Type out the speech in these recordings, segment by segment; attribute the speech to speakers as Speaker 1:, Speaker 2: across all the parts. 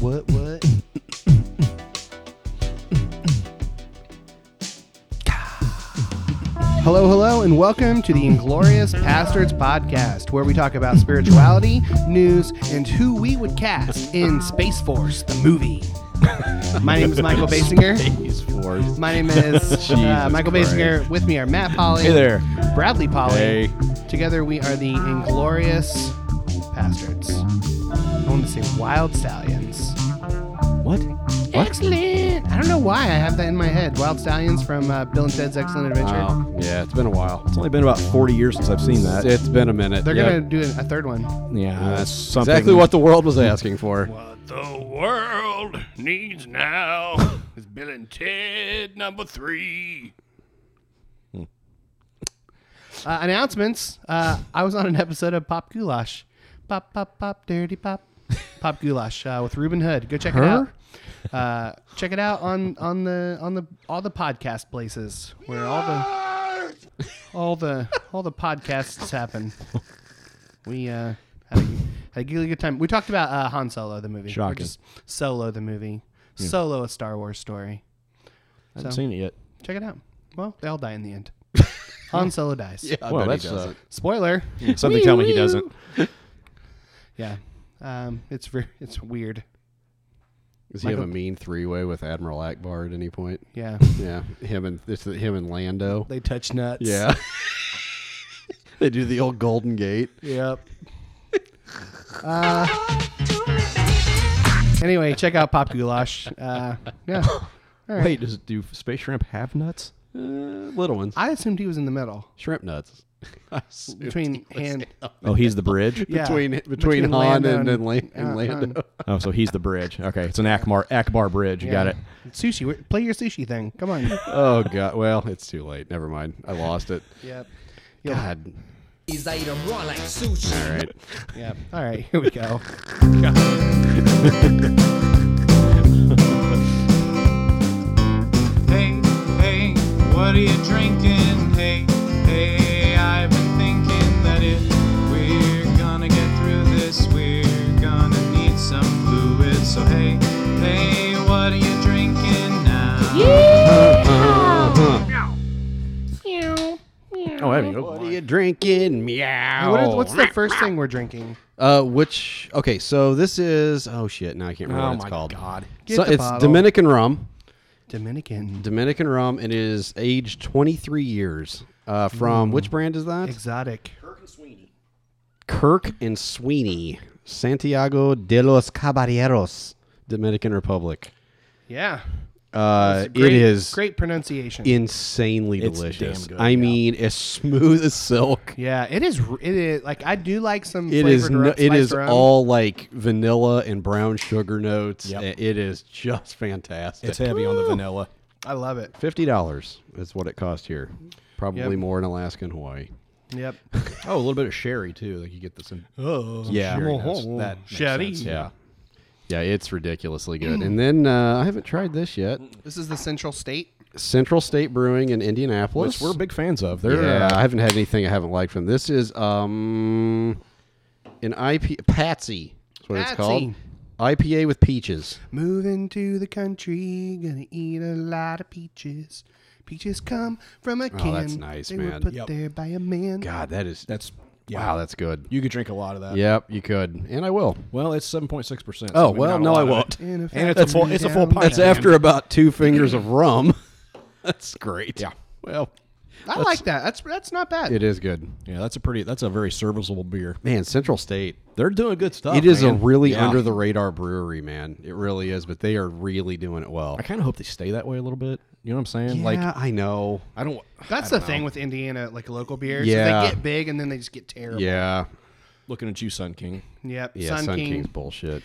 Speaker 1: What? What? Hello, hello, and welcome to the Inglorious Pastors Podcast, where we talk about spirituality, news, and who we would cast in Space Force, the movie. My name is Michael Basinger.
Speaker 2: Space Force.
Speaker 1: My name is uh,
Speaker 2: Jesus
Speaker 1: Michael
Speaker 2: Christ.
Speaker 1: Basinger. With me are Matt Polly.
Speaker 2: Hey there.
Speaker 1: Bradley Polly.
Speaker 2: Hey.
Speaker 1: Together we are the Inglorious Bastards. I want to say Wild Stallions.
Speaker 2: What?
Speaker 1: Excellent. I don't know why I have that in my head. Wild Stallions from uh, Bill and Ted's Excellent Adventure.
Speaker 2: Wow. Yeah, it's been a while.
Speaker 3: Oh, It's only been about 40 years since I've seen that.
Speaker 2: It's been a minute.
Speaker 1: They're
Speaker 2: Yep.
Speaker 1: gonna do a third one.
Speaker 3: yeah,
Speaker 2: Uh,
Speaker 3: that's
Speaker 2: that's
Speaker 3: something.
Speaker 2: exactly what the world was asking for.
Speaker 4: What the world needs now is Bill and Ted number three.
Speaker 1: Uh, announcements. Uh, I was on an episode of Pop Goulash. Pop pop pop dirty pop. Pop Goulash uh, with Ruben Hood. Go check it out. Uh, check it out on on the on the all the podcast places where all the all the all the podcasts happen. We uh, had, a, had a really good time. We talked about uh, Han Solo the movie. Or
Speaker 3: Shocking.
Speaker 1: just Solo the movie. Solo a Star Wars story.
Speaker 3: I haven't seen it yet.
Speaker 1: Check it out. Well, they all die in the end. Han Solo dies.
Speaker 2: I
Speaker 3: well,
Speaker 2: bet
Speaker 3: that's
Speaker 2: he
Speaker 3: uh,
Speaker 2: doesn't.
Speaker 1: Spoiler.
Speaker 3: something. Tell me he doesn't.
Speaker 1: Yeah. Um, it's ver- it's weird.
Speaker 2: Does he have a
Speaker 1: Michael-
Speaker 2: mean three-way with Admiral Ackbar at any point?
Speaker 1: Yeah.
Speaker 2: Yeah, him and it's the, him and Lando.
Speaker 1: They touch nuts.
Speaker 2: Yeah, they do the old Golden Gate.
Speaker 1: Yep. Uh, anyway, check out Pop Goulash. Uh, yeah.
Speaker 3: Wait, does do space shrimp have nuts?
Speaker 2: Uh, little ones,
Speaker 1: I assumed he was in the middle
Speaker 2: shrimp nuts. I assume
Speaker 1: between hand.
Speaker 3: Oh, he's the bridge.
Speaker 1: Yeah.
Speaker 2: between between, Han
Speaker 1: Lando
Speaker 2: and, and, Lan- and
Speaker 1: uh,
Speaker 2: Lando.
Speaker 3: Oh, so he's the bridge. Okay, it's an Akbar Akbar bridge. You Got
Speaker 1: yeah.
Speaker 3: it.
Speaker 1: Sushi. w- Play your sushi thing. Come on.
Speaker 2: Oh god, well it's too late. Never mind. I lost it.
Speaker 1: yep.
Speaker 2: God.
Speaker 5: Is I eat 'em raw like sushi.
Speaker 2: All right.
Speaker 1: Yep. All right. Here we go.
Speaker 6: Hey, hey, what are you drinking? Hey, hey, I've been thinking that if we're gonna get through this, we're gonna need some fluid. So hey, hey, what are you drinking now?
Speaker 3: Oh, I mean,
Speaker 2: What are you drinking? Meow.
Speaker 1: What is, what's the first thing we're drinking?
Speaker 2: uh which okay, so this is oh shit, now I can't remember what it's called.
Speaker 1: Get
Speaker 2: So
Speaker 1: the
Speaker 2: it's
Speaker 1: bottle.
Speaker 2: Dominican rum.
Speaker 1: Dominican.
Speaker 2: Dominican rum and it is aged 23 years. Uh from
Speaker 3: Mm.
Speaker 2: which brand is that?
Speaker 1: Exotic.
Speaker 2: Kirk and Sweeney, Santiago de los Caballeros, Dominican Republic.
Speaker 1: Yeah.
Speaker 2: Uh
Speaker 1: Great-
Speaker 2: it is
Speaker 1: great pronunciation.
Speaker 2: insanely
Speaker 3: It's damn
Speaker 2: delicious.
Speaker 3: good,
Speaker 2: I
Speaker 3: yeah.
Speaker 2: mean, as smooth as silk.
Speaker 1: Yeah, it is. r- It is like I do like some.
Speaker 2: It
Speaker 1: flavored
Speaker 2: is.
Speaker 1: rum,
Speaker 2: No, it
Speaker 1: spiced
Speaker 2: is
Speaker 1: rum.
Speaker 2: all like vanilla and brown sugar notes.
Speaker 3: Yep.
Speaker 2: I- It is just fantastic.
Speaker 3: it's heavy on the vanilla.
Speaker 1: I love it.
Speaker 2: Fifty dollars is what it cost here. Probably
Speaker 1: Yep.
Speaker 2: more in Alaska and Hawaii.
Speaker 1: Yep.
Speaker 3: Oh, a little bit of sherry too. Like you get this. In,
Speaker 1: Oh.
Speaker 2: Yeah.
Speaker 3: sherry notes. That makes
Speaker 1: Sherry.
Speaker 3: sense.
Speaker 2: Yeah. Yeah, it's ridiculously good. And then uh, I haven't tried this yet.
Speaker 1: This is the Central State.
Speaker 2: Central State Brewing in
Speaker 3: which
Speaker 2: Indianapolis.
Speaker 3: we're big fans of. They're
Speaker 2: Yeah, I
Speaker 3: uh,
Speaker 2: haven't had anything I haven't liked from them. this. Is um, an IP Patsy. That's what it's called. IPA with peaches.
Speaker 1: Moving to the country, gonna eat a lot of peaches. Peaches come from a can.
Speaker 2: Oh, that's nice,
Speaker 1: they Were
Speaker 2: man.
Speaker 1: put
Speaker 3: Yep.
Speaker 1: there by a man.
Speaker 2: God, that is
Speaker 3: that's yeah.
Speaker 2: wow, that's good.
Speaker 3: You could drink a lot of that.
Speaker 2: Yep, you could, and I will.
Speaker 3: Well, it's seven point six percent.
Speaker 2: Oh well, no, I won't.
Speaker 1: And, a
Speaker 3: And it's a full.
Speaker 1: factory
Speaker 3: It's a full
Speaker 1: down-
Speaker 3: pint.
Speaker 2: That's after about two fingers of rum. that's great.
Speaker 3: Yeah.
Speaker 2: Well,
Speaker 1: I like that. That's that's not bad.
Speaker 2: it is good.
Speaker 3: Yeah, that's a pretty. That's a very serviceable beer.
Speaker 2: Man, Central State.
Speaker 3: They're doing good stuff.
Speaker 2: it is a
Speaker 3: Oh, man.
Speaker 2: really
Speaker 3: Yeah.
Speaker 2: under the radar brewery, man. It really is, but they are really doing it well.
Speaker 3: I kind of hope they stay that way a little bit. You know what I'm saying?
Speaker 2: Yeah,
Speaker 3: Like
Speaker 2: I know.
Speaker 3: I don't.
Speaker 1: that's the thing with Indiana, like local beers.
Speaker 2: Yeah.
Speaker 1: They get big and then they just get terrible.
Speaker 2: Yeah.
Speaker 3: Looking at you, Sun King.
Speaker 1: Yep.
Speaker 2: Yeah. Sun,
Speaker 1: Sun, King.
Speaker 2: King's bullshit.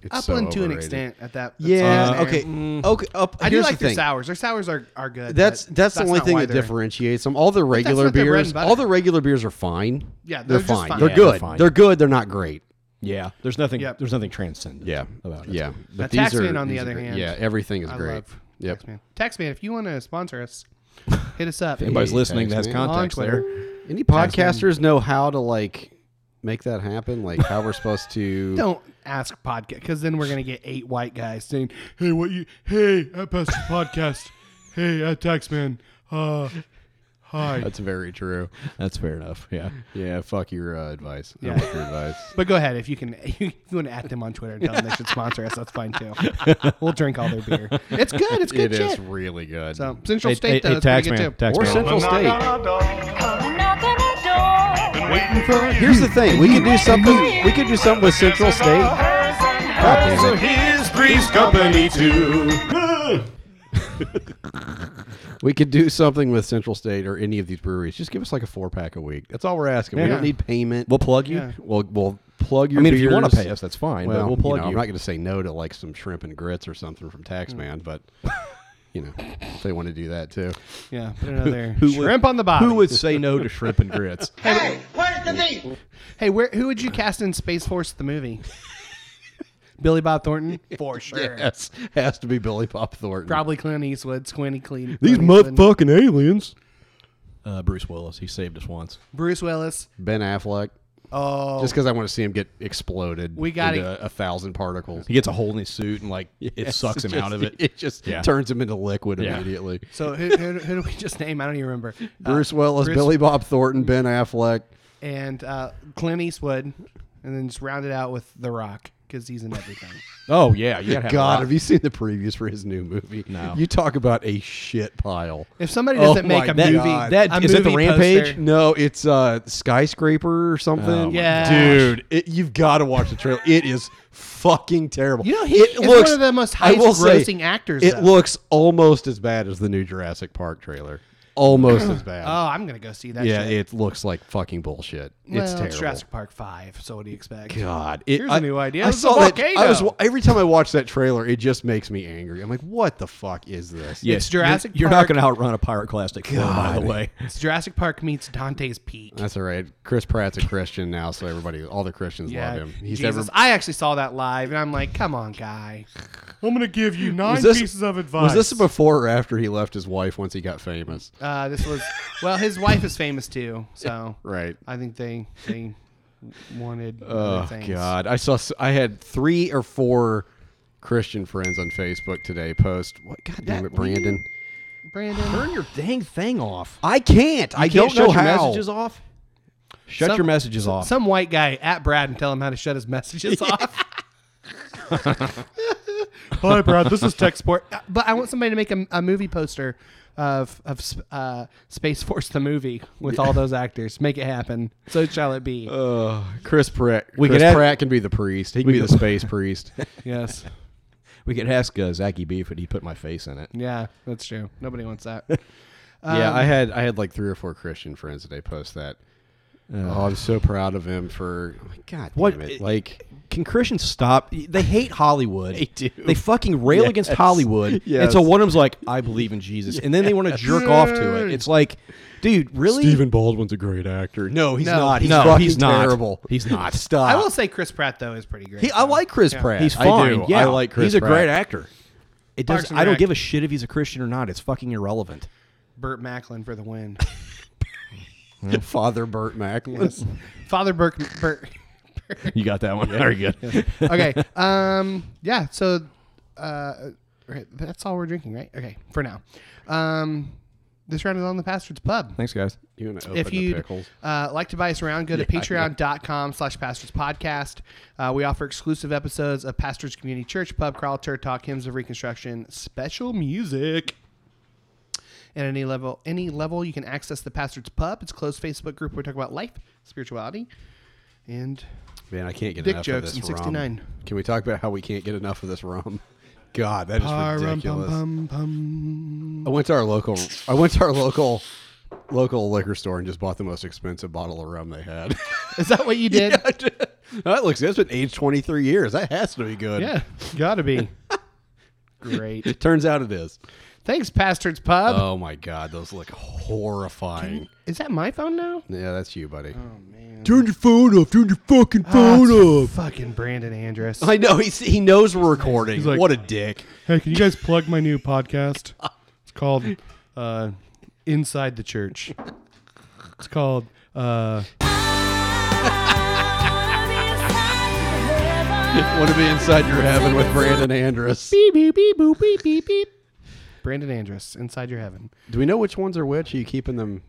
Speaker 2: It's
Speaker 1: Up
Speaker 2: so
Speaker 1: to an
Speaker 2: overrated.
Speaker 1: extent at that. that's
Speaker 2: Yeah.
Speaker 1: all I'm
Speaker 2: okay.
Speaker 1: saying.
Speaker 2: Okay. Up.
Speaker 1: Mm. I do
Speaker 2: here's
Speaker 1: like
Speaker 2: the
Speaker 1: their
Speaker 2: thing.
Speaker 1: sours. Their sours are, are good.
Speaker 2: That's
Speaker 1: but
Speaker 2: that's the only
Speaker 1: not
Speaker 2: thing
Speaker 1: why
Speaker 2: that
Speaker 1: they're-
Speaker 2: differentiates them. All the regular
Speaker 1: what they're bread
Speaker 2: beers,
Speaker 1: and butter-
Speaker 2: all the regular beers are fine.
Speaker 1: Yeah, they're
Speaker 2: they're,
Speaker 1: just
Speaker 2: fine.
Speaker 1: fine.
Speaker 2: They're
Speaker 1: Yeah,
Speaker 2: good.
Speaker 3: they're
Speaker 2: They're,
Speaker 3: fine.
Speaker 2: good. They're not great.
Speaker 3: Yeah, there's nothing.
Speaker 1: Yep.
Speaker 3: There's nothing transcendent. about it.
Speaker 2: Yeah. But
Speaker 1: Now,
Speaker 2: these are,
Speaker 1: Taxman, on the
Speaker 2: these are
Speaker 1: other
Speaker 2: great.
Speaker 1: hand,
Speaker 2: yeah, everything is
Speaker 1: I
Speaker 2: great.
Speaker 1: love
Speaker 2: Yep.
Speaker 1: Taxman. Taxman, if you want to sponsor us, hit us up.
Speaker 3: Anybody's
Speaker 2: Hey,
Speaker 3: listening that has
Speaker 2: Taxman.
Speaker 1: On
Speaker 3: contacts
Speaker 1: Twitter.
Speaker 3: there.
Speaker 2: Any podcasters know how to like make that happen? Like how we're supposed to?
Speaker 1: Don't ask podcast because then we're gonna get eight white guys saying, "Hey, what you? Hey, I pastor podcast. Hey, I taxman. Uh, hi."
Speaker 2: That's very true.
Speaker 3: That's fair enough. Yeah.
Speaker 2: Yeah, fuck your uh, advice. I
Speaker 1: Yeah.
Speaker 2: like your advice.
Speaker 1: But go ahead if you can. If you want to at them on Twitter and tell them they should sponsor us, that's fine too. We'll drink all their beer. It's good. It's good
Speaker 2: It
Speaker 1: shit.
Speaker 2: is really good.
Speaker 1: So Central
Speaker 3: Hey, hey,
Speaker 1: State does
Speaker 3: tax
Speaker 1: pretty
Speaker 3: man,
Speaker 1: good too.
Speaker 3: tax
Speaker 2: or
Speaker 3: man.
Speaker 2: Central State.
Speaker 4: Waiting for you.
Speaker 2: Here's the thing: we could do something. We could do something with Central State. God damn it.
Speaker 4: His priest company too.
Speaker 2: We could do something with Central State or any of these breweries. Just give us like a four pack a week. That's all we're asking. We
Speaker 1: Yeah.
Speaker 2: don't need payment.
Speaker 3: We'll plug you.
Speaker 1: Yeah.
Speaker 2: we'll, we'll plug your.
Speaker 3: I mean, if you
Speaker 2: want
Speaker 3: wanna pay us, that's fine, but
Speaker 2: Well,
Speaker 3: we'll plug
Speaker 2: you know, I'm
Speaker 3: you.
Speaker 2: not going to say no to like some shrimp and grits or something from
Speaker 1: Mm.
Speaker 2: Taxman, but you know, if they want to do that too.
Speaker 1: Yeah, put another
Speaker 3: Who would-
Speaker 1: shrimp on the bottom.
Speaker 3: Who would say no to shrimp and grits?
Speaker 1: Hey, where who would you cast in Space Force the movie? Billy Bob Thornton for sure.
Speaker 2: Yes, has to be Billy Pop Thornton.
Speaker 1: Probably Clint Eastwood, Squinty Clean.
Speaker 2: These motherfucking aliens.
Speaker 3: Uh, Bruce Willis. He saved us once.
Speaker 1: Bruce Willis.
Speaker 2: Ben Affleck.
Speaker 1: Oh,
Speaker 2: Just because I want to see him get exploded.
Speaker 1: We gotta-
Speaker 2: into a thousand particles.
Speaker 3: He gets a hole in his suit and like it sucks him
Speaker 2: Just-
Speaker 3: out of it.
Speaker 2: It just
Speaker 3: Yeah.
Speaker 2: turns him into liquid
Speaker 3: Yeah.
Speaker 2: immediately.
Speaker 1: so who, who, who do we just name? I don't even remember. Uh,
Speaker 2: Bruce Willis, Billy Bob Thornton, Ben Affleck.
Speaker 1: and uh, Clint Eastwood, and then just round it out with The Rock because he's in everything.
Speaker 3: Oh yeah, you gotta have a
Speaker 2: God,
Speaker 3: lot.
Speaker 2: have you seen the previews for his new movie?
Speaker 3: No.
Speaker 2: You talk about a shit pile.
Speaker 1: If somebody
Speaker 3: Oh
Speaker 1: doesn't make
Speaker 3: my-
Speaker 1: a
Speaker 3: that-
Speaker 1: movie,
Speaker 3: that-
Speaker 1: a
Speaker 3: is it the
Speaker 1: movie
Speaker 3: Rampage?
Speaker 1: poster-
Speaker 2: No, it's uh skyscraper or something.
Speaker 3: Oh my
Speaker 1: Yeah.
Speaker 2: dude, it, you've got to watch the trailer. It is fucking terrible.
Speaker 1: You know, he
Speaker 2: it
Speaker 1: is one of the most
Speaker 2: I will say,
Speaker 1: highest-grossing actors,
Speaker 2: It
Speaker 1: though.
Speaker 2: looks almost as bad as the new Jurassic Park trailer. Almost as bad.
Speaker 1: Oh, I'm gonna go see that.
Speaker 2: yeah,
Speaker 1: shit.
Speaker 2: it looks like fucking bullshit.
Speaker 1: Well,
Speaker 2: it's terrible.
Speaker 1: Jurassic Park Five. So what do you expect?
Speaker 2: God, it,
Speaker 1: Here's a new idea.
Speaker 2: I
Speaker 1: It's a
Speaker 2: saw that. I was
Speaker 1: volcano.
Speaker 2: every time I watch that trailer, it just makes me angry. I'm like, what the fuck is this?
Speaker 3: Yes,
Speaker 1: It's Jurassic
Speaker 3: You're, you're
Speaker 1: Park.
Speaker 3: not going to outrun a pyroclastic flow, by the way.
Speaker 1: It's Jurassic Park meets Dante's Peak.
Speaker 2: That's all right. Chris Pratt's a Christian now, so everybody, all the Christians
Speaker 1: Yeah,
Speaker 2: love him. He's
Speaker 1: Jesus.
Speaker 2: ever.
Speaker 1: I actually saw that live, and I'm like, "Come on, guy! I'm gonna give you nine
Speaker 2: this-
Speaker 1: pieces of advice."
Speaker 2: Was this before or after he left his wife once he got famous?
Speaker 1: Uh, this was well, his wife is famous too, so
Speaker 2: Right.
Speaker 1: I think they they wanted.
Speaker 2: Oh
Speaker 1: other things.
Speaker 2: God! I saw. s- I had three or four Christian friends on Facebook today post. What? God damn it, Brandon!
Speaker 1: Brandon.
Speaker 3: Turn your dang thing off.
Speaker 2: I can't. I
Speaker 3: Can't
Speaker 2: don't know
Speaker 3: shut your
Speaker 2: how.
Speaker 3: messages off. Shut
Speaker 1: Some-
Speaker 3: your messages off.
Speaker 1: Some white guy at Brad and tell him how to shut his messages off. Hi, Brad. This is tech support. Uh, But I want somebody to make a, a movie poster of of sp- uh, Space Force the movie with all those actors. Make it happen. So shall it be.
Speaker 2: Uh. Chris Pratt.
Speaker 3: We
Speaker 2: Chris
Speaker 3: could have-
Speaker 2: Pratt can be the priest. He can be the
Speaker 3: could-
Speaker 2: space priest.
Speaker 1: yes.
Speaker 3: we could ask uh, Zachy Beef, but he put my face in it.
Speaker 1: Yeah, that's true. Nobody wants that.
Speaker 2: yeah, I had I had like three or four Christian friends today post that. oh, I'm so proud of him for. Oh my God,
Speaker 3: What-
Speaker 2: damn it! Like
Speaker 3: Can Christians stop? They hate Hollywood. They
Speaker 2: do.
Speaker 3: They fucking rail against Hollywood.
Speaker 2: Yes.
Speaker 3: And so one of them's like, I believe in Jesus. And then they want to jerk off to it. It's like, dude, really?
Speaker 2: Baldwin's a great actor. No, he's
Speaker 1: No,
Speaker 2: not. He's
Speaker 3: no,
Speaker 2: fucking
Speaker 3: he's not.
Speaker 2: terrible.
Speaker 3: He's not.
Speaker 2: Stop.
Speaker 1: I will say Chris Pratt though is pretty great.
Speaker 2: He, I like Chris Pratt.
Speaker 3: He's
Speaker 2: I
Speaker 3: fine.
Speaker 2: do.
Speaker 3: Yeah.
Speaker 2: I like Chris.
Speaker 3: He's a
Speaker 2: Pratt.
Speaker 3: great actor. It
Speaker 1: Parks
Speaker 3: does.
Speaker 1: and
Speaker 3: I don't
Speaker 1: Rec.
Speaker 3: give a shit if he's a Christian or not. It's fucking irrelevant.
Speaker 1: Burt Macklin for the win.
Speaker 2: Father Burt Macklin.
Speaker 1: Father Burke. Burt.
Speaker 3: You got that one. Very good.
Speaker 1: okay. Um. Yeah. So, uh, right, that's all we're drinking, right? Okay, for now. Um, this round is on the Pastards Pub.
Speaker 3: Thanks, guys.
Speaker 2: You wanna open
Speaker 1: If
Speaker 2: the
Speaker 1: you'd
Speaker 2: pickles?
Speaker 1: uh, like to buy us around, go to patreon.com slash pastors podcast. Uh, we offer exclusive episodes of Pastors Community Church, Pub Crawl, Turd Talk, Hymns of Reconstruction, special music. At any level, any level, you can access the Pastors Pub. It's a closed Facebook group where we talk about life, spirituality, and
Speaker 2: Man, I can't get
Speaker 1: Dick
Speaker 2: enough
Speaker 1: jokes
Speaker 2: of
Speaker 1: in
Speaker 2: this
Speaker 1: 69.
Speaker 2: rum. Can we talk about how we can't get enough of this rum? God, that is ridiculous. I went to our local. I went to our local local liquor store and just bought the most expensive bottle of rum they had.
Speaker 1: Is that what you did?
Speaker 2: that looks. That's been aged twenty three years. That has to be good.
Speaker 1: Yeah, gotta be. Great.
Speaker 2: It turns out it is.
Speaker 1: Thanks, Pastards Pub.
Speaker 2: Oh my God, those look horrifying.
Speaker 1: Is that my phone now?
Speaker 2: Yeah, that's you, buddy. Oh man. Turn your phone off. Turn your fucking
Speaker 1: Ah,
Speaker 2: phone
Speaker 1: it's
Speaker 2: off.
Speaker 1: Fucking Brandon Andrus.
Speaker 2: I know he's, he knows we're recording.
Speaker 1: like-
Speaker 2: what a dick.
Speaker 1: Hey, can you guys plug my new podcast? It's called uh, Inside the Church. It's called uh,
Speaker 2: Want to be inside your heaven with Brandon Andrus?
Speaker 1: Beep, beep, beep, boop, beep, beep, beep. Brandon Andrus, Inside Your Heaven.
Speaker 2: Do we know which ones are which? Are you keeping them?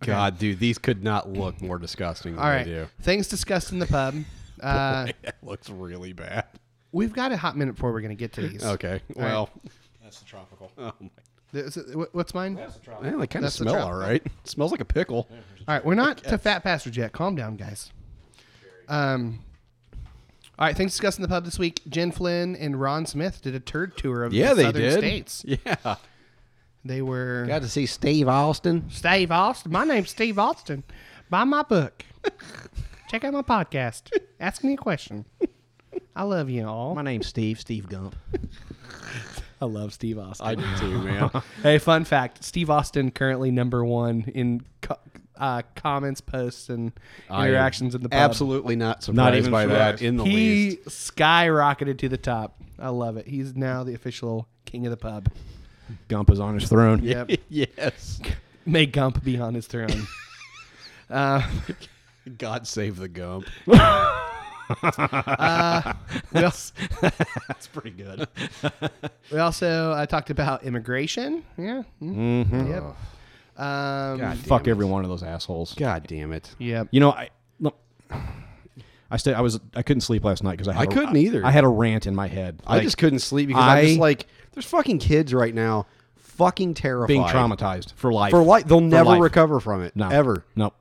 Speaker 2: God, dude, these could not look more disgusting than
Speaker 1: All
Speaker 2: they do.
Speaker 1: right. Things discussed in the pub. Uh,
Speaker 2: It looks really bad.
Speaker 1: we've got a hot minute before we're going to get to these.
Speaker 2: Okay, well,
Speaker 1: This- wh- what's mine?
Speaker 2: man, they kind of
Speaker 1: That's the
Speaker 2: smell
Speaker 1: trap.
Speaker 2: all right. smells like a pickle.
Speaker 1: All right, we're not to fat bastards yet. Calm down, guys. Um. All right, things discussed in the pub this week. Jen Flynn and Ron Smith did a turd tour of the
Speaker 2: Yeah, they
Speaker 1: southern
Speaker 2: did.
Speaker 1: states.
Speaker 2: Yeah,
Speaker 1: They were
Speaker 2: to see Steve Austin.
Speaker 1: Steve Austin. My name's Steve Austin. Buy my book. Check out my podcast. Ask me a question. I love you all.
Speaker 3: My name's Steve, Steve Gump.
Speaker 1: I love Steve Austin.
Speaker 2: I do too, man.
Speaker 1: hey, fun fact: Steve Austin currently number one in co- uh, comments, posts, and
Speaker 2: I am
Speaker 1: interactions in the pub.
Speaker 2: Absolutely not surprised
Speaker 3: even
Speaker 2: by
Speaker 3: surprised.
Speaker 2: that in the
Speaker 1: he
Speaker 2: least.
Speaker 1: skyrocketed to the top. I love it. He's now the official king of the pub.
Speaker 3: Gump is on his throne.
Speaker 1: Yep.
Speaker 2: yes.
Speaker 1: May Gump be on his throne. uh,
Speaker 2: God save the Gump.
Speaker 1: we, also,
Speaker 3: That's pretty good.
Speaker 1: we also uh, talked about immigration. Yeah. Mm. Yep. Um,
Speaker 3: Fuck every one of those assholes.
Speaker 2: God damn it.
Speaker 1: Yep.
Speaker 3: You know, I look, I stayed. I was. I couldn't sleep last night because I. Had
Speaker 2: I
Speaker 3: a-
Speaker 2: couldn't either.
Speaker 3: I had a rant in my head.
Speaker 2: I
Speaker 3: Like,
Speaker 2: just couldn't sleep because I, am just
Speaker 3: I-
Speaker 2: like, there's fucking kids right now, fucking terrified,
Speaker 3: being traumatized for life.
Speaker 2: for life. They'll
Speaker 3: For
Speaker 2: never
Speaker 3: life.
Speaker 2: recover from it,
Speaker 3: No.
Speaker 2: ever.
Speaker 3: Nope.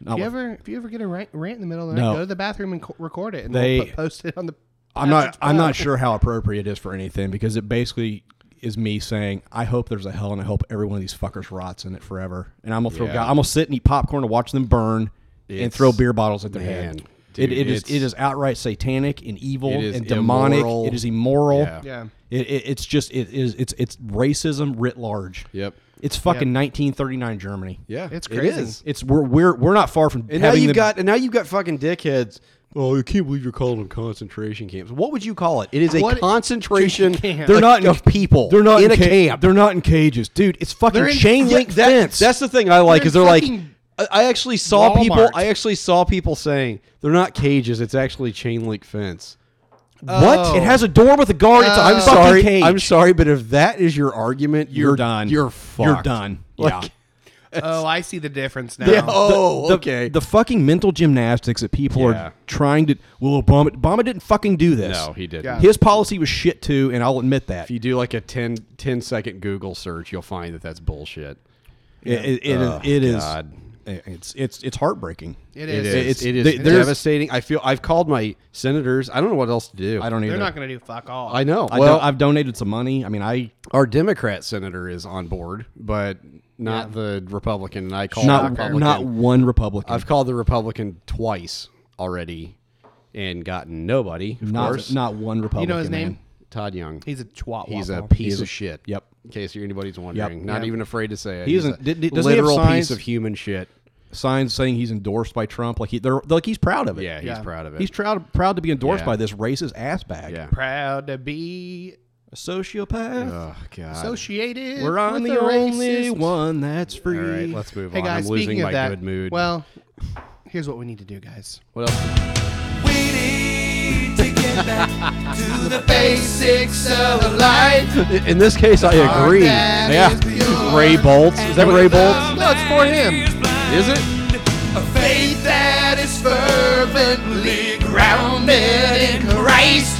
Speaker 3: Not
Speaker 1: If you
Speaker 3: with-
Speaker 1: ever, if you ever get a rant, rant in the middle of the night,
Speaker 3: No.
Speaker 1: go to the bathroom and co- record it, and
Speaker 3: They-
Speaker 1: we'll po- post it on the.
Speaker 3: I'm not.
Speaker 1: Passage
Speaker 3: I'm
Speaker 1: Pub.
Speaker 3: not sure how appropriate it is for anything because it basically is me saying, "I hope there's a hell, and I hope every one of these fuckers rots in it forever." And I'm gonna throw.
Speaker 2: Yeah.
Speaker 3: God, I'm gonna sit and eat popcorn and watch them burn and
Speaker 2: It's-
Speaker 3: throw beer bottles at their
Speaker 2: man,
Speaker 3: head.
Speaker 2: dude,
Speaker 3: it, it is.
Speaker 2: it's-
Speaker 3: It is outright satanic and evil
Speaker 2: It is
Speaker 3: and demonic.
Speaker 2: immoral.
Speaker 3: It is immoral.
Speaker 2: Yeah.
Speaker 1: Yeah.
Speaker 3: It, it, it's just it is it's it's racism writ large.
Speaker 2: Yep.
Speaker 3: It's fucking 1939 Germany.
Speaker 2: Yeah,
Speaker 1: It's
Speaker 2: It
Speaker 1: crazy.
Speaker 2: is.
Speaker 3: It's we're we're we're not far from
Speaker 2: And now
Speaker 3: having
Speaker 2: you've
Speaker 3: the-
Speaker 2: got, and now you've got fucking dickheads. Oh, I can't believe you're calling them concentration camps. What would you call it? It is a
Speaker 1: What-
Speaker 2: concentration.
Speaker 1: Camp.
Speaker 3: They're not in-
Speaker 2: of people.
Speaker 3: They're not
Speaker 2: in a
Speaker 3: ca-
Speaker 2: camp.
Speaker 3: They're not in cages, dude. It's fucking
Speaker 1: in-
Speaker 3: chain
Speaker 2: Yeah,
Speaker 3: link
Speaker 2: that-
Speaker 3: fence.
Speaker 2: That's the thing I like
Speaker 1: They're
Speaker 2: is they're like.
Speaker 1: fucking
Speaker 2: I- I actually saw people.
Speaker 1: Walmart.
Speaker 2: I actually saw people saying they're not cages. It's actually chain link fence.
Speaker 3: what?
Speaker 1: Oh.
Speaker 3: It has a door with a guard. It's a
Speaker 2: I'm
Speaker 3: fucking
Speaker 2: Oh. sorry.
Speaker 3: cage.
Speaker 2: I'm sorry, but if that is your argument,
Speaker 3: You're,
Speaker 2: you're,
Speaker 3: done.
Speaker 2: You're fucked.
Speaker 3: You're done.
Speaker 2: Like,
Speaker 3: yeah.
Speaker 1: Oh, I see the difference now.
Speaker 2: Yeah, oh,
Speaker 3: the,
Speaker 2: okay.
Speaker 3: The fucking mental gymnastics that people
Speaker 2: Yeah.
Speaker 3: are trying to. Well, Obama, Obama didn't fucking do this.
Speaker 2: no, he didn't.
Speaker 1: Yeah.
Speaker 3: His policy was shit too, and I'll admit that.
Speaker 2: If you do like a 10, 10 second Google search, you'll find that that's bullshit.
Speaker 3: It, it, it is-
Speaker 2: Ugh,
Speaker 3: it is.
Speaker 2: Oh, God.
Speaker 3: It's it's it's heartbreaking.
Speaker 1: It
Speaker 2: It
Speaker 1: is.
Speaker 2: is.
Speaker 1: It's-
Speaker 2: it is
Speaker 3: they- there's-
Speaker 2: devastating. I feel. I've called my senators. I don't know what else to do.
Speaker 3: I don't either.
Speaker 1: They're not going to do fuck all.
Speaker 2: I know.
Speaker 3: I
Speaker 2: well,
Speaker 3: do, I've donated some money. I mean, I
Speaker 2: our Democrat senator is on board, but not the Republican. And I called the
Speaker 3: not
Speaker 2: Republican.
Speaker 3: not one Republican.
Speaker 2: Oh, I've called the Republican twice already, and gotten nobody. Of
Speaker 3: not
Speaker 2: course,
Speaker 3: not one Republican.
Speaker 1: You know his name?
Speaker 3: man.
Speaker 2: Todd Young.
Speaker 1: He's a twat.
Speaker 2: He's a
Speaker 1: waffle.
Speaker 2: piece of shit.
Speaker 3: yep.
Speaker 2: In case anybody's wondering, not
Speaker 1: Yep.
Speaker 2: even afraid to say it.
Speaker 3: He
Speaker 2: He's
Speaker 3: isn't-
Speaker 2: a
Speaker 3: did- did- doesn't he have
Speaker 2: literal
Speaker 3: signs?
Speaker 2: piece of human shit.
Speaker 3: Signs saying he's endorsed by Trump. Like he they're like he's proud of it.
Speaker 2: Yeah, he's
Speaker 1: Yeah.
Speaker 2: proud of it.
Speaker 3: He's proud proud to be endorsed
Speaker 2: Yeah.
Speaker 3: by this racist ass bag.
Speaker 2: yeah.
Speaker 1: proud to be
Speaker 3: A sociopath.
Speaker 2: Oh God.
Speaker 1: associated.
Speaker 3: We're on
Speaker 1: with
Speaker 3: the
Speaker 1: a
Speaker 3: only
Speaker 1: racist.
Speaker 3: one that's free.
Speaker 2: All right, let's move
Speaker 1: Hey
Speaker 2: on.
Speaker 1: guys, speaking
Speaker 2: I'm losing
Speaker 1: of
Speaker 2: my
Speaker 1: that,
Speaker 2: good mood.
Speaker 1: well, here's what we need to do, guys.
Speaker 2: what else?
Speaker 5: to get back to the basics of life.
Speaker 2: In this case, I agree.
Speaker 5: dad is pure
Speaker 2: Ray Bolts. Is that Ray Bolts?
Speaker 1: No, it's for him.
Speaker 2: Is it?
Speaker 5: A faith that is fervently grounded in Christ.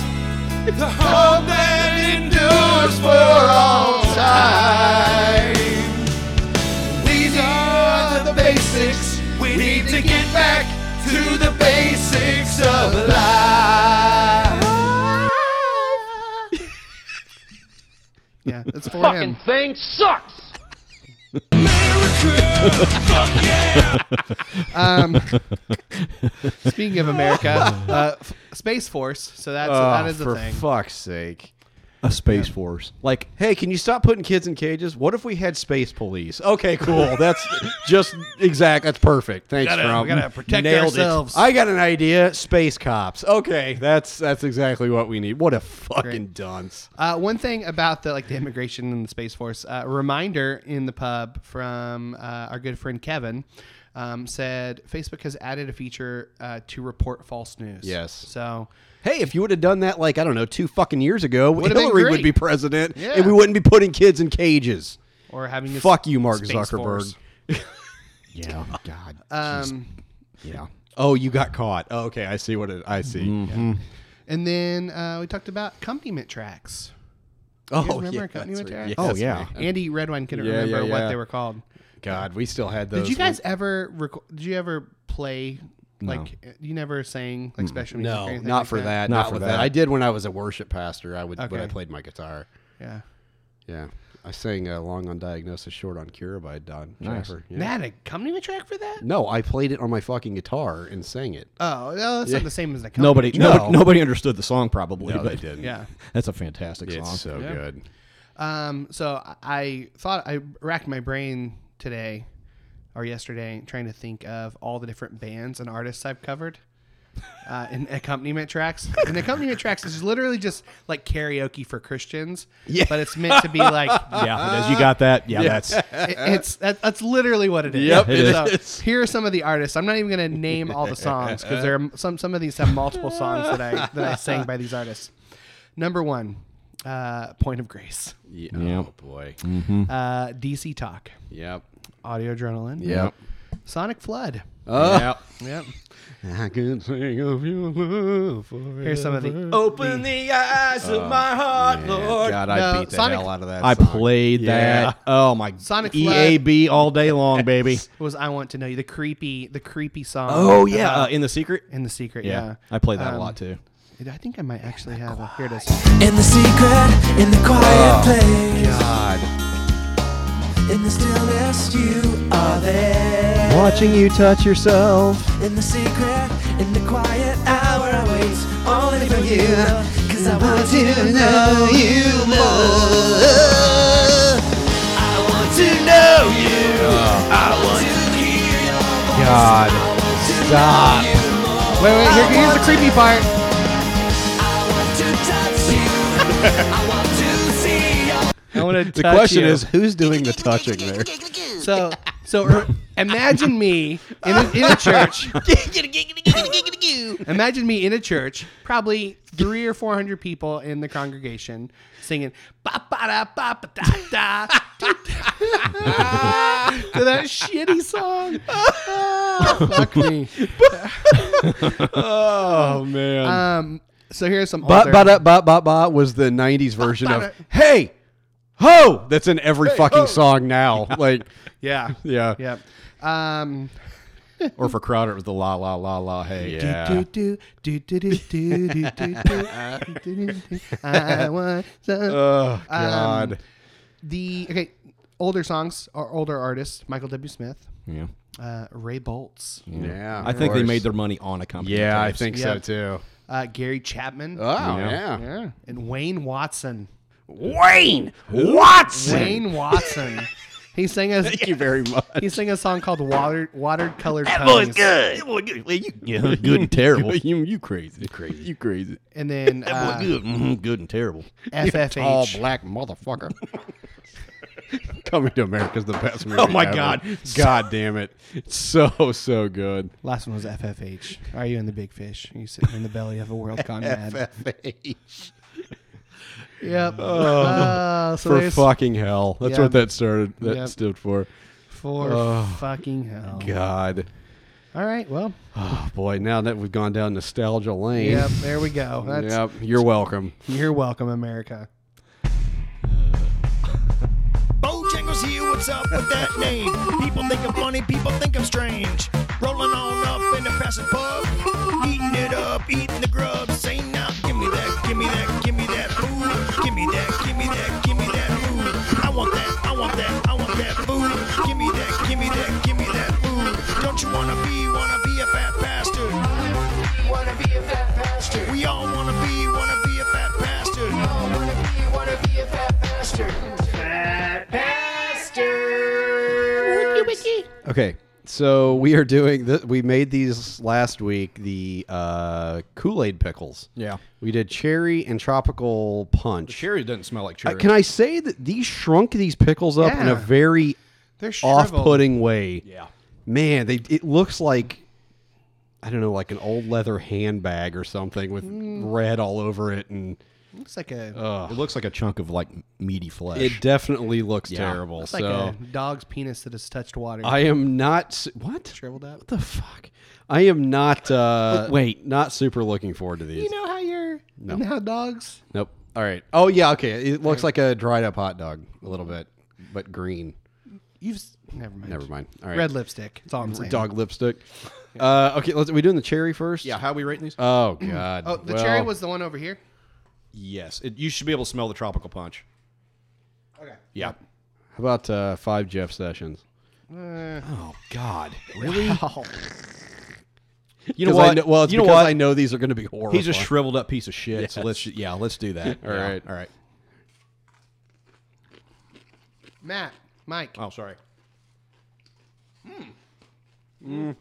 Speaker 5: The hope that endures for all time. These are the basics. We need to get back to the basics of life.
Speaker 1: Yeah, it's for him.
Speaker 4: thing sucks.
Speaker 1: Um, speaking of America, uh, f- Space Force. So that's that is the
Speaker 2: Oh, for
Speaker 1: thing.
Speaker 2: fuck's sake.
Speaker 3: A space force.
Speaker 2: Like, hey, can you stop putting kids in cages? What if we had space police? Okay, cool. That's just exact. That's perfect. Thanks,
Speaker 4: Gotta-
Speaker 2: Trump.
Speaker 4: we gotta protect
Speaker 2: Nailed it.
Speaker 1: ourselves.
Speaker 2: I got an idea. Space cops. Okay, that's that's exactly what we need. What a fucking dunce.
Speaker 1: Uh, one thing about the like the immigration and the space force. Uh, a reminder in the pub from uh, our good friend Kevin. um, said Facebook has added a feature uh, to report false news.
Speaker 2: Yes.
Speaker 1: So
Speaker 2: Hey, if you would have done that, like I don't know, two fucking years ago,
Speaker 1: Would've been
Speaker 2: Hillary would
Speaker 1: great.
Speaker 2: be president,
Speaker 1: Yeah.
Speaker 2: and we wouldn't be putting kids in cages.
Speaker 1: or having this
Speaker 2: Fuck you, Mark
Speaker 1: Space Force.
Speaker 2: Zuckerberg. yeah, God.
Speaker 1: Um,
Speaker 2: yeah. Oh, you got caught. Oh, okay, I see what it. I see.
Speaker 1: Mm-hmm. and then uh, we talked about accompaniment tracks.
Speaker 2: Oh,
Speaker 1: You guys remember
Speaker 2: yeah,
Speaker 1: accompaniment
Speaker 2: that's
Speaker 1: tracks?
Speaker 2: right.
Speaker 3: Oh,
Speaker 2: Yes,
Speaker 3: yeah.
Speaker 2: man.
Speaker 1: Andy Redwine couldn't
Speaker 2: Yeah,
Speaker 1: remember
Speaker 2: yeah,
Speaker 1: what
Speaker 2: yeah.
Speaker 1: they were called.
Speaker 2: God, we still had those.
Speaker 1: Did you
Speaker 2: when-
Speaker 1: guys ever record? Did you ever play? Like you never sang like special music? or
Speaker 2: No,
Speaker 1: anything
Speaker 2: Mm. not
Speaker 1: like
Speaker 2: for that.
Speaker 3: Not
Speaker 2: Not,
Speaker 3: for
Speaker 2: with that.
Speaker 3: that.
Speaker 2: I did when I was a worship pastor. I would when I
Speaker 1: Okay.
Speaker 2: played my guitar.
Speaker 1: Yeah.
Speaker 2: Yeah, I sang uh, "Long on Diagnosis, Short on Cure" by Don
Speaker 3: Nice.
Speaker 2: Jaffer. Yeah.
Speaker 1: They had a accompaniment track for that?
Speaker 2: No, I played it on my fucking guitar and sang it.
Speaker 1: Oh, no, that's not the same as an accompaniment.
Speaker 3: Nobody,
Speaker 2: No.
Speaker 3: nobody, nobody understood the song probably.
Speaker 2: No,
Speaker 3: but
Speaker 2: they didn't.
Speaker 1: Yeah.
Speaker 3: that's a fantastic
Speaker 2: It's
Speaker 3: song.
Speaker 2: so good.
Speaker 1: Um, so I- I thought I racked my brain today or yesterday trying to think of all the different bands and artists I've covered. Uh, in accompaniment tracks, and accompaniment tracks is literally just like karaoke for Christians. Yeah, but it's meant to be like
Speaker 3: yeah, it is. you got that. Yeah, that's
Speaker 1: it- it's that, that's literally what it is.
Speaker 2: Yep, it
Speaker 1: So
Speaker 2: is.
Speaker 1: Here are some of the artists. I'm not even going to name all the songs because there are some some of these have multiple songs that I that I sang by these artists. Number one, uh, Point of Grace,
Speaker 2: Yeah. Oh boy.
Speaker 3: Mm.
Speaker 1: uh, DC Talk,
Speaker 2: Yep.
Speaker 1: Audio Adrenaline,
Speaker 2: Yep.
Speaker 1: Sonic Flood.
Speaker 2: Oh.
Speaker 1: Yep.
Speaker 2: I can sing of your love forever.
Speaker 1: Here's some of the. oh,
Speaker 5: Open the eyes of my heart, Lord.
Speaker 2: God, I
Speaker 1: No,
Speaker 2: beat the
Speaker 1: Sonic-
Speaker 2: hell out of that.
Speaker 3: Oh, I
Speaker 2: song.
Speaker 3: played
Speaker 2: Yeah.
Speaker 3: that. Oh my,
Speaker 1: Sonic
Speaker 3: EAB all day long, baby.
Speaker 1: Was I want to know you the creepy the creepy song?
Speaker 3: Oh yeah, uh, in the secret.
Speaker 1: in the secret.
Speaker 3: Yeah,
Speaker 1: Yeah,
Speaker 3: I played that
Speaker 1: Um,
Speaker 3: a lot too.
Speaker 1: I think I might actually have. A, here it is.
Speaker 7: In the secret, in the quiet place,
Speaker 2: God.
Speaker 7: in the stillness, you are there.
Speaker 2: Watching you touch yourself.
Speaker 7: In the secret, in the quiet hour, I wait only for you. Cause I want to know you more. I want to know you. I want to hear your voice.
Speaker 2: God. Stop.
Speaker 1: Wait, wait. Here, here's the creepy part.
Speaker 7: I want to touch you. I want to see
Speaker 1: I
Speaker 7: your
Speaker 1: want to.
Speaker 2: The question is, who's doing the touching there?
Speaker 1: So, so er, imagine me in a, in a church. imagine me in a church, probably three or four hundred people in the congregation singing ba ba da ba ba da da doo, da," to that shitty song. Oh, fuck me.
Speaker 2: Oh man.
Speaker 1: Um, so here's some.
Speaker 2: But
Speaker 1: older-
Speaker 2: but uh, but but but was the '90s version of "Hey, ho!" That's in every fucking song now. Like,
Speaker 1: yeah,
Speaker 2: yeah,
Speaker 1: yeah. Um,
Speaker 3: Or for Crowder, it was the la la la la. Hey,
Speaker 2: yeah.
Speaker 1: do, do, do, do, do, do, do, do, do, do, do. I want some.
Speaker 2: Oh God.
Speaker 1: The okay, older songs or older artists: Michael W. Smith,
Speaker 3: yeah.
Speaker 1: uh, Ray Bolts,
Speaker 2: yeah.
Speaker 3: Mm. I
Speaker 2: of
Speaker 3: think they
Speaker 2: course.
Speaker 3: made their money on a company.
Speaker 2: Yeah, I think
Speaker 1: Yeah.
Speaker 2: so too.
Speaker 1: uh, Gary Chapman,
Speaker 2: Oh
Speaker 3: Yeah.
Speaker 2: yeah.
Speaker 1: yeah, and Wayne Watson.
Speaker 5: Wayne Watson.
Speaker 1: Wayne Watson. he sang a
Speaker 2: Thank you very much.
Speaker 1: he sang a song called "Watered Watered Colored
Speaker 5: That boy's
Speaker 1: Tongues,"
Speaker 5: good.
Speaker 3: yeah, good and terrible.
Speaker 2: you, you crazy, crazy, you crazy.
Speaker 1: and then uh,
Speaker 3: good, mhm, good and terrible.
Speaker 2: All
Speaker 1: FFH.
Speaker 2: black motherfucker. Coming to America's the best movie.
Speaker 3: Oh my
Speaker 2: ever.
Speaker 3: God.
Speaker 2: Oh God damn it! So so good.
Speaker 1: Last one was FFH. Are you in the big fish? Are you sitting in the belly of a world gone mad? Yep. Uh, so
Speaker 2: for
Speaker 1: there's
Speaker 2: fucking hell. That's
Speaker 1: Yeah.
Speaker 2: what that started. That
Speaker 1: Yep.
Speaker 2: stood for.
Speaker 1: for fucking hell.
Speaker 2: God.
Speaker 1: All right. Well.
Speaker 2: Oh boy, now that we've gone down nostalgia lane.
Speaker 1: Yep. There we go. That's
Speaker 2: Yep, You're welcome.
Speaker 1: You're welcome, America.
Speaker 8: Bojangles here, what's up with that name? People think I'm funny, people think I'm strange. Rolling on up in the passing pub, eating it up, eating the grub. Say now, give me that, give me that, give me that food. Give me that, give me that, give me that food. I want that, I want that, I want that food. Give me that, give me that, give me that food. Don't you wanna be, wanna be a fat bastard? Wanna be a fat bastard. We all wanna be, wanna be a fat bastard. We all wanna be, wanna be a fat bastard. Fat bastard.
Speaker 2: Okay. So we are doing th- we made these last week the uh, Kool-Aid pickles.
Speaker 3: Yeah.
Speaker 2: We did cherry and tropical punch.
Speaker 3: Cherry doesn't smell like
Speaker 2: Uh,
Speaker 3: cherry.
Speaker 2: can I say that these shrunk these pickles up in
Speaker 1: Yeah.
Speaker 2: a very
Speaker 1: They're shriveled.
Speaker 2: off-putting way?
Speaker 3: yeah.
Speaker 2: Man, they it looks like I don't know, like an old leather handbag or something with
Speaker 1: Mm.
Speaker 2: red all over it, and
Speaker 1: Looks like a
Speaker 3: It looks like a chunk of like meaty flesh.
Speaker 2: it definitely looks terrible.
Speaker 1: looks
Speaker 2: so
Speaker 1: like a dog's penis that has touched water.
Speaker 2: I am not s- what
Speaker 1: shriveled up.
Speaker 2: the fuck. I am not. uh
Speaker 3: wait.
Speaker 2: not super looking forward to these.
Speaker 1: You know how you're you know how dogs
Speaker 2: Nope. All right. Oh yeah. Okay. It looks like a dried up hot dog a little bit, but green.
Speaker 1: you've s- never mind.
Speaker 2: Never mind. All right.
Speaker 1: Red lipstick. That's all I'm saying.
Speaker 2: dog lipstick. Uh, okay. Let's. Are we doing the cherry first?
Speaker 3: yeah, how are we rating these?
Speaker 2: Oh god.
Speaker 1: Oh, the
Speaker 2: Well,
Speaker 1: cherry was the one over here.
Speaker 3: yes, it, you should be able to smell the tropical punch. Okay. Yeah.
Speaker 2: How about uh, five Jeff Sessions?
Speaker 3: Oh God,
Speaker 2: You
Speaker 3: know what?
Speaker 2: well, it's
Speaker 3: You know
Speaker 2: because
Speaker 3: what?
Speaker 2: I know these are going to be horrible.
Speaker 3: he's a shriveled up piece of shit. So let's ju- yeah, let's do that.
Speaker 2: All
Speaker 3: Yeah,
Speaker 2: right.
Speaker 3: all right.
Speaker 1: Matt, Mike.
Speaker 3: Oh, sorry.
Speaker 2: Mm.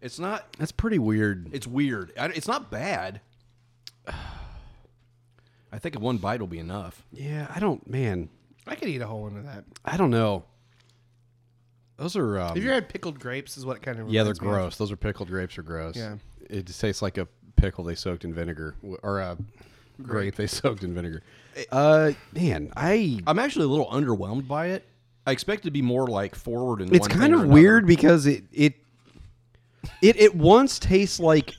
Speaker 3: It's not.
Speaker 2: That's pretty weird.
Speaker 3: It's weird. I, it's not bad. I think one bite will be enough.
Speaker 2: Yeah. I don't. Man.
Speaker 1: I could eat a whole one of that.
Speaker 2: I don't know. Those are. Um,
Speaker 1: Have you ever had pickled grapes? Is what it kind of
Speaker 2: yeah, they're
Speaker 1: reminds me of.
Speaker 2: gross. Those are pickled grapes. Are gross.
Speaker 1: Yeah.
Speaker 2: It just tastes like a pickle they soaked in vinegar w- or a grape they soaked in vinegar. Uh, man, I.
Speaker 3: I'm actually a little underwhelmed by it. I expect it to be more like forward and.
Speaker 2: it's kind of weird because it it it it once tastes like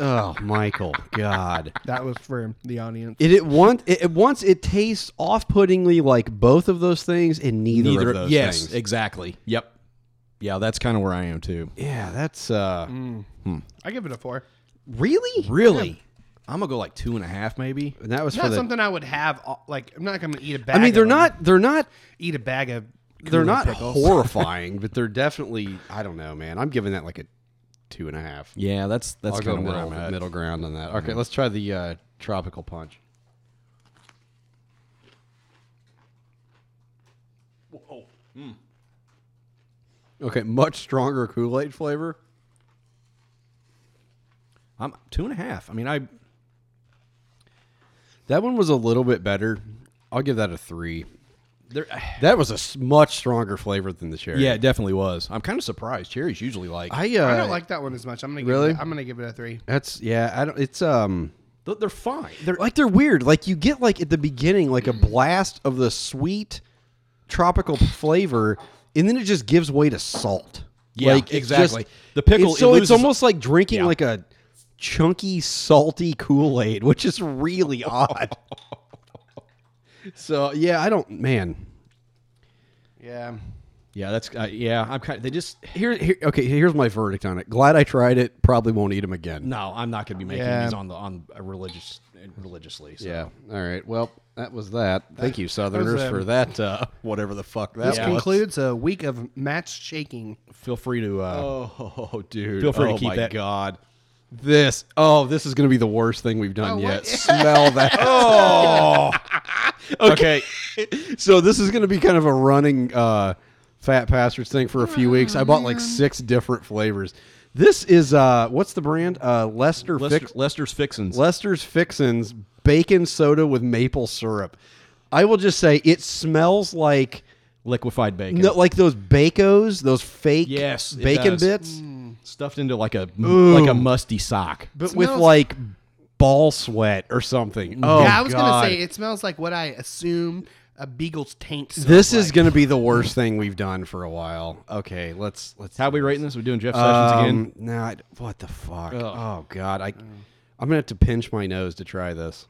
Speaker 2: oh Michael God
Speaker 1: That was for the audience.
Speaker 2: it it once it, it once it tastes off puttingly like both of those things and neither,
Speaker 3: Neither
Speaker 2: of those
Speaker 3: yes,
Speaker 2: things.
Speaker 3: exactly. Yep. Yeah, that's kind of where I am too.
Speaker 2: yeah, that's uh
Speaker 1: I give it a four.
Speaker 2: really
Speaker 3: Really, I'm gonna go like two and a half, maybe.
Speaker 2: and that was
Speaker 1: Not
Speaker 2: for the.
Speaker 1: something I would have. all- Like I'm not going to eat a bag.
Speaker 2: I mean,
Speaker 1: of
Speaker 2: they're
Speaker 1: them.
Speaker 2: not they're not
Speaker 1: eat a bag of.
Speaker 2: they're
Speaker 1: Kool-Aid
Speaker 2: not
Speaker 1: pickles.
Speaker 2: horrifying, but they're definitely I don't know, man. I'm giving that like a two and a half.
Speaker 3: Yeah, that's that's
Speaker 2: I'll go
Speaker 3: kind of where I'm
Speaker 2: middle,
Speaker 3: at. Mm-hmm.
Speaker 2: middle ground on that. Okay, let's try the uh, tropical punch. Okay, much stronger Kool Aid flavor.
Speaker 3: I'm two and a half. I mean, I
Speaker 2: That one was a little bit better. I'll give that a three.
Speaker 3: there.
Speaker 2: That was a s- much stronger flavor than the cherry.
Speaker 3: Yeah, it definitely was. I'm kind of surprised. Cherry's usually like
Speaker 2: I, uh,
Speaker 1: I don't like that one as much. I'm gonna give
Speaker 2: Really?
Speaker 1: It, I'm gonna give it a three.
Speaker 2: That's yeah. I don't. It's um.
Speaker 3: Th- they're fine.
Speaker 2: They're like they're weird. Like you get like at the beginning like a
Speaker 1: Mm-hmm.
Speaker 2: blast of the sweet tropical flavor, and then it just gives way to salt.
Speaker 3: Yeah,
Speaker 2: like, it's
Speaker 3: exactly.
Speaker 2: just-
Speaker 3: The pickle,
Speaker 2: it's-
Speaker 3: it
Speaker 2: so
Speaker 3: loses-
Speaker 2: it's almost like drinking
Speaker 3: Yeah.
Speaker 2: like a chunky salty Kool Aid, which is really odd. so yeah, I don't man.
Speaker 1: Yeah.
Speaker 3: Yeah, that's uh, yeah. I'm kind. Of, they just
Speaker 2: Here, here, okay. Here's my verdict on it. Glad I tried it. Probably won't eat them again.
Speaker 3: no. I'm not gonna be making
Speaker 1: Yeah.
Speaker 3: these on the on a religious religiously. So.
Speaker 2: Yeah. All right. Well, that was that. Thank you, Southerners,
Speaker 1: um,
Speaker 2: for that. Uh, whatever the fuck that
Speaker 1: This
Speaker 2: was.
Speaker 1: concludes a week of match shaking.
Speaker 3: Feel free to. Uh,
Speaker 2: Oh, dude.
Speaker 3: Feel free
Speaker 2: oh
Speaker 3: to keep
Speaker 2: my
Speaker 3: that.
Speaker 2: God. This. Oh, this is going to be the worst thing we've done
Speaker 1: Oh,
Speaker 2: yet.
Speaker 1: what?
Speaker 2: Smell that. oh. okay. so this is going to be kind of a running uh, fat bastards thing for a few weeks. I bought
Speaker 3: Oh,
Speaker 2: like six different flavors. This is uh, what's the brand? Uh, Lester,
Speaker 3: Lester,
Speaker 2: Fix-
Speaker 3: Lester's fixins.
Speaker 2: Lester's Fixins bacon soda with maple syrup. I will just say it smells like
Speaker 3: liquefied bacon.
Speaker 2: no, like those bacos, those fake
Speaker 3: Yes, it
Speaker 2: bacon
Speaker 3: does.
Speaker 2: bits.
Speaker 1: Mm.
Speaker 3: stuffed into like a like a musty sock.
Speaker 2: but with like ball sweat or something. Oh,
Speaker 1: yeah, I was
Speaker 2: God.
Speaker 1: gonna say it smells like what I assume a beagle's taint. smells
Speaker 2: this is
Speaker 1: like.
Speaker 2: gonna be the worst thing we've done for a while. Okay, let's let's.
Speaker 3: How we rating this? We doing Jeff Sessions
Speaker 2: Um,
Speaker 3: again?
Speaker 2: nah, I- what the fuck? Oh God, I
Speaker 1: Mm.
Speaker 2: I'm gonna have to pinch my nose to try this.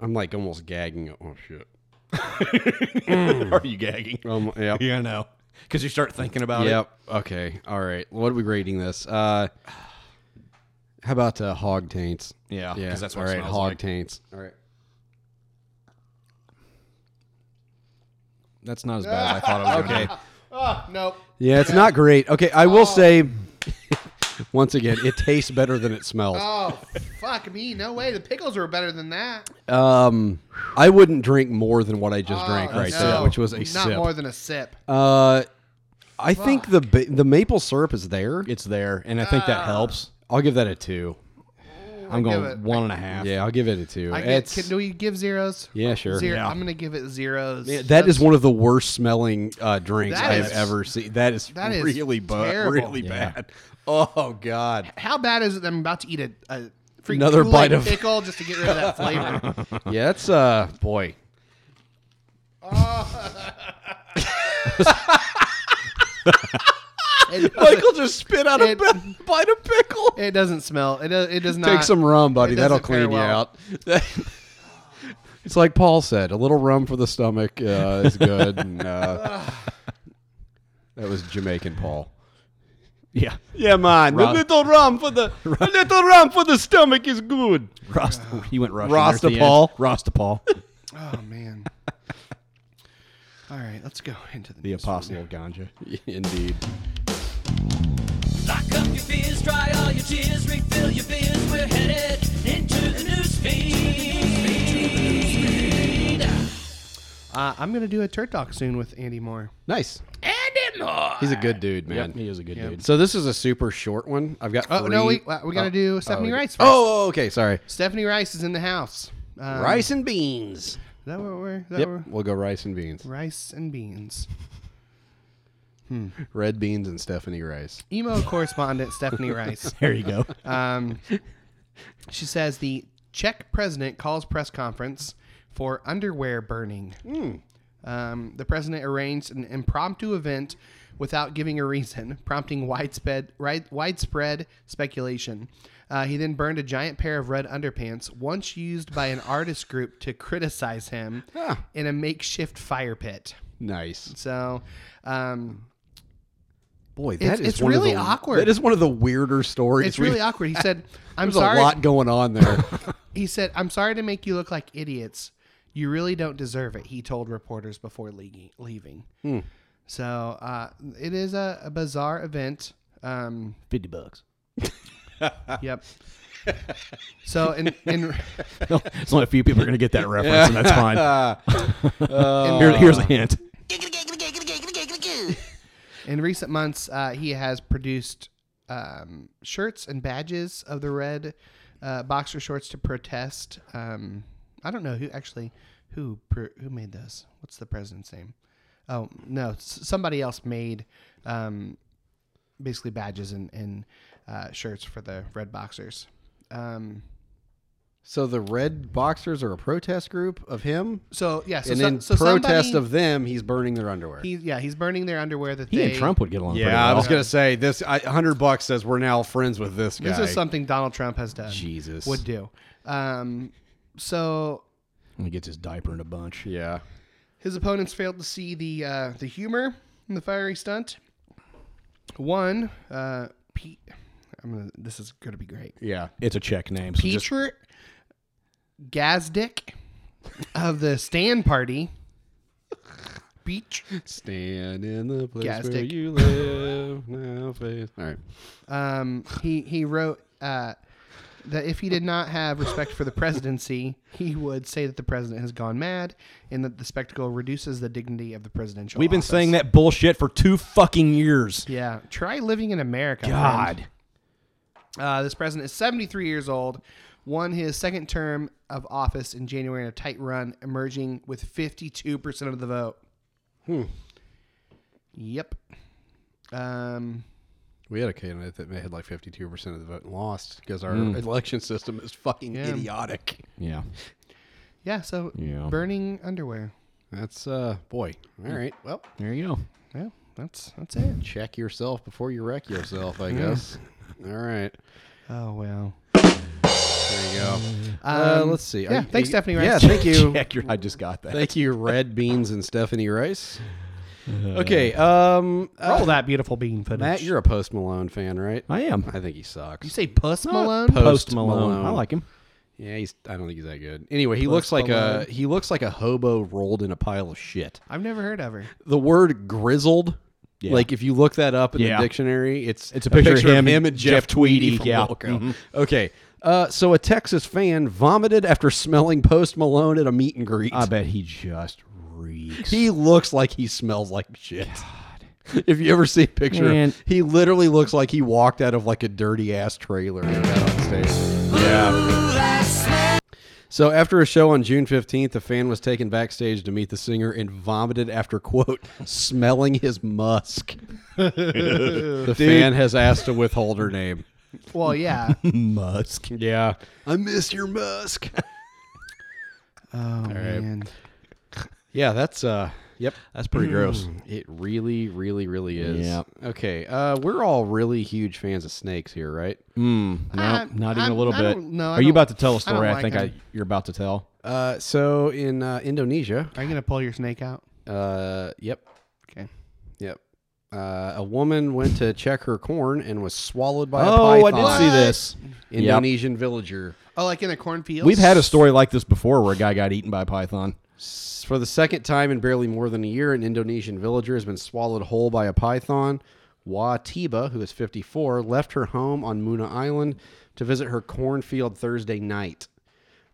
Speaker 2: I'm like almost gagging. Oh shit.
Speaker 3: Are you gagging?
Speaker 2: Um, yep.
Speaker 3: Oh, Yeah, I know. Because you start thinking about
Speaker 2: Yep. Okay. All right. What are we rating this? Uh, how about uh, hog taints?
Speaker 3: it. Yeah, because that's what
Speaker 2: All
Speaker 3: it
Speaker 2: right.
Speaker 3: smells
Speaker 2: Hog
Speaker 3: like.
Speaker 2: taints. All right.
Speaker 3: That's not as bad as I thought it was. okay.
Speaker 1: nope.
Speaker 2: Yeah, it's not great. Okay, I will say once again, it tastes better than it smells.
Speaker 1: Oh fuck me! No way. The pickles were better than that.
Speaker 2: Um, I wouldn't drink more than what I just drank
Speaker 1: Oh,
Speaker 2: right
Speaker 1: no.
Speaker 2: there, which was a
Speaker 1: not
Speaker 2: sip.
Speaker 1: more than a sip.
Speaker 2: uh, I think the ba- the maple syrup is there.
Speaker 3: It's there, and I think that helps.
Speaker 2: I'll give that a two.
Speaker 3: I'm
Speaker 1: give
Speaker 3: going
Speaker 1: it-
Speaker 3: one and a half.
Speaker 2: Yeah, I'll give it a two.
Speaker 1: I get,
Speaker 2: it's,
Speaker 1: can, do we give zeros?
Speaker 2: Yeah, sure.
Speaker 1: Zero.
Speaker 2: Yeah.
Speaker 1: I'm gonna give it zeros.
Speaker 2: Yeah, that is one of the worst smelling uh, drinks
Speaker 1: That
Speaker 2: I have
Speaker 1: is-
Speaker 2: ever seen. That is
Speaker 1: that is
Speaker 2: really bad.
Speaker 1: terrible.
Speaker 2: Really
Speaker 3: Yeah.
Speaker 2: bad. Oh God.
Speaker 1: How bad is it? that I'm about to eat a, a freaking
Speaker 2: Another
Speaker 1: Kool-Aid
Speaker 2: bite of-
Speaker 1: pickle just to get rid of that flavor.
Speaker 2: Yeah, that's uh boy.
Speaker 1: it,
Speaker 2: Michael just spit out
Speaker 1: It-
Speaker 2: a b- bite of pickle.
Speaker 1: it doesn't smell. It does. It does not. Oh,
Speaker 2: Take some rum, buddy.
Speaker 1: it
Speaker 2: That'll
Speaker 1: doesn't fare
Speaker 2: clean you
Speaker 1: well.
Speaker 2: out. it's like Paul said, a little rum for the stomach uh, is good. and, uh, that was Jamaican Paul.
Speaker 3: Yeah.
Speaker 2: Yeah, man.
Speaker 3: Ra-
Speaker 2: little rum for the a little rum for the stomach is good.
Speaker 3: Rost, he went Russian.
Speaker 2: Rasta
Speaker 3: there at the end.
Speaker 2: Paul.
Speaker 3: Rasta Paul.
Speaker 1: Oh man. All right, let's go into the,
Speaker 3: the
Speaker 1: news.
Speaker 3: apostle of ganja.
Speaker 2: Indeed.
Speaker 9: Lock up your fears, dry all your tears, refill your beers. We're headed into the news feed.
Speaker 1: Uh, I'm gonna do a turd talk soon with Andy Moore.
Speaker 2: Nice.
Speaker 9: Andy Moore.
Speaker 2: He's a good dude, man.
Speaker 3: He is a good
Speaker 1: Yeah.
Speaker 3: dude.
Speaker 2: So this is a super short one. I've got.
Speaker 1: Oh no,
Speaker 2: three-
Speaker 1: we uh, we gotta
Speaker 2: oh.
Speaker 1: do Stephanie
Speaker 2: oh, we-
Speaker 1: Rice. First.
Speaker 2: Oh, oh, okay. Sorry.
Speaker 1: Stephanie Rice is in the house. Um,
Speaker 2: rice and beans.
Speaker 1: Is that where we're? Is that
Speaker 2: Yep.
Speaker 1: where-
Speaker 2: We'll go rice and beans.
Speaker 1: rice and beans.
Speaker 2: Red beans and Stephanie Rice.
Speaker 1: Emo correspondent Stephanie Rice.
Speaker 3: There you go.
Speaker 1: Um, she says the Czech president calls press conference for underwear burning.
Speaker 2: Hmm.
Speaker 1: Um, the president arranged an impromptu event without giving a reason, prompting widespread ri- widespread speculation. Uh, he then burned a giant pair of red underpants, once used by an artist group to criticize him,
Speaker 2: Ah.
Speaker 1: in a makeshift fire pit.
Speaker 2: Nice.
Speaker 1: So, um,
Speaker 2: Boy, that
Speaker 1: It's-
Speaker 2: is
Speaker 1: it's
Speaker 2: one of
Speaker 1: really
Speaker 2: the-
Speaker 1: awkward.
Speaker 2: That is one of the weirder stories.
Speaker 1: it's really
Speaker 2: we've-
Speaker 1: awkward. He said, "I'm
Speaker 2: There's
Speaker 1: sorry."
Speaker 2: a lot going on there.
Speaker 1: He said, "I'm sorry to make you look like idiots. You really don't deserve it." He told reporters before leagi- leaving. So uh, it is a, a bizarre event. Um,
Speaker 3: Fifty bucks.
Speaker 1: yep. so in in
Speaker 3: It's only a few people are going to get that reference, and that's fine. Here- here's a hint.
Speaker 1: in recent months, uh, he has produced um, shirts and badges of the red uh, boxer shorts to protest. Um, I don't know who actually who pr- who made those. What's the president's name? Oh no, s- somebody else made um, basically badges and, and uh, shirts for the red boxers. Um,
Speaker 2: so the red boxers are a protest group of him,
Speaker 1: so yeah, so,
Speaker 2: and
Speaker 1: so,
Speaker 2: in
Speaker 1: so
Speaker 2: protest
Speaker 1: somebody-
Speaker 2: of them, he's burning their underwear.
Speaker 1: he, yeah, he's burning their underwear that
Speaker 3: He
Speaker 1: they
Speaker 3: and Trump would get along. pretty
Speaker 2: yeah,
Speaker 3: well.
Speaker 2: I was gonna say this. I, Hundred bucks says we're now friends with this guy.
Speaker 1: This is something Donald Trump has done.
Speaker 2: Jesus.
Speaker 1: would do. Um, so
Speaker 3: He gets his diaper in a bunch.
Speaker 2: Yeah.
Speaker 1: his opponents failed to see the uh, the humor in the fiery stunt. One, uh, Pete. I'm gonna. This is gonna be great.
Speaker 2: Yeah.
Speaker 3: It's a Czech name. So just,
Speaker 1: Peter Gazdick of the Stand Party. Beach.
Speaker 2: Stand in the place where
Speaker 1: Gastic.
Speaker 2: you live. Now face. All right.
Speaker 1: Um, he he wrote uh, that if he did not have respect for the presidency, he would say that the president has gone mad and that the spectacle reduces the dignity of the presidential.
Speaker 3: we've been
Speaker 1: office.
Speaker 3: saying that bullshit for two fucking years.
Speaker 1: Yeah, try living in America. friend.
Speaker 3: God.
Speaker 1: Uh, this president is 73 years old, won his second term of office in January in a tight run, emerging with 52% of the vote. Hmm. Yep. Um,
Speaker 2: We had a candidate that had like 52% of the vote and lost because our election system is fucking
Speaker 1: Yeah.
Speaker 2: idiotic.
Speaker 3: Yeah.
Speaker 1: yeah, so
Speaker 3: Yeah.
Speaker 1: burning underwear.
Speaker 2: That's, uh, boy. All
Speaker 1: Mm.
Speaker 2: right. Well,
Speaker 3: There you go.
Speaker 1: Yeah, that's that's it.
Speaker 2: check yourself before you wreck yourself,
Speaker 1: Mm.
Speaker 2: I guess. All right.
Speaker 1: Oh, wow.
Speaker 2: There you go. uh, let's see.
Speaker 1: Um, yeah,
Speaker 2: Are you-
Speaker 1: thanks,
Speaker 2: you-
Speaker 1: Stephanie Rice.
Speaker 2: Yeah, thank you.
Speaker 3: Check your. I just got that.
Speaker 2: Thank you, Red Beans and Stephanie
Speaker 3: Uh,
Speaker 2: Rice. Okay. Um, uh,
Speaker 1: Roll that beautiful bean footage.
Speaker 2: Matt, you're a Post Malone fan, right?
Speaker 3: I am.
Speaker 2: I think he sucks.
Speaker 1: you say Puss Malone?
Speaker 3: Post Malone. I like him.
Speaker 2: Yeah, he's. I don't think he's that good. Anyway, he looks like a he looks like a hobo rolled in a pile of shit.
Speaker 1: I've never heard of her.
Speaker 2: The word grizzled,
Speaker 3: Yeah.
Speaker 2: like if you look that up in
Speaker 3: Yeah.
Speaker 2: the dictionary, it's
Speaker 3: It's a picture of him and
Speaker 2: and Jeff,
Speaker 3: Jeff Tweedy,
Speaker 2: Tweedy. from
Speaker 3: yeah. Mm-hmm.
Speaker 2: Wilco. Okay, uh, so a Texas fan vomited after smelling Post Malone at a meet and greet.
Speaker 3: I bet he just reeks.
Speaker 2: He looks like he smells like shit. If you ever see a picture, of-
Speaker 3: Man.
Speaker 2: he literally looks like he walked out of like a dirty ass trailer. and got on stage. Yeah. So after a show on June 15th, a fan was taken backstage to meet the singer and vomited after quote smelling his musk. the fan has asked to withhold her name.
Speaker 1: Well, yeah.
Speaker 3: Musk.
Speaker 2: Yeah. I miss your musk.
Speaker 1: Oh man.
Speaker 2: Yeah, that's uh yep.
Speaker 3: That's pretty gross.
Speaker 2: It really, really, really is.
Speaker 3: Yeah.
Speaker 2: Okay. Uh we're all really huge fans of snakes here, right?
Speaker 3: No,
Speaker 1: I'm-
Speaker 3: not even
Speaker 1: I'm-
Speaker 3: a little
Speaker 1: Uh, I
Speaker 3: bit.
Speaker 1: don't- no, I
Speaker 3: Are you
Speaker 1: don't-
Speaker 3: about to tell
Speaker 1: I
Speaker 3: a
Speaker 1: don't
Speaker 3: story? I,
Speaker 1: like
Speaker 3: think I,
Speaker 1: them.
Speaker 3: you're about to tell.
Speaker 2: Uh so in uh Indonesia,
Speaker 1: Are you gonna pull your snake out?
Speaker 2: uh yep,
Speaker 1: Okay.
Speaker 2: yep. Uh, a woman went to check her corn and was swallowed by a
Speaker 3: Oh, I
Speaker 2: python.
Speaker 3: did see this.
Speaker 2: Indonesian villager.
Speaker 1: Oh, like in the cornfield.
Speaker 3: We've had a story like this before where a guy got eaten by a python.
Speaker 2: For the second time in barely more than a year, an Indonesian villager has been swallowed whole by a python. Watiba, who is 54, left her home on Muna Island to visit her cornfield Thursday night.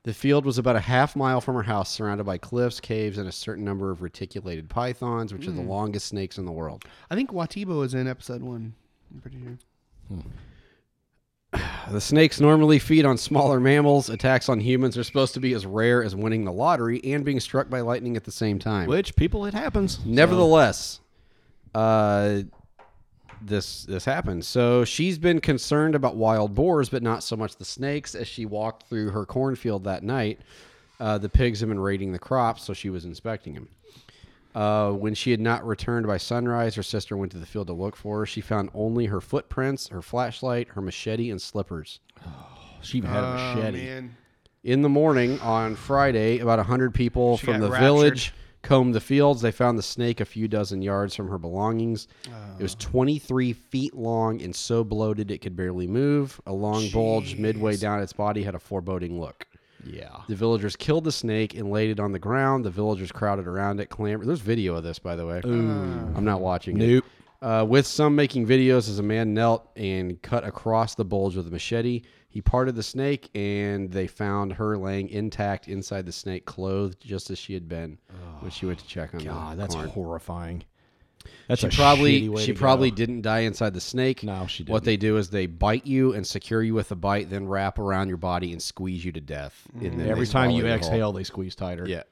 Speaker 2: The field was about a half mile from her house, surrounded by cliffs, caves, and a certain number of reticulated pythons, which are the longest snakes in the world.
Speaker 1: I think Watibo was in episode one. I'm pretty sure.
Speaker 2: The snakes normally feed on smaller mammals. Attacks on humans are supposed to be as rare as winning the lottery and being struck by lightning at the same time.
Speaker 3: Which people, it happens.
Speaker 2: Nevertheless, uh, this this happened. So she's been concerned about wild boars, but not so much the snakes. As she walked through her cornfield that night, uh, the pigs had been raiding the crops, so she was inspecting them. Uh, when she had not returned by sunrise, her sister went to the field to look for her. She found only her footprints, her flashlight, her machete, and slippers.
Speaker 3: she even Oh, had a machete.
Speaker 1: man.
Speaker 2: In the morning on Friday, about 100 people
Speaker 1: She
Speaker 2: from
Speaker 1: got
Speaker 2: the
Speaker 1: raptured.
Speaker 2: village combed the fields. They found the snake a few dozen yards from her belongings. It
Speaker 1: Oh.
Speaker 2: was 23 feet long and so bloated it could barely move. A long bulge midway down its body had a foreboding look.
Speaker 3: Yeah.
Speaker 2: The villagers killed the snake and laid it on the ground. The villagers crowded around it, clamored. There's video of this, by the way. I'm not watching it.
Speaker 3: Nope.
Speaker 2: Uh, with some making videos as a man knelt and cut across the bulge with a machete. He parted the snake, and they found her laying intact inside the snake, clothed just as she had been when she went to check on the
Speaker 3: God, Ah, that's
Speaker 2: corn.
Speaker 3: horrifying. That's
Speaker 2: She
Speaker 3: a shitty
Speaker 2: probably
Speaker 3: way
Speaker 2: she
Speaker 3: to
Speaker 2: probably
Speaker 3: go.
Speaker 2: didn't die inside the snake.
Speaker 3: No, she
Speaker 2: What they do is they bite you and secure you with a bite, then wrap around your body and squeeze you to death. And then
Speaker 3: Mm. Every
Speaker 2: they
Speaker 3: time
Speaker 2: swallow
Speaker 3: you
Speaker 2: whole.
Speaker 3: exhale, they squeeze tighter.
Speaker 2: yeah,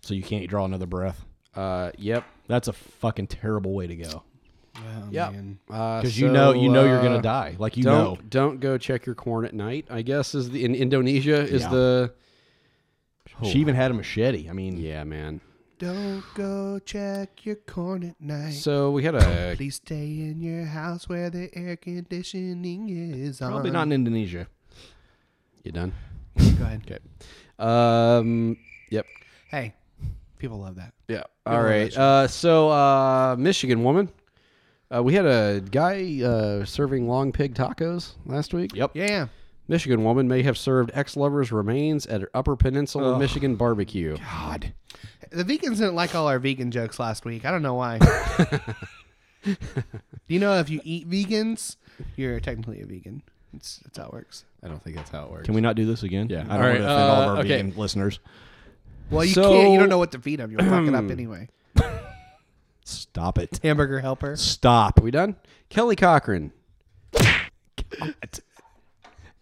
Speaker 3: So you can't draw another breath.
Speaker 2: uh, yep,
Speaker 3: That's a fucking terrible way to go.
Speaker 2: yep. Uh,
Speaker 3: Because you know, you know, you're gonna die. Like you
Speaker 2: don't
Speaker 3: know.
Speaker 2: don't go check your corn at night. I guess is the in Indonesia is
Speaker 3: Yeah.
Speaker 2: the
Speaker 3: She even had a machete. I mean,
Speaker 2: yeah man.
Speaker 1: Don't go check your corn at night.
Speaker 2: So we had a
Speaker 1: Please stay in your house where the air conditioning is on.
Speaker 3: probably not in Indonesia.
Speaker 2: you done
Speaker 1: Go ahead.
Speaker 2: okay. Um. Yep.
Speaker 1: Hey, people love that.
Speaker 2: Yeah. All right. Uh, so uh, Michigan woman. Uh, we had a guy uh, serving long pig tacos last week. Yep.
Speaker 1: Yeah, yeah.
Speaker 2: Michigan woman may have served ex-lover's remains at her Upper Peninsula Michigan barbecue.
Speaker 3: God.
Speaker 1: The vegans didn't like all our vegan jokes last week. I don't know why. Do you know if you eat vegans, you're technically a vegan. It's, that's how it works.
Speaker 2: I don't think that's how it works.
Speaker 3: Can we not do this again? Yeah. I don't
Speaker 2: All
Speaker 3: want
Speaker 2: right,
Speaker 3: to offend all
Speaker 2: uh,
Speaker 3: of our
Speaker 2: okay.
Speaker 3: vegan listeners.
Speaker 1: Well, you
Speaker 2: So-
Speaker 1: can't. You don't know what to feed them. You'll fuck it up anyway.
Speaker 3: Stop it.
Speaker 1: Hamburger helper.
Speaker 3: Stop.
Speaker 2: Are we done? Kelly Cochran.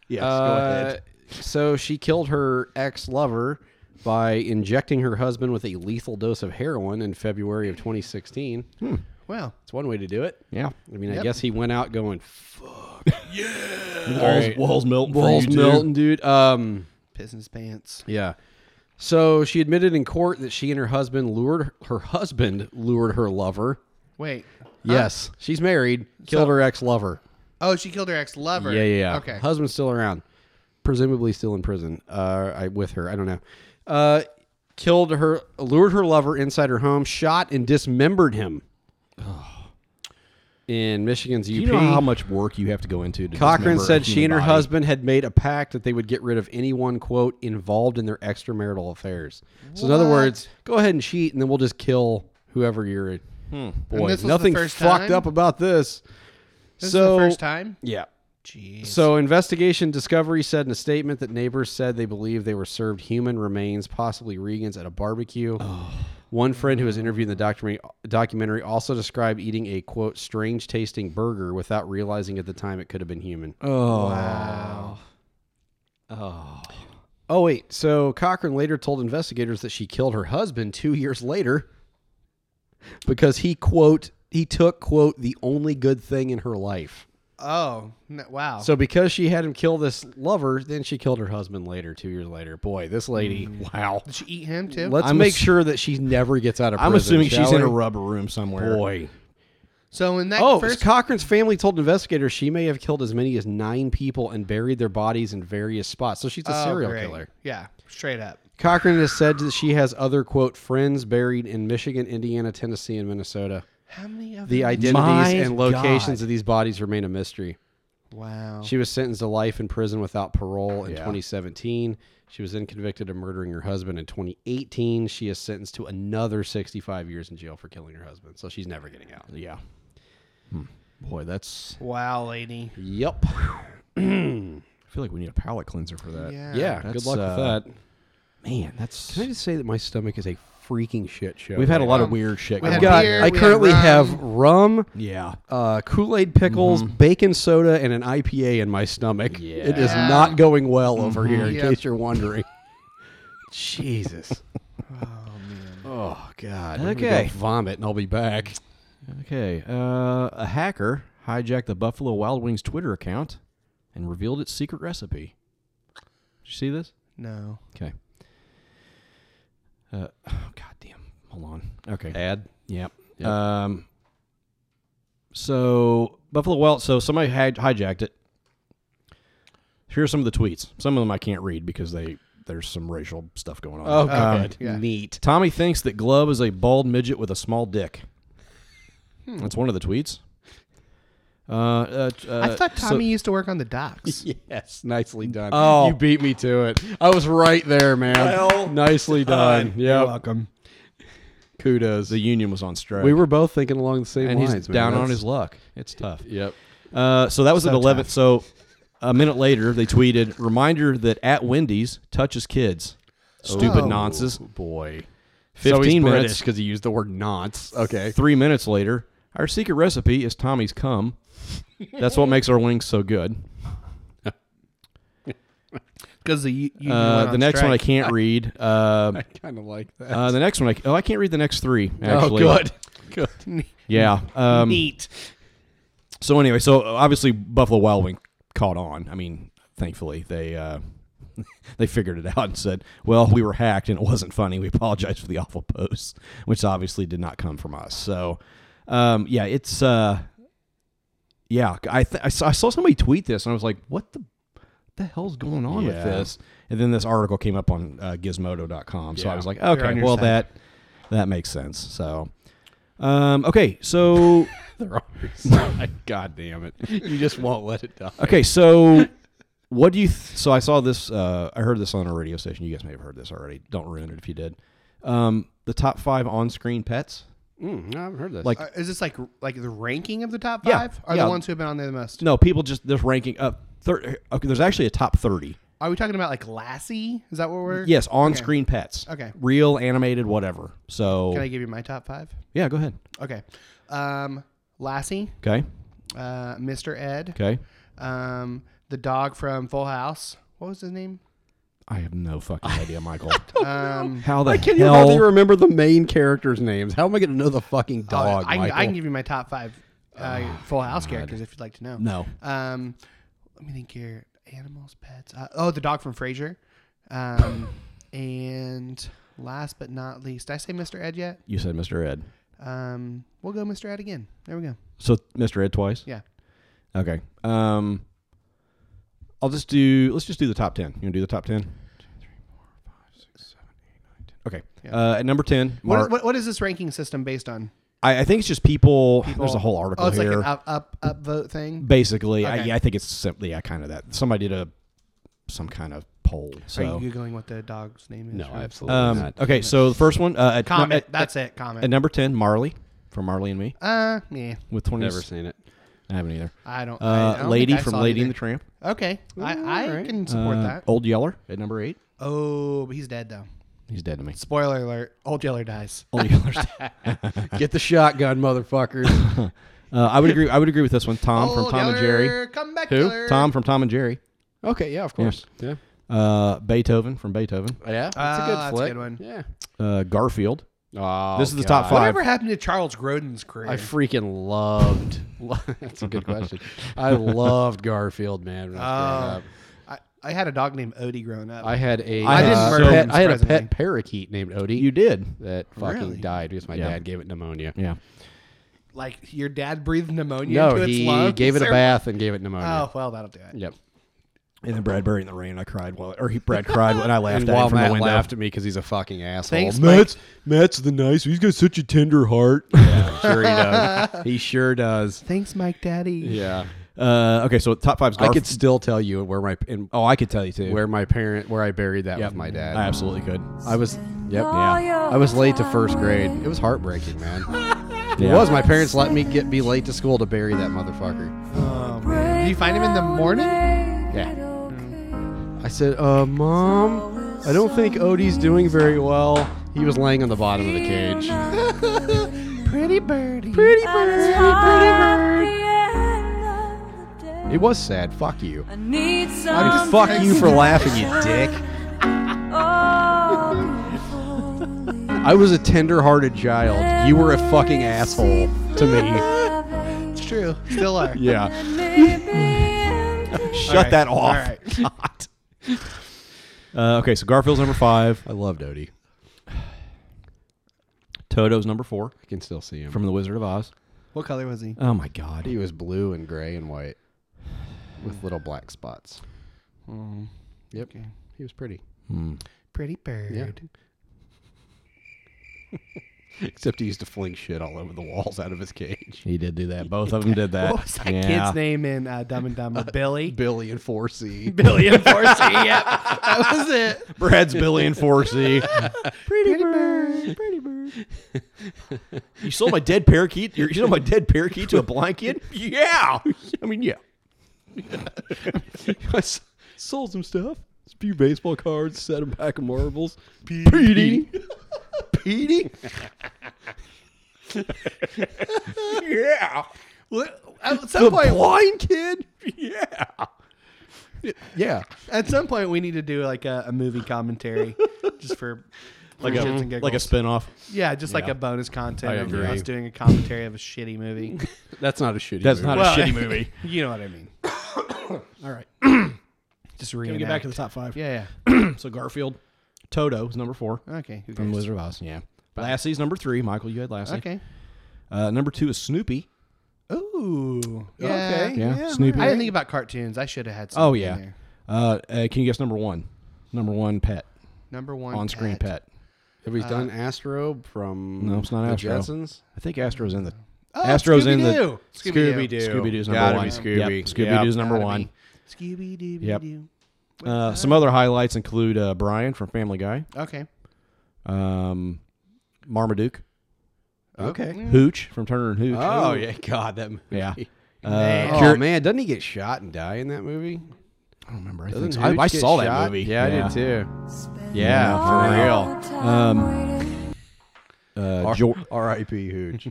Speaker 3: Yes.
Speaker 2: Uh, So she killed her ex lover by injecting her husband with a lethal dose of heroin in February of 2016.
Speaker 1: Well,
Speaker 2: It's one way to do it.
Speaker 3: Hmm. Yeah.
Speaker 2: I mean, I guess he went out going "Fuck
Speaker 3: Walls, walls Milton. for
Speaker 2: balls
Speaker 3: you, dude.
Speaker 2: Milton, dude. Um,
Speaker 1: piss in his pants.
Speaker 2: yeah. So she admitted in court that she and her husband lured her husband lured her lover.
Speaker 1: Wait.
Speaker 2: Yes, she's married. Killed her ex lover.
Speaker 1: Oh, she killed her ex lover.
Speaker 2: Yeah, yeah, yeah.
Speaker 1: Okay.
Speaker 2: Husband's still around, presumably still in prison. Uh, I, with her, I don't know. Uh, killed her, lured her lover inside her home, shot and dismembered him. In Michigan's UP,
Speaker 3: Do you know how much work you have to go into? To
Speaker 2: Cochran
Speaker 3: dismember a
Speaker 2: said she
Speaker 3: human
Speaker 2: and her
Speaker 3: body?
Speaker 2: husband had made a pact that they would get rid of anyone quote involved in their extramarital affairs. So in other words, go ahead and cheat, and then we'll just kill whoever you're. Boy,
Speaker 1: Hmm. And this was the
Speaker 2: nothing
Speaker 1: first
Speaker 2: fucked
Speaker 1: time?
Speaker 2: up about this.
Speaker 1: This
Speaker 2: so
Speaker 1: is the first time.
Speaker 2: yeah.
Speaker 1: Jeez.
Speaker 2: So, investigation discovery said in a statement that neighbors said they believe they were served human remains, possibly Regan's, at a barbecue. One friend who was interviewed in the documentary, documentary also described eating a quote strange tasting burger without realizing at the time it could have been human.
Speaker 3: Oh,
Speaker 2: Oh wait, so Cochran later told investigators that she killed her husband two years later because he quote he took quote the only good thing in her life.
Speaker 1: Oh, n- wow.
Speaker 2: So because she had him kill this lover, then she killed her husband later, two years later. Boy, this lady, wow.
Speaker 1: Did she eat him too?
Speaker 2: Let's
Speaker 3: Mm. I'm
Speaker 2: make
Speaker 3: ass-
Speaker 2: sure that she never gets out of prison.
Speaker 3: I'm assuming
Speaker 2: shall
Speaker 3: she's in a
Speaker 2: we?
Speaker 3: rubber room somewhere.
Speaker 2: boy.
Speaker 1: so in that
Speaker 2: Oh,
Speaker 1: first,
Speaker 2: Cochran's family told investigators she may have killed as many as nine people and buried their bodies in various spots. So she's a
Speaker 1: Oh,
Speaker 2: serial
Speaker 1: great.
Speaker 2: killer.
Speaker 1: Yeah, straight up.
Speaker 2: Cochran has said that she has other quote friends buried in Michigan, Indiana, Tennessee, and Minnesota.
Speaker 1: How many of
Speaker 2: The
Speaker 1: them?
Speaker 2: identities
Speaker 3: My
Speaker 2: and locations
Speaker 3: God.
Speaker 2: of these bodies remain a mystery.
Speaker 1: Wow.
Speaker 2: She was sentenced to life in prison without parole in
Speaker 3: Yeah.
Speaker 2: 2017. She was then convicted of murdering her husband in 2018. She is sentenced to another 65 years in jail for killing her husband. So she's never getting out.
Speaker 3: Yeah. Boy, that's.
Speaker 1: Wow, lady.
Speaker 2: Yep.
Speaker 3: I feel like we need a palate cleanser for that.
Speaker 1: Yeah.
Speaker 2: Yeah.
Speaker 3: That's,
Speaker 2: good luck
Speaker 3: uh,
Speaker 2: with that.
Speaker 3: Man, that's.
Speaker 2: Can I just say that my stomach is a freaking shit show?
Speaker 3: We've had a
Speaker 2: right
Speaker 3: lot
Speaker 2: now.
Speaker 3: of weird shit.
Speaker 1: we
Speaker 3: going
Speaker 2: I've
Speaker 1: had
Speaker 3: on.
Speaker 2: got.
Speaker 1: beer,
Speaker 2: I
Speaker 1: we had
Speaker 2: currently
Speaker 1: rum.
Speaker 2: have rum,
Speaker 3: Yeah.
Speaker 2: uh, Kool Aid pickles, bacon soda, and an IPA in my stomach. It is
Speaker 1: Yeah. Mm-hmm.
Speaker 2: not going well over here, in
Speaker 1: Yep.
Speaker 2: case you're wondering. Jesus. oh man. Oh god. I'm gonna go
Speaker 3: Okay.
Speaker 2: vomit, and I'll be back.
Speaker 3: Okay. Uh, a hacker hijacked the Buffalo Wild Wings Twitter account and revealed its secret recipe. Did you see this?
Speaker 1: No.
Speaker 3: Okay. Uh, oh, God damn. Hold on. Okay.
Speaker 2: Eh.
Speaker 3: Ad. Yep. Um. So Buffalo Wild. So somebody had hijacked it. Here are some of the tweets. Some of them I can't read because they there's some racial stuff going on. Um,
Speaker 1: Yeah.
Speaker 2: Oh, Neat.
Speaker 3: Tommy thinks that Glove is a bald midget with a small dick.
Speaker 2: Hmm.
Speaker 3: That's one of the tweets. Uh, uh, t- uh,
Speaker 1: I thought
Speaker 3: so-
Speaker 1: Tommy used to work on the docks.
Speaker 2: Yes, nicely done.
Speaker 3: Oh.
Speaker 2: You beat me to it. I was right there, man.
Speaker 3: Well
Speaker 2: nicely done.
Speaker 3: You're
Speaker 2: Yeah.
Speaker 3: welcome.
Speaker 2: Kudos.
Speaker 3: The union was on strike.
Speaker 2: We were both thinking along the same
Speaker 3: and
Speaker 2: lines.
Speaker 3: he's
Speaker 2: man.
Speaker 3: down on
Speaker 2: That's-
Speaker 3: his luck. It's tough.
Speaker 2: Yep.
Speaker 3: Uh, so that was
Speaker 1: So
Speaker 3: at 11.
Speaker 1: tough.
Speaker 3: So a minute later, they tweeted reminder that at Wendy's touches kids. Stupid
Speaker 1: Oh.
Speaker 3: nonsense.
Speaker 2: Boy.
Speaker 3: 15 minutes.
Speaker 2: because he used the word nonce. Okay.
Speaker 3: Three minutes later, our secret recipe is Tommy's cum. That's what makes our wings so good.
Speaker 1: Because the u- union
Speaker 3: Uh,
Speaker 1: went
Speaker 3: the
Speaker 1: on
Speaker 3: next one I
Speaker 1: strike.
Speaker 3: can't read. Uh,
Speaker 2: kind of like that.
Speaker 3: uh, the next one, I, oh, I can't read the next three. Actually,
Speaker 2: Oh, good. Good.
Speaker 3: Yeah. Um,
Speaker 1: Neat.
Speaker 3: So anyway, so uh, obviously Buffalo Wild Wing caught on. I mean, thankfully they uh, they figured it out and said, "Well, we were hacked and it wasn't funny. We apologize for the awful post," which obviously did not come from us. So um, yeah, it's uh, yeah. I, th- I saw I saw somebody tweet this and I was like, "What the the hell's going on with
Speaker 2: Yeah.
Speaker 3: this?" And then this article came up on uh, Gizmodo.com, so I
Speaker 2: Yeah.
Speaker 3: was like,
Speaker 1: on
Speaker 3: "Okay,
Speaker 1: your
Speaker 3: well
Speaker 1: side."
Speaker 3: that that makes sense." So. Um, okay, so
Speaker 2: They're always. God damn it. You just won't let it die.
Speaker 3: Okay, so what do you? Th- so I saw this. Uh, I heard this on a radio station. You guys may have heard this already. Don't ruin it if you did. Um, the top five on-screen pets.
Speaker 2: Mm, no, I haven't heard this.
Speaker 3: Like-
Speaker 1: Uh, Is this like like the ranking of the top
Speaker 3: Yeah,
Speaker 1: five? Are
Speaker 3: yeah.
Speaker 1: the ones who have been on there the most?
Speaker 3: No, people just this ranking up. Thir- okay, there's actually a top thirty.
Speaker 1: Are we talking about like Lassie? Is that what we're?
Speaker 3: Yes, on-screen pets.
Speaker 1: Okay.
Speaker 3: real, animated, whatever. So
Speaker 1: Can I give you my top five?
Speaker 3: yeah, go ahead.
Speaker 1: Okay. Um, Lassie,
Speaker 3: Okay,
Speaker 1: uh, Mr. Ed,
Speaker 3: okay.
Speaker 1: um, the dog from Full House. What was his name?
Speaker 3: I have no fucking idea, Michael.
Speaker 1: Um,
Speaker 3: How the
Speaker 2: I can't even
Speaker 3: hell?
Speaker 2: hardly remember the main characters' names. How am Oh, I going to know the fucking dog,
Speaker 1: I, can-
Speaker 2: Michael?
Speaker 1: I can give you my top five uh, Full House characters if you'd like to know.
Speaker 3: No.
Speaker 1: Um, let me think here. Animals, pets. Uh, oh, the dog from Frasier. Um, and last but not least, did I say Mr. Ed yet?
Speaker 3: you said Mr. Ed.
Speaker 1: Um, we'll go Mr. Ed again. There we go.
Speaker 3: So Mr. Ed twice.
Speaker 1: Yeah.
Speaker 3: Okay. Um, I'll just do. Let's just do the top ten. You want to do the top ten? Okay. Uh, at number ten, Mark.
Speaker 1: What, what, what is this ranking system based on?
Speaker 3: I, I think it's just people. There's
Speaker 1: Well,
Speaker 3: a whole article
Speaker 1: Oh, it's
Speaker 3: here.
Speaker 1: like an up up up vote thing.
Speaker 3: Basically, I,
Speaker 1: Okay.
Speaker 3: yeah, I think it's simply yeah, kind of that. Somebody did a some kind of poll.
Speaker 1: Are
Speaker 3: So
Speaker 1: you googling what the dog's name is?
Speaker 2: no,
Speaker 1: or-
Speaker 2: absolutely
Speaker 3: um,
Speaker 2: not.
Speaker 3: okay. So the first one uh, at,
Speaker 1: Comment.
Speaker 3: at-
Speaker 1: That's it.
Speaker 3: at
Speaker 1: Comment.
Speaker 3: number ten, Marley from Marley and Me
Speaker 1: Uh, yeah.
Speaker 3: with twenty.
Speaker 2: Never seen it.
Speaker 3: I haven't either.
Speaker 1: I don't. I, I
Speaker 3: Uh,
Speaker 1: don't
Speaker 3: Lady
Speaker 1: think I
Speaker 3: from
Speaker 1: saw it
Speaker 3: Lady
Speaker 1: either.
Speaker 3: and the Tramp.
Speaker 1: Okay, I, I can support
Speaker 3: Uh,
Speaker 1: that.
Speaker 3: Old Yeller at number eight.
Speaker 1: Oh, but he's dead though.
Speaker 3: He's dead to me.
Speaker 1: Spoiler alert: Old Yeller dies.
Speaker 3: Only yours.
Speaker 2: Get the shotgun, motherfuckers.
Speaker 3: Uh, I would agree. I would agree with this one. Tom
Speaker 1: Oh,
Speaker 3: from Tom and Jerry.
Speaker 1: come back,
Speaker 3: Who? Tom from Tom and Jerry.
Speaker 2: okay, yeah, of course. Yeah.
Speaker 3: Uh, Beethoven from Beethoven.
Speaker 2: Yeah, that's
Speaker 1: Ah,
Speaker 2: a good
Speaker 1: that's a
Speaker 2: flick.
Speaker 1: good one.
Speaker 2: Yeah.
Speaker 3: Uh, Garfield.
Speaker 2: Oh,
Speaker 3: This is the top five.
Speaker 1: Whatever happened to Charles Grodin's career?
Speaker 2: I freaking loved. That's a good question. I loved Garfield, man. When I, was growing
Speaker 1: Oh.
Speaker 2: up.
Speaker 1: I, I had a dog named Odie growing up.
Speaker 2: I had a.
Speaker 3: I didn't
Speaker 2: uh,
Speaker 3: murder him,
Speaker 2: pet- I had a
Speaker 1: surprisingly.
Speaker 2: pet parakeet named Odie
Speaker 3: You did.
Speaker 2: that fucking
Speaker 1: Really?
Speaker 2: died because my
Speaker 3: Yeah.
Speaker 2: dad gave it pneumonia.
Speaker 3: Yeah.
Speaker 1: like your dad breathed pneumonia
Speaker 2: No,
Speaker 1: into its
Speaker 2: he
Speaker 1: lungs.
Speaker 2: gave it a
Speaker 1: Or-
Speaker 2: bath and gave it pneumonia.
Speaker 1: Oh well, that'll do it.
Speaker 2: Yep.
Speaker 3: And then Brad Bradbury in the rain. I cried while, or he Brad cried when I laughed
Speaker 2: And
Speaker 3: at
Speaker 2: while
Speaker 3: him from
Speaker 2: Matt
Speaker 3: the window.
Speaker 2: laughed at me because he's a fucking asshole.
Speaker 1: Thanks,
Speaker 2: Matt's, Matt's the nice. He's got such a tender heart. Yeah, sure he does. He sure does.
Speaker 1: Thanks, Mike Daddy.
Speaker 2: Yeah.
Speaker 3: Uh, okay, so top five's
Speaker 2: I
Speaker 3: Garfield.
Speaker 2: could still tell you where my and
Speaker 3: oh, I could tell you too.
Speaker 2: where my parent where I buried that
Speaker 3: Yep.
Speaker 2: with my dad.
Speaker 3: I absolutely could.
Speaker 2: I was yep yeah. I was late to first grade. It was heartbreaking, man. It
Speaker 3: Yeah.
Speaker 2: was. My parents let me get be late to school to bury that motherfucker.
Speaker 1: Oh, man. Do you find him in the morning?
Speaker 2: Yeah.
Speaker 1: Hmm.
Speaker 2: I said, uh, Mom, I don't think Odie's doing very well. He was laying on the bottom of the cage.
Speaker 1: Pretty birdie.
Speaker 2: Pretty bird, pretty bird. It was sad. Fuck you.
Speaker 10: I need
Speaker 2: I mean,
Speaker 10: some.
Speaker 2: fuck you for laughing, you dick. I was a tender-hearted child. You were a fucking asshole to me.
Speaker 1: It's true. Still are.
Speaker 2: Yeah.
Speaker 3: Shut that off. God. Uh, okay, so Garfield's number five.
Speaker 2: I loved Odie.
Speaker 3: Toto's number four
Speaker 2: I can still see him.
Speaker 3: from The Wizard of Oz.
Speaker 1: What color was he?
Speaker 3: Oh my God.
Speaker 2: He was blue and gray and white with little black spots.
Speaker 3: Hmm.
Speaker 2: Yep. He was pretty.
Speaker 1: Pretty bird.
Speaker 2: Except he used to fling shit all over the walls out of his cage.
Speaker 3: He did do that. Both of them did that.
Speaker 1: What was that
Speaker 3: Yeah.
Speaker 1: kid's name in uh, Dumb and Dumber? Billy.
Speaker 2: Billy and 4C.
Speaker 1: Billy and Forcy. yep, that was it.
Speaker 3: Brad's Billy and 4C.
Speaker 1: Pretty, bird.
Speaker 3: you sold my dead parakeet? You sold my dead parakeet to a blind kid? Yeah. I mean, yeah.
Speaker 2: I s- sold some stuff. A few baseball cards, set him pack of marbles.
Speaker 3: Petey. Petey? yeah.
Speaker 1: At some point,
Speaker 3: blind kid? Yeah.
Speaker 2: Yeah.
Speaker 1: at some point, we need to do like a, a movie commentary, just for
Speaker 3: Like
Speaker 1: for shits
Speaker 3: a,
Speaker 1: and giggles.
Speaker 3: like a spinoff.
Speaker 1: yeah, just like
Speaker 3: Yeah.
Speaker 1: a bonus content
Speaker 2: I
Speaker 1: of
Speaker 2: agree.
Speaker 1: us doing a commentary of a shitty movie.
Speaker 2: That's not a shitty
Speaker 3: That's
Speaker 2: movie.
Speaker 3: not
Speaker 1: Well,
Speaker 3: a shitty movie.
Speaker 1: you know what I mean?
Speaker 3: All right.
Speaker 1: Just reenact.
Speaker 3: Can we get back to the top five?
Speaker 1: yeah,
Speaker 3: So Garfield, Toto is number four
Speaker 1: yeah. Okay. Who
Speaker 3: from
Speaker 1: cares?
Speaker 3: Wizard of Oz. Yeah. Lassie's number three. Michael, you had Lassie.
Speaker 1: Okay.
Speaker 3: Uh, number two is Snoopy.
Speaker 1: Ooh. Yeah.
Speaker 2: Okay.
Speaker 3: Yeah. Snoopy.
Speaker 1: I didn't think about cartoons. I should have had. Something
Speaker 3: oh
Speaker 1: in
Speaker 3: yeah.
Speaker 1: there.
Speaker 3: Uh, uh, can you guess number one? Number one pet
Speaker 1: Number one.
Speaker 3: on screen pet.
Speaker 2: Have we done Astro from
Speaker 3: No, it's not
Speaker 2: the
Speaker 3: Astro.
Speaker 2: Jetsons?
Speaker 3: I think Astro's in the.
Speaker 1: Oh,
Speaker 3: Astro's in the.
Speaker 1: Scooby-Doo.
Speaker 3: Scooby Doo's number
Speaker 2: Gotta
Speaker 3: one.
Speaker 2: be Scooby.
Speaker 3: Yep, Scooby Doo's number one.
Speaker 1: Scooby Doo. Doo.
Speaker 3: Uh, some other highlights include uh, Brian from Family Guy,
Speaker 1: Okay.
Speaker 3: um, Marmaduke,
Speaker 2: Okay.
Speaker 3: Hooch from Turner and Hooch.
Speaker 2: Oh, yeah. God, that movie.
Speaker 3: Yeah. Uh,
Speaker 2: oh,
Speaker 3: Cur-
Speaker 2: man. Doesn't he get shot and die in that movie?
Speaker 3: I don't remember. I,
Speaker 2: Doesn't
Speaker 3: think so. I-
Speaker 2: Hooch
Speaker 3: I
Speaker 2: get
Speaker 3: saw that
Speaker 2: shot?
Speaker 3: movie.
Speaker 2: Yeah, I did too.
Speaker 3: Yeah, for real. Uh, Geor-
Speaker 2: R.I.P. Hooch.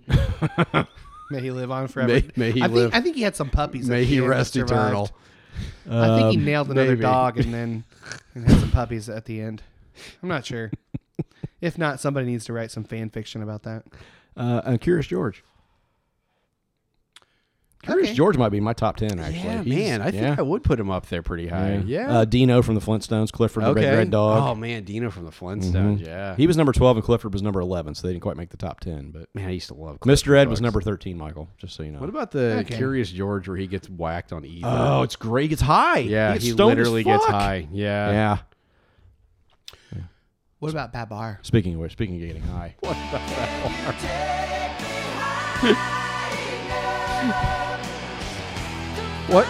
Speaker 1: May he live on forever.
Speaker 2: May- may he
Speaker 1: I think,
Speaker 2: live.
Speaker 1: I think he had some puppies.
Speaker 2: May
Speaker 1: that
Speaker 2: he
Speaker 1: had that
Speaker 2: rest
Speaker 1: survived.
Speaker 2: eternal. Um,
Speaker 1: I think he nailed another
Speaker 2: maybe.
Speaker 1: dog and then and had some puppies at the end. I'm not sure. If not, somebody needs to write some fan fiction about that.
Speaker 3: uh, and Curious George. Curious
Speaker 1: Okay.
Speaker 3: George might be my top ten actually. He's-
Speaker 2: man, I think
Speaker 3: yeah.
Speaker 2: I would put him up there pretty high. Yeah.
Speaker 3: Uh, Dino from the Flintstones, Clifford the Red Red
Speaker 2: Oh
Speaker 3: Dog.
Speaker 2: man, Dino from the Flintstones. Yeah.
Speaker 3: He was number twelve, and Clifford was number eleven, so they didn't quite make the top ten. But
Speaker 2: man, I used to love.
Speaker 3: Mr. Ed
Speaker 2: Bugs.
Speaker 3: was number thirteen. Michael, just so you know.
Speaker 2: What about the
Speaker 1: Okay.
Speaker 2: Curious George where he gets whacked on either?
Speaker 3: oh, it's great. He gets high.
Speaker 2: yeah,
Speaker 3: gets
Speaker 2: he
Speaker 3: stoned as
Speaker 2: literally gets
Speaker 3: fuck.
Speaker 2: high. Yeah.
Speaker 3: Yeah.
Speaker 1: What about Babar?
Speaker 3: Speaking of which, speaking of getting high,
Speaker 2: What?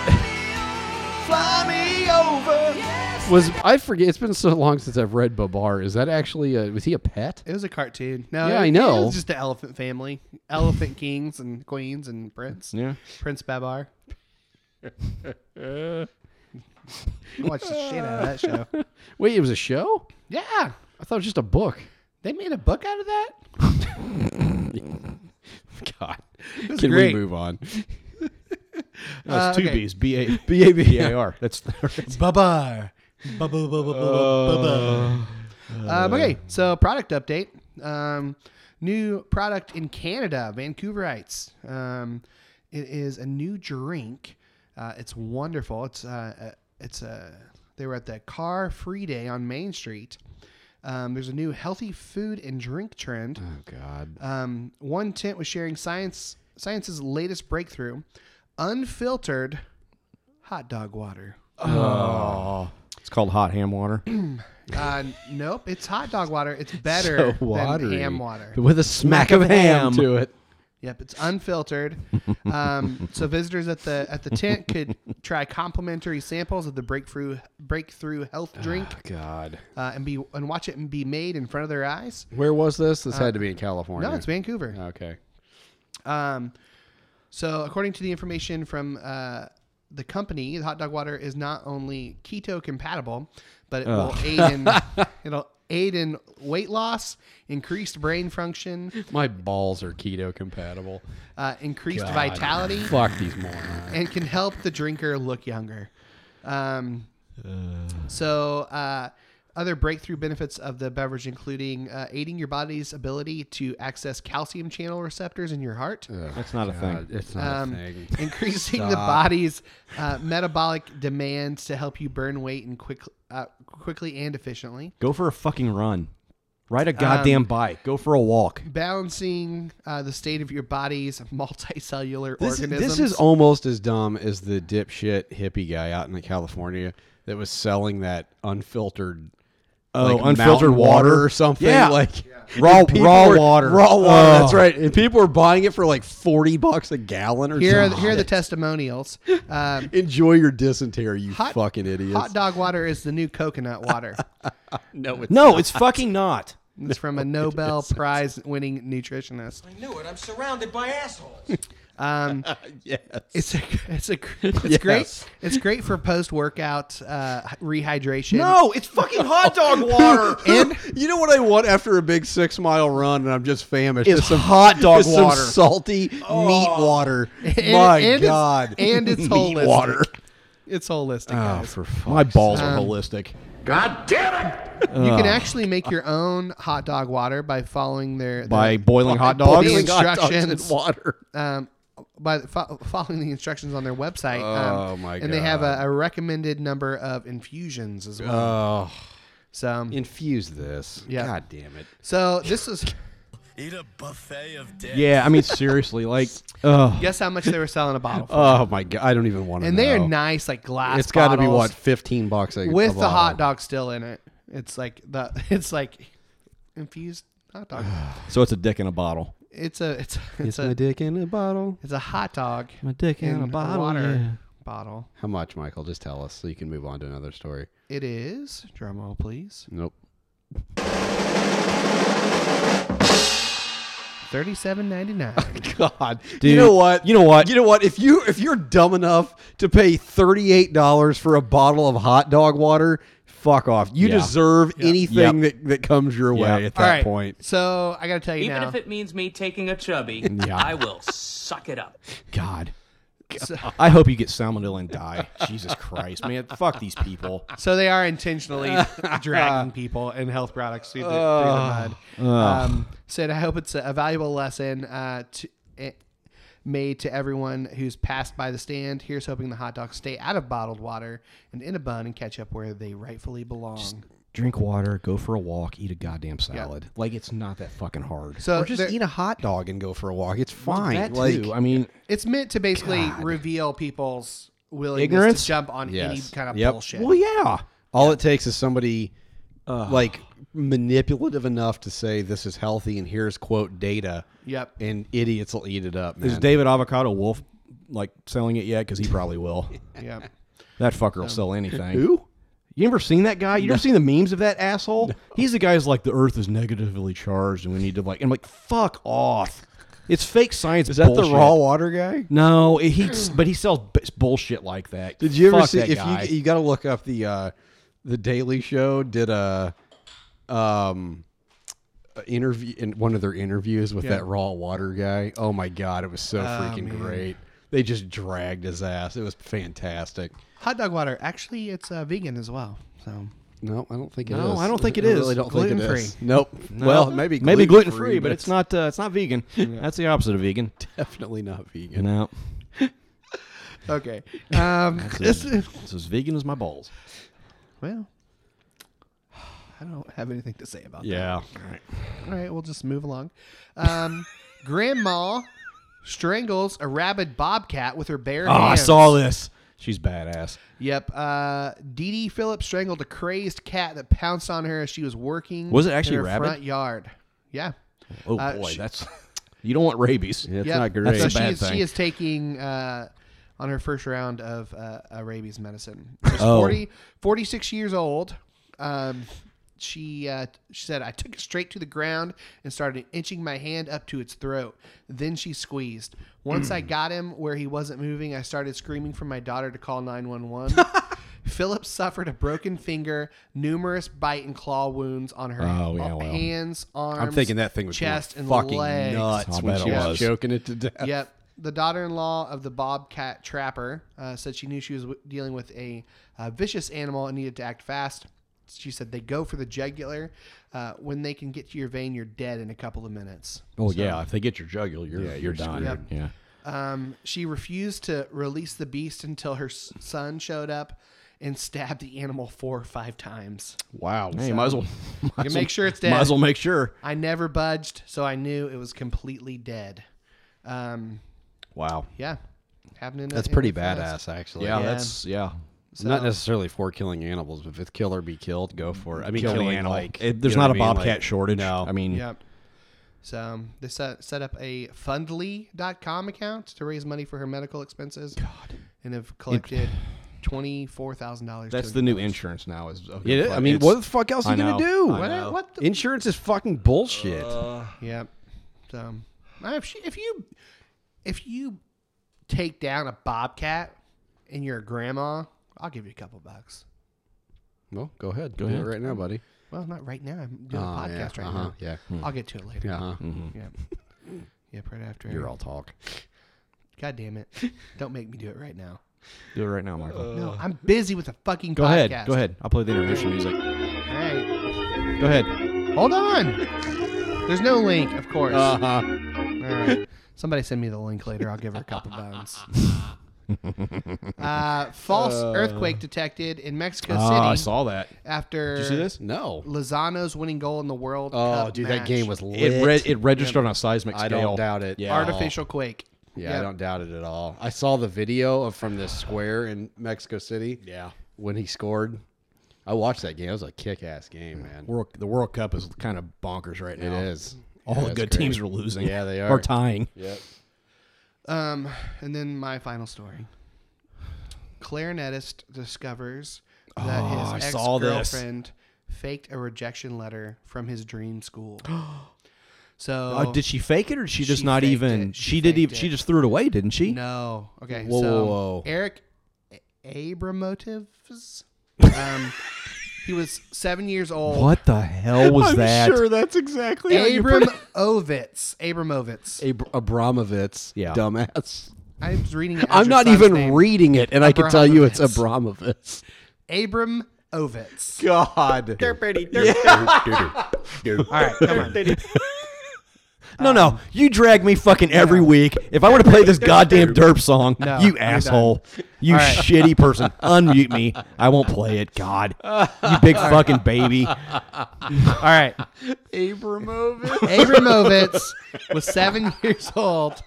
Speaker 2: Was I forget? It's been so long since I've read Babar. Is that actually a? Was he a pet?
Speaker 1: It was a cartoon. No,
Speaker 2: Yeah,
Speaker 1: it,
Speaker 2: I know.
Speaker 1: It was just the elephant family, elephant kings and queens and prince.
Speaker 3: yeah.
Speaker 1: Prince Babar. Watch the shit out of that show.
Speaker 2: Wait, it was a show.
Speaker 1: Yeah,
Speaker 2: I thought it was just a book.
Speaker 1: They made a book out of that?
Speaker 3: God,
Speaker 2: was
Speaker 3: can
Speaker 2: great.
Speaker 3: we move on? No,
Speaker 1: Uh,
Speaker 3: it's two
Speaker 1: okay.
Speaker 3: B's. B A B A B A R. That's
Speaker 1: Babar. Um,
Speaker 2: Uh,
Speaker 1: okay, so product update. Um, new product in Canada, Vancouverites. Um, it is a new drink. Uh, it's wonderful. It's uh, a- it's a they were at the Car Free Day on Main Street. Um, there's a new healthy food and drink trend.
Speaker 2: Oh God.
Speaker 1: Um, one tent was sharing science science's latest breakthrough, unfiltered hot dog water.
Speaker 3: it's called hot ham water.
Speaker 1: Uh, nope, it's hot dog water. It's better than
Speaker 2: watery.
Speaker 1: ham water.
Speaker 3: With a smack of ham.
Speaker 2: to it.
Speaker 1: Yep, it's unfiltered. Um, so visitors at the at the tent could try complimentary samples of the breakthrough breakthrough health drink
Speaker 2: God.
Speaker 1: uh, and be and watch it and be made in front of their eyes.
Speaker 2: Where was this? This had to be in California.
Speaker 1: No, it's Vancouver.
Speaker 2: Okay.
Speaker 1: Um, so, according to the information from uh, the company, the hot dog water is not only keto compatible, but it will aid in it'll aid in weight loss, increased brain function,
Speaker 2: My balls are keto compatible.
Speaker 1: uh, increased vitality,
Speaker 2: Fuck these morons.
Speaker 1: and can help the drinker look younger. Um, So, uh, other breakthrough benefits of the beverage, including uh, aiding your body's ability to access calcium channel receptors in your heart.
Speaker 3: That's not a
Speaker 2: God,
Speaker 3: thing.
Speaker 2: it's not
Speaker 1: um,
Speaker 2: a thing.
Speaker 1: increasing the body's uh, metabolic demands to help you burn weight and quick, uh, quickly and efficiently.
Speaker 3: Go for a fucking run. Ride a goddamn bike. Go for a walk.
Speaker 1: Balancing uh, the state of your body's multicellular
Speaker 2: This,
Speaker 1: organisms.
Speaker 2: this is almost as dumb as the dipshit hippie guy out in the California that was selling that unfiltered,
Speaker 3: Oh,
Speaker 2: like,
Speaker 3: unfiltered
Speaker 2: mountain
Speaker 3: water
Speaker 2: or something.
Speaker 3: Yeah.
Speaker 2: Like
Speaker 3: Raw,
Speaker 2: and people
Speaker 3: raw
Speaker 2: were-
Speaker 3: water.
Speaker 2: Raw water.
Speaker 3: Oh.
Speaker 2: That's right. And people were buying it for like forty bucks a gallon or
Speaker 1: here, are the,
Speaker 2: something.
Speaker 1: here are the testimonials. Um,
Speaker 2: Enjoy your dysentery, you
Speaker 1: hot-
Speaker 2: fucking idiots.
Speaker 1: Hot dog water is the new coconut water.
Speaker 2: no, it's
Speaker 3: No, it's fucking not.
Speaker 1: It's from a Nobel Prize winning nutritionist.
Speaker 7: I knew it. I'm surrounded by assholes.
Speaker 1: Um,
Speaker 2: yes.
Speaker 1: it's a, it's a, it's great. It's great for post workout uh, rehydration.
Speaker 3: No, it's fucking hot dog water.
Speaker 1: and
Speaker 2: you know what I want after a big six mile run and I'm just famished?
Speaker 3: It's hot dog
Speaker 2: is some
Speaker 3: water.
Speaker 2: salty meat water.
Speaker 1: Oh. And-
Speaker 2: My
Speaker 1: and it's-
Speaker 2: God.
Speaker 1: and it's holistic.
Speaker 2: meat water.
Speaker 1: It's holistic,
Speaker 2: Oh,
Speaker 1: guys.
Speaker 2: for
Speaker 3: My
Speaker 2: fuck.
Speaker 3: balls are
Speaker 1: Um,
Speaker 3: holistic.
Speaker 4: God damn it!
Speaker 1: you can actually make your own hot dog water by following their
Speaker 3: By
Speaker 1: their-
Speaker 3: boiling hot
Speaker 1: boiling
Speaker 3: dogs.
Speaker 1: the
Speaker 2: Hot dogs and
Speaker 1: instructions.
Speaker 2: water.
Speaker 1: um, by fo- following the instructions on their website. um,
Speaker 2: Oh, my
Speaker 1: And they have a,
Speaker 2: God.
Speaker 1: a recommended number of infusions as well.
Speaker 2: Oh,
Speaker 1: so,
Speaker 2: infuse this.
Speaker 1: Yeah.
Speaker 2: God damn it.
Speaker 1: so this is
Speaker 8: Eat a buffet of dick.
Speaker 3: Yeah, I mean seriously, like, oh,
Speaker 1: guess how much they were selling a bottle. For.
Speaker 2: Oh, my God. I don't even want to
Speaker 1: and
Speaker 2: know.
Speaker 1: they are nice, like glass.
Speaker 2: It's got to be, what,
Speaker 1: bottles
Speaker 2: 15 bucks a
Speaker 1: with
Speaker 2: a
Speaker 1: the hot
Speaker 2: bottle.
Speaker 1: dog still in it. It's like the it's like infused hot dog.
Speaker 3: so it's a dick in a bottle.
Speaker 1: It's a it's it's
Speaker 2: It's my
Speaker 1: a
Speaker 2: dick in a bottle.
Speaker 1: it's a hot dog
Speaker 3: My dick
Speaker 1: in a water bottle.
Speaker 2: How much, Michael? Just tell us so you can move on to another story.
Speaker 1: It is drum roll, please.
Speaker 2: Nope.
Speaker 1: Thirty-seven ninety-nine.
Speaker 2: God, you
Speaker 3: Dude.
Speaker 2: know what?
Speaker 3: You know what?
Speaker 2: You know what? If you if you're dumb enough to pay thirty eight dollars for a bottle of hot dog water, fuck off. You
Speaker 3: Yeah.
Speaker 2: deserve
Speaker 3: Yep.
Speaker 2: anything that, that comes your way
Speaker 3: Yep.
Speaker 2: at that
Speaker 1: All right.
Speaker 2: point.
Speaker 1: So I gotta tell you
Speaker 10: Even
Speaker 1: now.
Speaker 10: if it means me taking a chubby,
Speaker 3: Yeah.
Speaker 10: I will suck it up.
Speaker 3: God. I hope you get salmonella and die. Jesus Christ, man. Fuck these people.
Speaker 1: so they are intentionally dragging people and health products through the, through the mud. Um, said, I hope it's a, a valuable lesson uh, to, eh, made to everyone who's passed by the stand. Here's hoping the hot dogs stay out of bottled water and in a bun and catch up where they rightfully belong.
Speaker 3: Drink water, go for a walk, eat a goddamn salad. Like it's not that fucking hard.
Speaker 1: So
Speaker 2: Or just
Speaker 1: there-
Speaker 2: eat a hot dog and go for a walk. It's fine.
Speaker 3: that
Speaker 2: like
Speaker 3: too. I mean,
Speaker 1: it's meant to basically reveal people's willingness
Speaker 3: Ignorance?
Speaker 1: to jump on any
Speaker 2: Yes.
Speaker 1: kind of
Speaker 2: Yep.
Speaker 1: bullshit.
Speaker 3: well, yeah.
Speaker 2: all it takes is somebody like manipulative enough to say this is healthy and here's quote data.
Speaker 1: Yep.
Speaker 2: And idiots will eat it up.
Speaker 3: Is
Speaker 2: man.
Speaker 3: David Avocado Wolf like selling it yet? Because he probably will.
Speaker 1: Yep.
Speaker 3: That fucker will sell anything.
Speaker 2: Who?
Speaker 3: Um, You ever seen that guy? You ever seen the memes of that asshole? He's the guy who's like, the earth is negatively charged and we need to like, I'm like, fuck off. It's fake science.
Speaker 2: Is that
Speaker 3: bullshit.
Speaker 2: the raw water guy?
Speaker 3: No, it- he, but he sells b- bullshit like that.
Speaker 2: Did you ever
Speaker 3: Fuck
Speaker 2: see
Speaker 3: that
Speaker 2: if
Speaker 3: guy.
Speaker 2: you you got to look up the uh the Daily Show did a um interview in one of their interviews with
Speaker 1: Yeah.
Speaker 2: that raw water guy. Oh my god, it was so freaking
Speaker 1: man.
Speaker 2: great. They just dragged his ass. It was fantastic.
Speaker 1: Hot dog water. Actually, it's uh, vegan as well. So
Speaker 2: No, I don't think it is.
Speaker 3: No, I don't think it
Speaker 2: I
Speaker 3: is.
Speaker 2: really don't think it
Speaker 1: Gluten-free.
Speaker 2: is. Nope.
Speaker 3: No.
Speaker 2: Well, maybe
Speaker 3: maybe gluten free, but
Speaker 2: but
Speaker 3: it's not uh, it's not vegan. That's the opposite of vegan.
Speaker 2: definitely not vegan.
Speaker 3: You know,
Speaker 1: okay. Um,
Speaker 3: it's,
Speaker 1: this is-
Speaker 3: it's as vegan as my balls.
Speaker 1: well, I don't have anything to say about
Speaker 3: Yeah.
Speaker 1: that. All right, we'll just move along. Um, grandma strangles a rabid bobcat with her bare
Speaker 3: Oh,
Speaker 1: hands.
Speaker 3: I saw this. She's badass.
Speaker 1: Yep. Uh, Dee Dee Phillips strangled a crazed cat that pounced on her as she was working.
Speaker 3: Was it actually
Speaker 1: in her
Speaker 3: rabid?
Speaker 1: front yard? Yeah.
Speaker 3: Oh
Speaker 1: Uh,
Speaker 3: boy,
Speaker 1: she-
Speaker 3: that's you don't want rabies.
Speaker 1: Yep.
Speaker 2: it's not great.
Speaker 3: That's
Speaker 1: So
Speaker 3: a
Speaker 1: she
Speaker 3: bad
Speaker 1: is, she
Speaker 3: thing.
Speaker 1: is taking uh, on her first round of uh, uh, rabies medicine. She's
Speaker 3: Oh.
Speaker 1: 40, 46 years old. Um, she uh, she said, "I took it straight to the ground and started inching my hand up to its throat. Then she squeezed. Once
Speaker 2: Hmm.
Speaker 1: I got him where he wasn't moving, I started screaming for my daughter to call nine one one. Phillips suffered a broken finger, numerous bite and claw wounds on her
Speaker 3: Oh, yeah, well.
Speaker 1: hands, arms.
Speaker 2: I'm thinking that thing was going
Speaker 1: chest and
Speaker 2: fucking
Speaker 1: legs.
Speaker 2: nuts
Speaker 3: I
Speaker 2: when
Speaker 3: bet
Speaker 2: she
Speaker 3: it
Speaker 2: was
Speaker 3: was.
Speaker 2: choking it to death.
Speaker 1: Yep. The daughter in law of the bobcat trapper uh, said she knew she was w- dealing with a uh, vicious animal and needed to act fast. She said they go for the jugular. Uh, when they can get to your vein, you're dead in a couple of minutes.
Speaker 3: Oh yeah, if they get your jugular, you're
Speaker 2: you're
Speaker 3: you're done.
Speaker 1: screwed. Yep.
Speaker 3: Yeah.
Speaker 1: Um, she refused to release the beast until her s- son showed up and stabbed the animal four or five times.
Speaker 2: Wow.
Speaker 3: Hey, might as well might as
Speaker 1: make
Speaker 3: well-
Speaker 1: sure it's
Speaker 3: Might
Speaker 1: dead.
Speaker 3: as well make sure.
Speaker 1: I never budged, so I knew it was completely dead. Um,
Speaker 3: Wow.
Speaker 1: yeah. Happened in a-
Speaker 2: That's
Speaker 1: in
Speaker 2: pretty
Speaker 1: a few minutes.
Speaker 2: badass, actually.
Speaker 3: Yeah, that's yeah.
Speaker 2: Not necessarily for killing animals, but if it's kill or be killed, go for it. I mean,
Speaker 3: Kill the
Speaker 2: killing,
Speaker 3: animal.
Speaker 2: like
Speaker 3: It-
Speaker 2: you
Speaker 3: there's
Speaker 2: know
Speaker 3: not a
Speaker 2: what I mean?
Speaker 3: bobcat
Speaker 2: Like,
Speaker 3: shortage.
Speaker 2: No,
Speaker 3: I mean,
Speaker 1: Yep. So um, they set, set up a fundly.com account to raise money for her medical expenses. God. And have collected $24,000.
Speaker 3: that's
Speaker 1: to-
Speaker 3: the new insurance now. Is okay,
Speaker 2: It is- I mean, what the fuck else are
Speaker 3: I
Speaker 2: you gonna
Speaker 3: know.
Speaker 2: do?
Speaker 3: I
Speaker 1: What,
Speaker 3: know.
Speaker 1: what the?
Speaker 2: Insurance is fucking bullshit.
Speaker 1: Yep. So um, I- if, she, if you if you take down a bobcat and you're a grandma, I'll give you a couple bucks.
Speaker 2: well, go ahead, go do
Speaker 3: ahead.
Speaker 2: it right now, buddy.
Speaker 1: Well, not right now. I'm doing a
Speaker 2: Oh,
Speaker 1: podcast
Speaker 2: yeah,
Speaker 1: right
Speaker 2: uh-huh,
Speaker 1: now.
Speaker 2: yeah.
Speaker 1: I'll get to it later.
Speaker 2: Yeah, uh-huh.
Speaker 1: Yep. Yep, right after.
Speaker 2: you're all talk.
Speaker 1: God damn it. Don't make me do it right now.
Speaker 3: Do it right now, Michael.
Speaker 1: No, I'm busy with a fucking
Speaker 3: Go
Speaker 1: podcast.
Speaker 3: ahead. Go ahead. I'll play the intermission music. Go
Speaker 1: All right.
Speaker 3: ahead.
Speaker 1: Hold on. There's no link, of course.
Speaker 2: Uh-huh.
Speaker 1: All right. Somebody send me the link later. I'll give her a couple bones. uh, false earthquake detected in Mexico City
Speaker 3: Ah, I saw that.
Speaker 1: after
Speaker 3: Did you see this?
Speaker 2: No.
Speaker 1: Lozano's winning goal in the World
Speaker 2: Oh,
Speaker 1: Cup
Speaker 2: dude,
Speaker 1: match.
Speaker 2: that game was lit.
Speaker 3: It re- it registered on a seismic
Speaker 2: I
Speaker 3: scale.
Speaker 2: don't doubt it.
Speaker 3: Yeah.
Speaker 1: artificial quake.
Speaker 2: Yeah,
Speaker 1: Yep.
Speaker 2: I don't doubt it at all. I saw the video of from this square in Mexico City.
Speaker 3: Yeah.
Speaker 2: when he scored, I watched that game. It was a kick-ass game, man.
Speaker 3: World, the World Cup is kind of bonkers right now.
Speaker 2: It is.
Speaker 3: All
Speaker 2: Yeah,
Speaker 3: the
Speaker 2: it's
Speaker 3: good
Speaker 2: great.
Speaker 3: teams are losing.
Speaker 2: Yeah, they
Speaker 3: Or
Speaker 2: are.
Speaker 3: tying.
Speaker 2: Yep.
Speaker 1: Um, and then my final story. Clarinetist discovers that
Speaker 3: Oh, I
Speaker 1: his
Speaker 3: saw this.
Speaker 1: ex-girlfriend faked a rejection letter from his dream school. So
Speaker 3: Uh, did she fake it or did she
Speaker 1: Oh.
Speaker 3: just
Speaker 1: She
Speaker 3: not
Speaker 1: faked
Speaker 3: even?
Speaker 1: it.
Speaker 3: She,
Speaker 1: She
Speaker 3: didn't
Speaker 1: faked
Speaker 3: even.
Speaker 1: it.
Speaker 3: She just threw it away, didn't she?
Speaker 1: No. Okay.
Speaker 2: Whoa,
Speaker 1: so
Speaker 2: whoa, whoa.
Speaker 1: Eric A- Abramotives. um, he was seven years old.
Speaker 3: What the hell was that?
Speaker 2: that's exactly
Speaker 1: Abram Ovitz. Abramovitz.
Speaker 2: Abr- Abramovitz.
Speaker 3: Yeah.
Speaker 2: dumbass.
Speaker 1: I was reading. It as
Speaker 2: I'm
Speaker 1: your
Speaker 2: not
Speaker 1: son's
Speaker 2: even
Speaker 1: name.
Speaker 2: reading it, and I can tell you it's Abramovitz.
Speaker 1: Abram Ovitz.
Speaker 2: God.
Speaker 1: All right, come on.
Speaker 3: No,
Speaker 1: Um,
Speaker 3: no. You drag me fucking every week. If I want to play this goddamn derp song,
Speaker 1: No, I'm
Speaker 3: you
Speaker 1: done.
Speaker 3: asshole. You
Speaker 1: All right.
Speaker 3: shitty person. Unmute me. I won't play it. God. You big fucking baby.
Speaker 1: All right.
Speaker 2: Abramovitz.
Speaker 1: Abramovitz was seven years old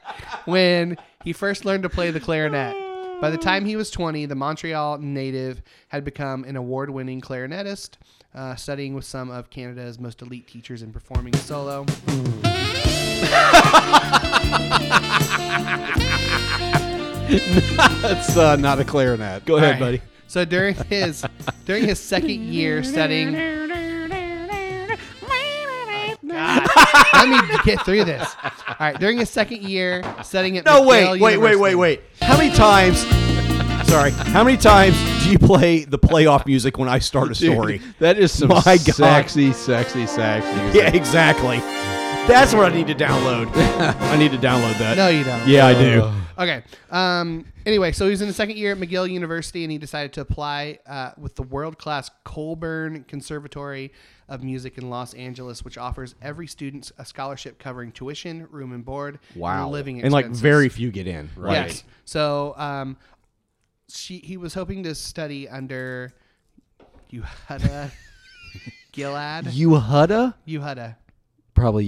Speaker 1: when he first learned to play the clarinet. By the time he was 20, the Montreal native had become an award winning clarinetist, uh, studying with some of Canada's most elite teachers and performing solo.
Speaker 2: That's uh, not a clarinet.
Speaker 3: Go ahead,
Speaker 1: All right.
Speaker 3: buddy.
Speaker 1: So during his during his second year studying, God, let me get through this. All right, during his second year studying at
Speaker 3: No,
Speaker 1: McGill
Speaker 3: wait, wait, wait,
Speaker 1: University-
Speaker 3: wait, wait. How many times? Sorry. How many times do you play the playoff music when I start a story?
Speaker 2: Dude, that is some
Speaker 3: My God.
Speaker 2: sexy, sexy, sexy.
Speaker 3: Yeah, exactly. That's what I need to download. I need to download that.
Speaker 1: No, you don't.
Speaker 3: Yeah, I
Speaker 2: Oh,
Speaker 3: do.
Speaker 1: Okay. Um, anyway, so he's in the second year at McGill University, and he decided to apply uh, with the world class Colburn Conservatory of Music in Los Angeles, which offers every student a scholarship covering tuition, room and board,
Speaker 3: Wow.
Speaker 1: and living
Speaker 3: and like
Speaker 1: expenses.
Speaker 3: very few get in. Right.
Speaker 1: Yes. So um, she he was hoping to study under Yuhada Gilad.
Speaker 2: Yehuda?
Speaker 1: Yuhada.
Speaker 2: Probably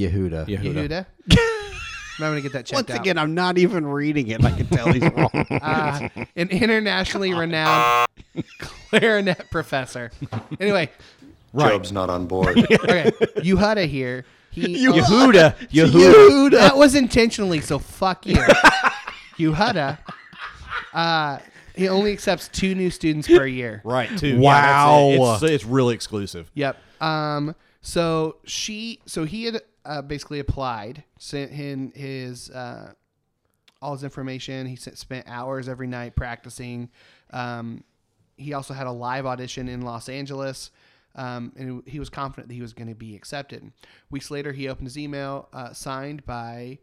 Speaker 2: Yehuda.
Speaker 1: Yehuda. I'm going to get that checked
Speaker 2: Once
Speaker 1: out.
Speaker 2: again, I'm not even reading it. and I can tell he's wrong.
Speaker 1: uh, an internationally renowned clarinet professor. Anyway,
Speaker 3: Right.
Speaker 11: Job's not on board.
Speaker 1: okay, Yehuda here. He
Speaker 3: Yehuda. Yehuda.
Speaker 1: Yehuda. That was intentionally, so fuck you. Yehuda. Uh, he only accepts two new students per year.
Speaker 3: Right, too.
Speaker 2: Wow.
Speaker 3: Yeah, that's it. it's, it's really exclusive.
Speaker 1: Yep. Um. So she. So he had uh, basically applied, sent him his uh, all his information. He sent, spent hours every night practicing. Um, he also had a live audition in Los Angeles. Um, and he was confident that he was going to be accepted. Weeks later, he opened his email, uh, signed by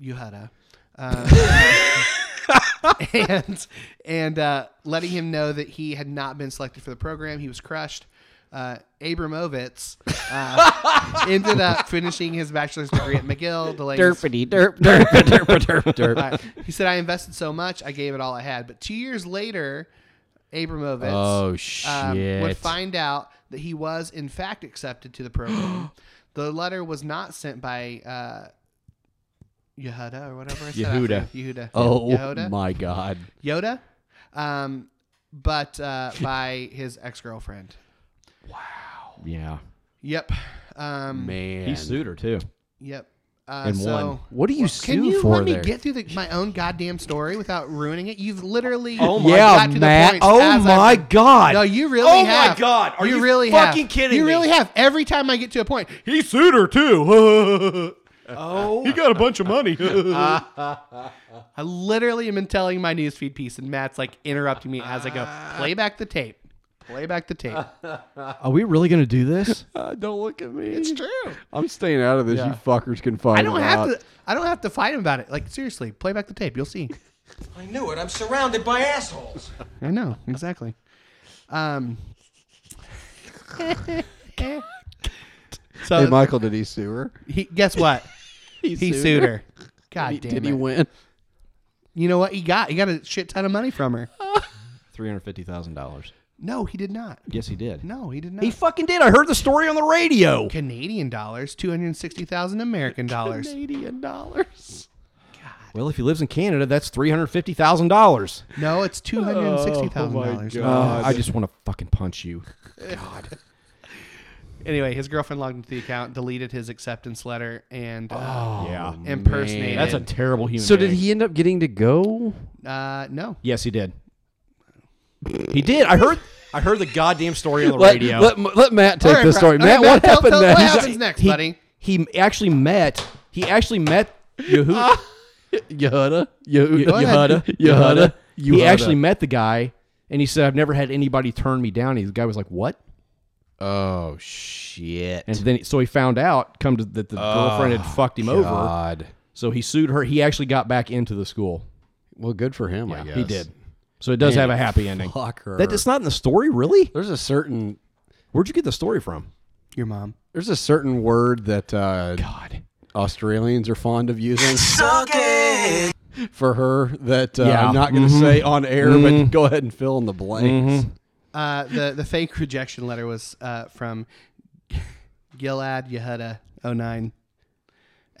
Speaker 1: Yuhada. and and uh, letting him know that he had not been selected for the program. He was crushed. Uh, Abramovitz uh, ended up finishing his bachelor's degree at McGill. Delaying his-
Speaker 2: derp, derp, derp, derp,
Speaker 1: Uh, he said, "I invested so much, I gave it all I had." But two years later, Abramovitz
Speaker 2: Oh,
Speaker 1: um, would
Speaker 3: um,
Speaker 2: shit.
Speaker 1: find out that he was in fact accepted to the program. the letter was not sent by uh, Yehuda or whatever. I said
Speaker 2: Yehuda.
Speaker 1: after- Yehuda.
Speaker 2: Oh
Speaker 1: Yehuda?
Speaker 2: my god.
Speaker 1: Yoda, um, but uh, by his ex girlfriend.
Speaker 3: Yeah.
Speaker 1: Yep. Um,
Speaker 2: Man.
Speaker 3: He sued her, too.
Speaker 1: Yep. Uh,
Speaker 3: And
Speaker 1: so,
Speaker 3: won.
Speaker 2: What do you
Speaker 1: Can
Speaker 2: sue
Speaker 1: you
Speaker 2: for
Speaker 1: let me
Speaker 2: there?
Speaker 1: get through the, my own goddamn story without ruining it? You've literally
Speaker 3: Oh my
Speaker 2: yeah,
Speaker 1: got to
Speaker 2: Matt.
Speaker 1: the point.
Speaker 2: Oh
Speaker 1: as I've-
Speaker 2: my god.
Speaker 1: No, you really
Speaker 3: Oh my
Speaker 1: have.
Speaker 3: God, are you
Speaker 1: really
Speaker 3: fucking
Speaker 1: have.
Speaker 3: kidding
Speaker 1: You
Speaker 3: me?
Speaker 1: really have. Every time I get to a point,
Speaker 3: He sued her, too. oh. He got a bunch of money.
Speaker 1: I literally am telling my newsfeed piece, and Matt's like interrupting me as I go,
Speaker 3: Ah.
Speaker 1: play back the tape. Play back the tape.
Speaker 3: Are we really going to do this?
Speaker 2: Uh, don't look at me.
Speaker 1: It's true.
Speaker 2: I'm staying out of this. You fuckers can find
Speaker 1: I don't
Speaker 2: it
Speaker 1: have
Speaker 2: out.
Speaker 1: to. I don't have to fight him about it. Like seriously, play back the tape. You'll see.
Speaker 5: I knew it. I'm surrounded by assholes.
Speaker 1: I know exactly. Um. so
Speaker 2: Hey, Michael, did he sue her?
Speaker 1: he, guess what?
Speaker 2: He,
Speaker 1: uh, He sued her. God
Speaker 2: Did,
Speaker 1: damn
Speaker 2: he- did
Speaker 1: it!
Speaker 2: he win?
Speaker 1: You know what? He got. He got a shit ton of money from her.
Speaker 3: $350,000.
Speaker 1: No, he did not.
Speaker 3: Yes, he did.
Speaker 1: No, he did not.
Speaker 3: He fucking did. I heard the story on the radio.
Speaker 1: Canadian dollars, two hundred sixty thousand American dollars.
Speaker 2: Canadian dollars.
Speaker 3: Well, if he lives in Canada, that's three hundred fifty thousand dollars. Uh,
Speaker 1: No, it's two hundred sixty thousand
Speaker 3: Oh,
Speaker 1: dollars.
Speaker 3: I just want to fucking punch you.
Speaker 1: Anyway, his girlfriend logged into the account, deleted his acceptance letter, and uh,
Speaker 3: yeah,
Speaker 1: impersonated.
Speaker 3: Oh, that's a terrible human.
Speaker 2: So did
Speaker 3: being.
Speaker 2: he end up getting to go?
Speaker 1: Uh, no.
Speaker 3: Yes, he did. he did. I heard. I heard the goddamn story on the
Speaker 2: Let,
Speaker 3: radio.
Speaker 2: let, let Matt take
Speaker 1: All right,
Speaker 2: the
Speaker 1: Brad.
Speaker 2: story.
Speaker 1: All right,
Speaker 2: Matt, what
Speaker 1: tell-
Speaker 2: happened
Speaker 1: tell-
Speaker 2: next?
Speaker 1: What happens next,
Speaker 3: he,
Speaker 1: buddy?
Speaker 3: He actually met. He actually met Yehuda.
Speaker 2: Yehuda. Yehuda.
Speaker 1: Go ahead.
Speaker 3: Yehuda.
Speaker 2: Yehuda.
Speaker 3: Yehuda. He
Speaker 2: Yehuda.
Speaker 3: actually met the guy, and he said, "I've never had anybody turn me down." And the guy was like, "What?"
Speaker 2: Oh shit.
Speaker 3: And then, so he found out, come to that the girlfriend had fucked him over.
Speaker 2: God.
Speaker 3: So he sued her. He actually got back into the school.
Speaker 2: Well, good for him. I guess
Speaker 3: He did. So it does
Speaker 2: Man,
Speaker 3: have a happy ending.
Speaker 2: fuck her.
Speaker 3: That, it's not in the story, really.
Speaker 2: There's a certain
Speaker 3: Where'd you get the story from?
Speaker 1: Your mom.
Speaker 2: there's a certain word that uh, God Australians are fond of using for her that uh,
Speaker 3: Yeah. Mm-hmm.
Speaker 2: I'm not going to say on air, but go ahead and fill in the blanks.
Speaker 1: Uh, the the fake rejection letter was uh, from Gilad Yehuda 09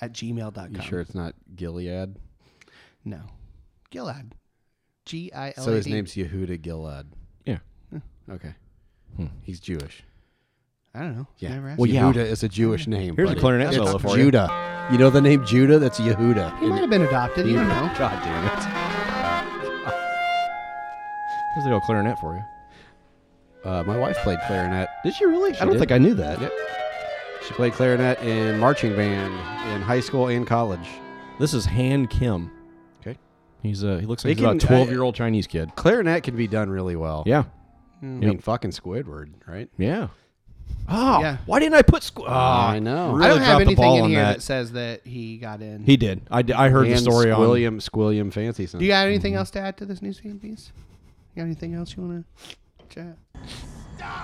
Speaker 1: at gmail.com.
Speaker 2: You sure it's not Gilead?
Speaker 1: No. Gilad. G I L A D.
Speaker 2: So his name's Yehuda Gilead.
Speaker 3: Yeah.
Speaker 2: Okay. He's Jewish.
Speaker 1: I don't know.
Speaker 2: Yeah.
Speaker 1: Never asked.
Speaker 2: Well,
Speaker 3: Hmm. yeah.
Speaker 2: Yehuda is a Jewish name.
Speaker 3: Here's a
Speaker 2: buddy.
Speaker 3: clarinet
Speaker 2: It's
Speaker 3: solo for you.
Speaker 2: Judah. You know the name Judah? That's Yehuda.
Speaker 1: He
Speaker 2: And-
Speaker 1: might have been adopted. You don't know.
Speaker 2: God damn
Speaker 3: There's the old clarinet for you.
Speaker 2: it. Uh, my wife played clarinet.
Speaker 3: Did you really? I don't
Speaker 2: did.
Speaker 3: think I knew that.
Speaker 2: Yep. She played clarinet in marching band in high school and college.
Speaker 3: This is Han Kim.
Speaker 2: Okay.
Speaker 3: He's uh, he looks like
Speaker 2: They
Speaker 3: he's about a
Speaker 2: can-
Speaker 3: twelve year old Chinese kid.
Speaker 2: Clarinet can be done really well.
Speaker 3: Yeah.
Speaker 2: I
Speaker 3: Yep.
Speaker 2: mean, fucking Squidward, right?
Speaker 3: Yeah. Oh,
Speaker 1: Yeah.
Speaker 3: why didn't I put? Squ-
Speaker 2: Oh, Ah,
Speaker 3: Ah.
Speaker 2: I know.
Speaker 3: Really
Speaker 1: I don't have
Speaker 3: dropped the
Speaker 1: anything
Speaker 3: ball
Speaker 1: in
Speaker 3: on
Speaker 1: here that.
Speaker 3: that.
Speaker 1: says that he got in.
Speaker 3: He did. I, d- I heard the
Speaker 2: And
Speaker 3: story on
Speaker 2: Squilliam, Squilliam Fancy
Speaker 1: Do you got anything else to add to this newsfeed piece? You got anything else you want to chat?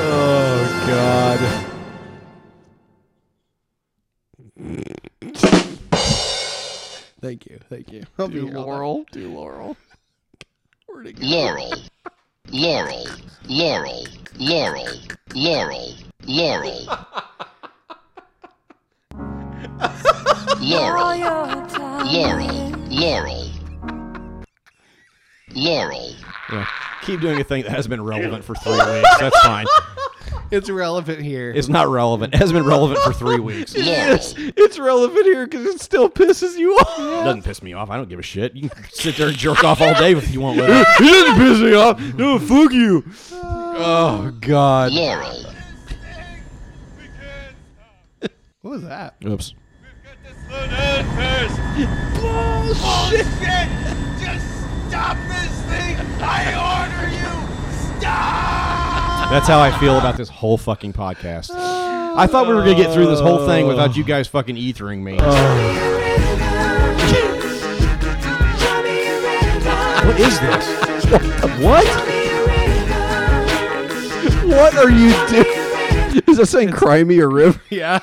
Speaker 2: Oh God. thank you, thank you.
Speaker 1: be here all night.
Speaker 2: Laurel, do Laurel. Where'd it go?
Speaker 11: Laurel. Laurel. Laurel. Laurel. Laurel. Laurel. Laurel. Laurel. Laurel. Laurel.
Speaker 3: Yeah. Keep doing a thing that has been relevant for three weeks. That's fine.
Speaker 1: It's relevant here.
Speaker 3: It's not relevant. It has been relevant for three weeks.
Speaker 11: Yes,
Speaker 2: it's relevant here because it still pisses you off.
Speaker 3: Doesn't piss me off. I don't give a shit. You can sit there and jerk off all day if you want. Later.
Speaker 2: it doesn't piss me off. No, fuck you. Oh God.
Speaker 11: Laurel.
Speaker 1: What was that?
Speaker 3: Oops.
Speaker 5: Bullshit! Just stop this thing! I order you! Stop!
Speaker 3: That's how I feel about this whole fucking podcast. I thought we were gonna get through this whole thing without you guys fucking ethering me. What is this?
Speaker 2: What? What are you doing? Is this saying cry me a river?
Speaker 1: Yeah.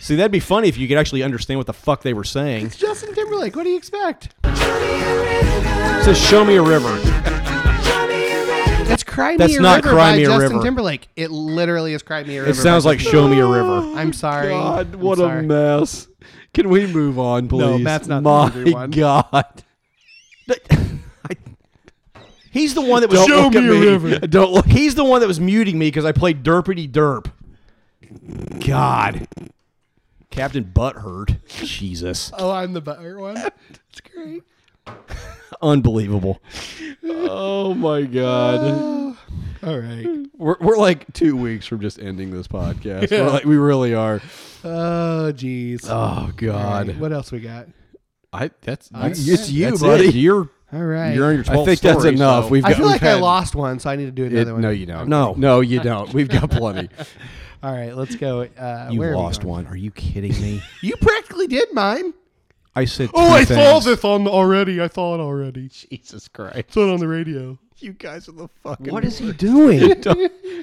Speaker 3: See, that'd be funny if you could actually understand what the fuck they were saying.
Speaker 1: Justin Timberlake, what do you expect?
Speaker 3: It says, "Show me a river."
Speaker 1: That's Cry Me
Speaker 3: That's
Speaker 1: a
Speaker 3: not
Speaker 1: River
Speaker 3: Cry
Speaker 1: by
Speaker 3: Me a
Speaker 1: Justin
Speaker 3: River.
Speaker 1: Timberlake. It literally is Cry Me a River.
Speaker 3: It sounds
Speaker 1: by
Speaker 3: like
Speaker 1: Justin
Speaker 3: "Show me a river."
Speaker 1: Timberlake. I'm sorry.
Speaker 2: God,
Speaker 1: I'm
Speaker 2: what a
Speaker 1: sorry.
Speaker 2: mess. Can we move on, please?
Speaker 1: No, that's not the
Speaker 2: My
Speaker 1: movie one.
Speaker 2: God.
Speaker 3: He's the one that was
Speaker 2: Don't
Speaker 3: Show
Speaker 2: look
Speaker 3: me
Speaker 2: at
Speaker 3: a
Speaker 2: me.
Speaker 3: river. Don't look. He's the one that was muting me because I played derpity derp. God. Captain Butthurt. Jesus.
Speaker 1: Oh, I'm the butter one. It's great.
Speaker 3: Unbelievable.
Speaker 2: Oh my God.
Speaker 1: All right.
Speaker 2: We're, we're like two weeks from just ending this podcast. We're like, we really are.
Speaker 1: Oh, jeez.
Speaker 2: Oh
Speaker 1: All
Speaker 2: God.
Speaker 1: right, What else we got?
Speaker 2: I that's,
Speaker 1: That's
Speaker 2: it's you,
Speaker 3: That's
Speaker 2: buddy.
Speaker 3: it. You're
Speaker 1: All right.
Speaker 3: you're on your 12th
Speaker 2: I think that's
Speaker 3: story,
Speaker 2: enough.
Speaker 3: so-
Speaker 2: We've
Speaker 1: I
Speaker 2: got,
Speaker 1: feel
Speaker 2: we've
Speaker 1: like I
Speaker 2: had-
Speaker 1: lost one, so I need to do another
Speaker 2: it-
Speaker 1: one.
Speaker 2: No, you don't.
Speaker 3: No.
Speaker 2: no, you don't. We've got plenty.
Speaker 1: All right, let's go. Uh,
Speaker 3: you
Speaker 1: where are we
Speaker 3: lost
Speaker 1: going?
Speaker 3: one. Are you kidding me?
Speaker 1: You practically did mine.
Speaker 3: I said.
Speaker 1: Oh,
Speaker 3: two
Speaker 1: I saw
Speaker 3: things.
Speaker 1: this on already. I saw it already.
Speaker 2: Jesus Christ.
Speaker 1: Saw it on the radio.
Speaker 2: You guys are the fucking.
Speaker 3: What is he doing?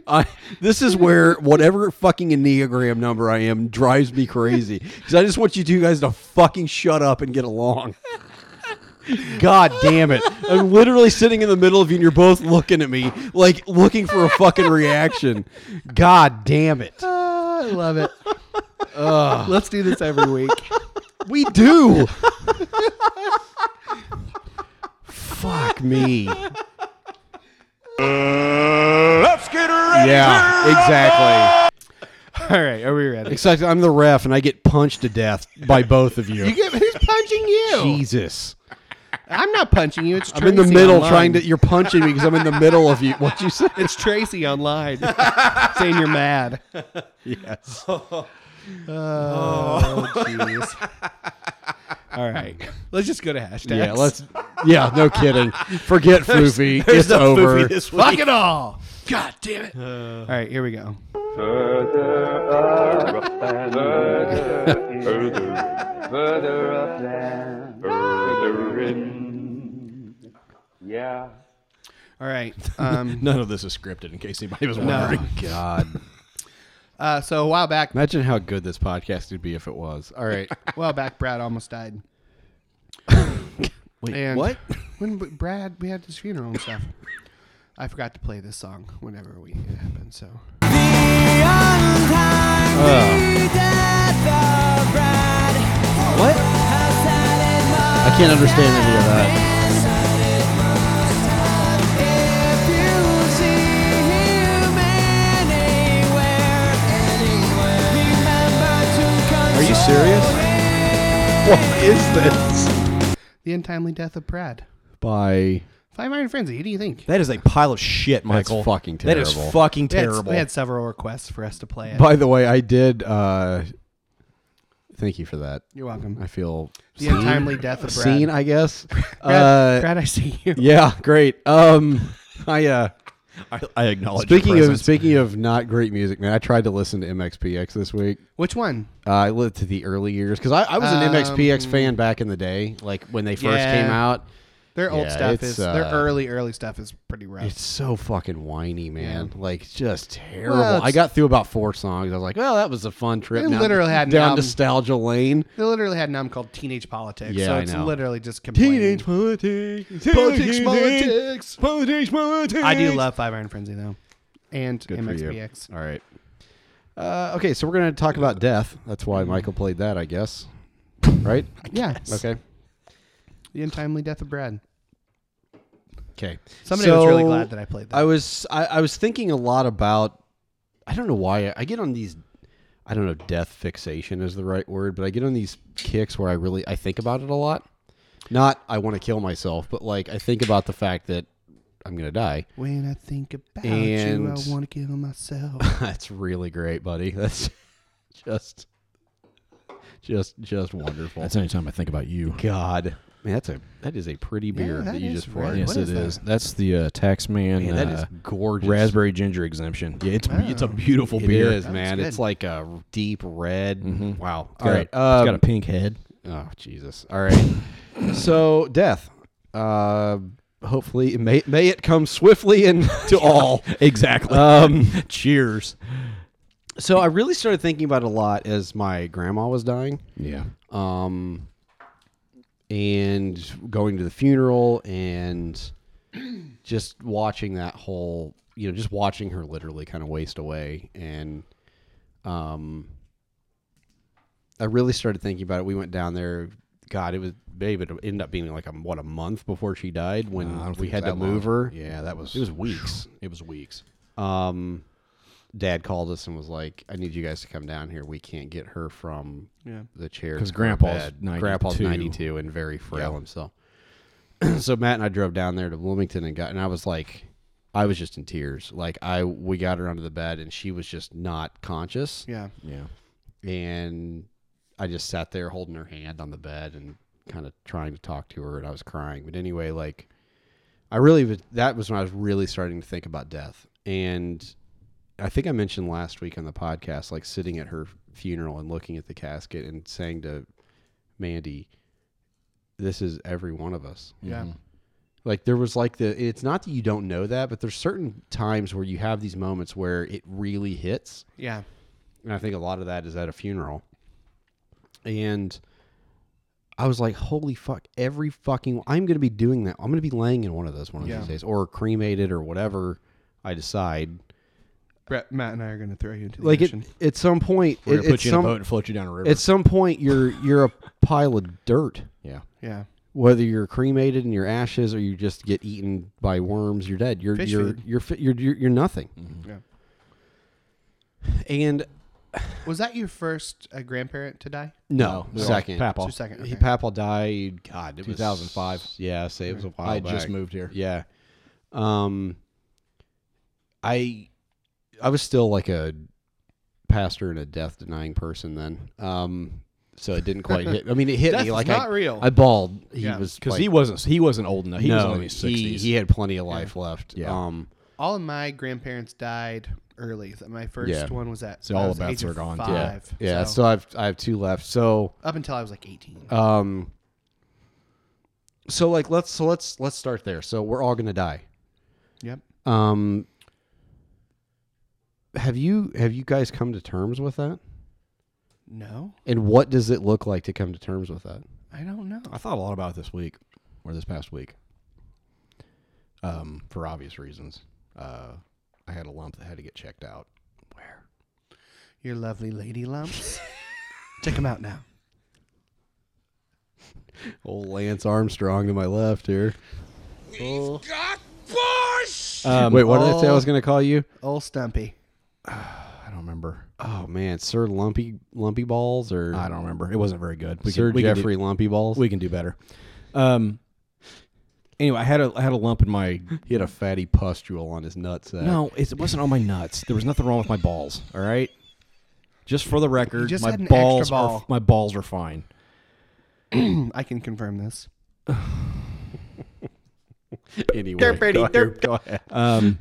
Speaker 2: I, this is where whatever fucking enneagram number I am drives me crazy because I just want you two guys to fucking shut up and get along. God damn it! I'm literally sitting in the middle of you, and you're both looking at me like looking for a fucking reaction. God damn it!
Speaker 1: Ah, I love it. Let's do this every week.
Speaker 2: We do. Fuck me.
Speaker 5: Let's get ready!
Speaker 2: Yeah, exactly.
Speaker 1: All right, are we ready?
Speaker 2: Except I'm the ref, and I get punched to death by both of you.
Speaker 1: You get who's punching you?
Speaker 2: Jesus.
Speaker 1: I'm not punching you. It's
Speaker 2: I'm in the
Speaker 1: Tracy
Speaker 2: middle
Speaker 1: online.
Speaker 2: trying to. You're punching me because I'm in the middle of you. What you say?
Speaker 1: It's Tracy online saying you're mad.
Speaker 2: Yes.
Speaker 1: Oh, jeez. All right, let's just go to hashtags.
Speaker 2: Yeah. Let's. Yeah. No kidding. Forget Foofy. It's over.
Speaker 1: fuck it all. God damn it! Uh, all right, here we go. All right. Um,
Speaker 3: None of this is scripted, in case anybody was
Speaker 1: no.
Speaker 3: wondering.
Speaker 2: God.
Speaker 1: Uh, so a while back, a
Speaker 2: Imagine how good this podcast would be if it was. All right.
Speaker 1: while back, Brad almost died.
Speaker 3: Wait,
Speaker 1: And
Speaker 3: what?
Speaker 1: When b- Brad, we had his funeral and stuff. I forgot to play this song whenever we it happened. So
Speaker 2: What? I can't understand any of that. Are you serious? What is this?
Speaker 1: the untimely death of Brad.
Speaker 2: By
Speaker 1: Five Iron Frenzy. What do you think?
Speaker 3: That is a pile of shit, Michael.
Speaker 2: fucking
Speaker 3: That
Speaker 2: terrible.
Speaker 3: is fucking
Speaker 1: They had-
Speaker 3: terrible.
Speaker 1: They had several requests for us to play it.
Speaker 2: By the way, I did. uh Thank you for that.
Speaker 1: You're welcome.
Speaker 2: I feel
Speaker 1: The
Speaker 2: seen.
Speaker 1: untimely death of Brad.
Speaker 2: Seen, I guess. Uh,
Speaker 1: Brad- Brad, I see you.
Speaker 2: Yeah, great. Um, I uh,
Speaker 3: I- I acknowledge your
Speaker 2: Speaking of
Speaker 3: presence.
Speaker 2: speaking of not great music, man, I tried to listen to MXPX this week.
Speaker 1: Which one?
Speaker 2: Uh, I lived to the early years because I, I was an MXPX
Speaker 1: Um,
Speaker 2: fan back in the day, like when they first
Speaker 1: Yeah.
Speaker 2: came out.
Speaker 1: Their old
Speaker 2: Yeah,
Speaker 1: stuff
Speaker 2: it's,
Speaker 1: is their
Speaker 2: uh,
Speaker 1: early early stuff is pretty rough.
Speaker 2: It's so fucking whiny, man. Like just terrible.
Speaker 1: Well, it's-
Speaker 2: I got through about four songs. I was like, well, that was a fun trip.
Speaker 1: They
Speaker 2: down-
Speaker 1: literally had um, an
Speaker 2: down
Speaker 1: album-
Speaker 2: nostalgia lane.
Speaker 1: They literally had an album called Teenage Politics.
Speaker 2: Yeah,
Speaker 1: so
Speaker 2: I
Speaker 1: it's
Speaker 2: know.
Speaker 1: literally just complaining. Teenage
Speaker 2: politics.
Speaker 1: Politics, politics.
Speaker 2: Politics, politics.
Speaker 1: I do love Five Iron Frenzy though. And MXPX.
Speaker 2: All right. Uh, okay, so we're gonna talk about death. That's why
Speaker 1: Mm-hmm.
Speaker 2: Michael played that, I guess. Right?
Speaker 1: Yeah.
Speaker 2: Okay.
Speaker 1: The untimely death of Brad.
Speaker 2: Okay.
Speaker 1: Somebody was really glad that I played that.
Speaker 2: I was I, I was thinking a lot about I don't know why I, I get on these I don't know if death fixation is the right word, but I get on these kicks where I really I think about it a lot. Not I want to kill myself, but like I think about the fact that I'm gonna die.
Speaker 1: When I think about
Speaker 2: And-
Speaker 1: you, I want to kill myself.
Speaker 2: That's really great, buddy. That's just just just wonderful.
Speaker 3: That's the only time I think about you.
Speaker 2: God. Man, that's a that is a pretty beer
Speaker 3: that
Speaker 2: that you
Speaker 3: is
Speaker 2: just poured.
Speaker 3: Yes, it is. That's the uh, Taxman.
Speaker 2: Man, that is
Speaker 3: uh,
Speaker 2: gorgeous.
Speaker 3: Raspberry ginger exemption. Yeah, it's it's a beautiful
Speaker 2: It
Speaker 3: beer.
Speaker 2: is, Mm-hmm. man. It's like a deep red. Wow.
Speaker 3: It's got a- it's got a pink head.
Speaker 2: Oh Jesus. All right. so death. Uh, hopefully, may may it come swiftly and to all.
Speaker 3: Exactly.
Speaker 2: Um,
Speaker 3: Cheers.
Speaker 2: So I really started thinking about it a lot as my grandma was dying.
Speaker 3: Yeah.
Speaker 2: Um, and going to the funeral and just watching that whole, you know, just watching her literally kind of waste away. And, um, I really started thinking about it. We went down there. God, it was, babe, it ended up being like a, what, a month before she died when
Speaker 3: Nah, I don't
Speaker 2: we
Speaker 3: think
Speaker 2: had
Speaker 3: it was
Speaker 2: to
Speaker 3: that
Speaker 2: move
Speaker 3: long.
Speaker 2: her.
Speaker 3: Yeah, that was-
Speaker 2: it was weeks.
Speaker 3: It was weeks.
Speaker 2: Um, dad called us and was like, I need you guys to come down here. We can't get her from
Speaker 1: Yeah.
Speaker 2: the chair.
Speaker 3: Because
Speaker 2: to her
Speaker 3: Grandpa's
Speaker 2: bed. Grandpa's
Speaker 3: 92.
Speaker 2: 92 and very frail himself. so Matt and I drove down there to Bloomington and got, and I was like, I was just in tears. Like I, we got her under the bed and she was just not conscious.
Speaker 1: Yeah.
Speaker 3: Yeah.
Speaker 2: And I just sat there holding her hand on the bed and kind of trying to talk to her and I was crying. But anyway, like I really was, that was when I was really starting to think about death. And I think I mentioned last week on the podcast, like sitting at her funeral and looking at the casket and saying to Mandy, this is every one of us.
Speaker 1: Yeah. Mhm.
Speaker 2: Like there was like the, it's not that you don't know that, but there's certain times where you have these moments where it really hits.
Speaker 1: Yeah.
Speaker 2: And I think a lot of that is at a funeral. And I was like, holy fuck, every fucking, I'm going to be doing that. I'm going to be laying in one of those one of
Speaker 1: Yeah.
Speaker 2: these days or cremated or whatever I decide.
Speaker 1: Brett, Matt, and I are going to throw you into the
Speaker 2: Like it,
Speaker 1: ocean.
Speaker 2: at some point,
Speaker 3: We're
Speaker 2: it-
Speaker 3: gonna put
Speaker 2: at
Speaker 3: you in a
Speaker 2: some-
Speaker 3: boat and float you down a river.
Speaker 2: At some point, you're you're a pile of dirt.
Speaker 3: Yeah.
Speaker 1: Yeah.
Speaker 2: Whether you're cremated in your ashes or you just get eaten by worms, you're dead. You're
Speaker 1: Fish
Speaker 2: you're,
Speaker 1: food.
Speaker 2: you're fi- you're you're you're nothing.
Speaker 3: Mm-hmm.
Speaker 2: And
Speaker 1: Was that your first uh, grandparent to die?
Speaker 2: no,
Speaker 3: No,
Speaker 2: second
Speaker 3: Papaw.
Speaker 1: Your second,
Speaker 2: He
Speaker 1: okay.
Speaker 2: Papaw died. God, it was
Speaker 3: 2005.
Speaker 2: Yeah, say it was a while.
Speaker 3: I just
Speaker 2: back.
Speaker 3: moved here.
Speaker 2: Yeah. Um. I, I was still like a pastor and a death denying person then. Um. So it didn't quite hit. I mean, it hit
Speaker 1: Death
Speaker 2: me
Speaker 1: is
Speaker 2: like
Speaker 1: not
Speaker 2: I,
Speaker 1: real.
Speaker 2: I bawled. He
Speaker 1: Yeah.
Speaker 2: was
Speaker 3: Because
Speaker 2: like-
Speaker 3: he wasn't he wasn't old enough. He was
Speaker 2: no,
Speaker 3: in his
Speaker 2: he,
Speaker 3: sixties.
Speaker 2: he had plenty of life left.
Speaker 3: Yeah.
Speaker 2: Um,
Speaker 1: All of my grandparents died early. My first
Speaker 2: Yeah.
Speaker 1: one was at
Speaker 3: So
Speaker 1: I
Speaker 3: all
Speaker 1: was
Speaker 3: the
Speaker 1: the
Speaker 3: Beths
Speaker 1: age
Speaker 3: are
Speaker 1: of
Speaker 3: gone, too.
Speaker 2: yeah,
Speaker 1: Five,
Speaker 2: yeah.
Speaker 1: So,
Speaker 2: So I've I have two left. So
Speaker 1: up until I was like eighteen.
Speaker 3: Uh,
Speaker 2: um, so like let's so let's let's start there. So we're all gonna die.
Speaker 1: Yep.
Speaker 2: Um, have you have you guys come to terms with that?
Speaker 1: No,
Speaker 2: And what does it look like to come to terms with that?
Speaker 1: I don't know.
Speaker 3: I thought a lot about it this week or this past week. Um, for obvious reasons. Uh, I had a lump that had to get checked out. Where?
Speaker 1: Your lovely lady lumps. Check them out now.
Speaker 2: Old Lance Armstrong to my left here.
Speaker 3: Oh.
Speaker 5: Bush!
Speaker 2: Um, Wait, what did I say I was gonna call you?
Speaker 1: Old Stumpy.
Speaker 3: I don't remember.
Speaker 2: Oh man, Sir Lumpy Lumpy Balls or
Speaker 3: I don't remember. It wasn't very good. We
Speaker 2: Sir
Speaker 3: can, we
Speaker 2: Jeffrey
Speaker 3: Can
Speaker 2: Lumpy Balls.
Speaker 3: do, we can do better. Um, Anyway, I had a I had a lump in my.
Speaker 2: He had a fatty pustule on his nutsack.
Speaker 3: No, it's- it wasn't on my nuts. There was nothing wrong with my balls. All right. Just for the record,
Speaker 1: just
Speaker 3: my
Speaker 1: had an extra
Speaker 3: balls
Speaker 1: ball.
Speaker 3: are my balls are fine.
Speaker 1: I can confirm this.
Speaker 2: anyway,
Speaker 1: Derp, Brady,
Speaker 2: go
Speaker 1: derp.
Speaker 2: go ahead.
Speaker 3: Um,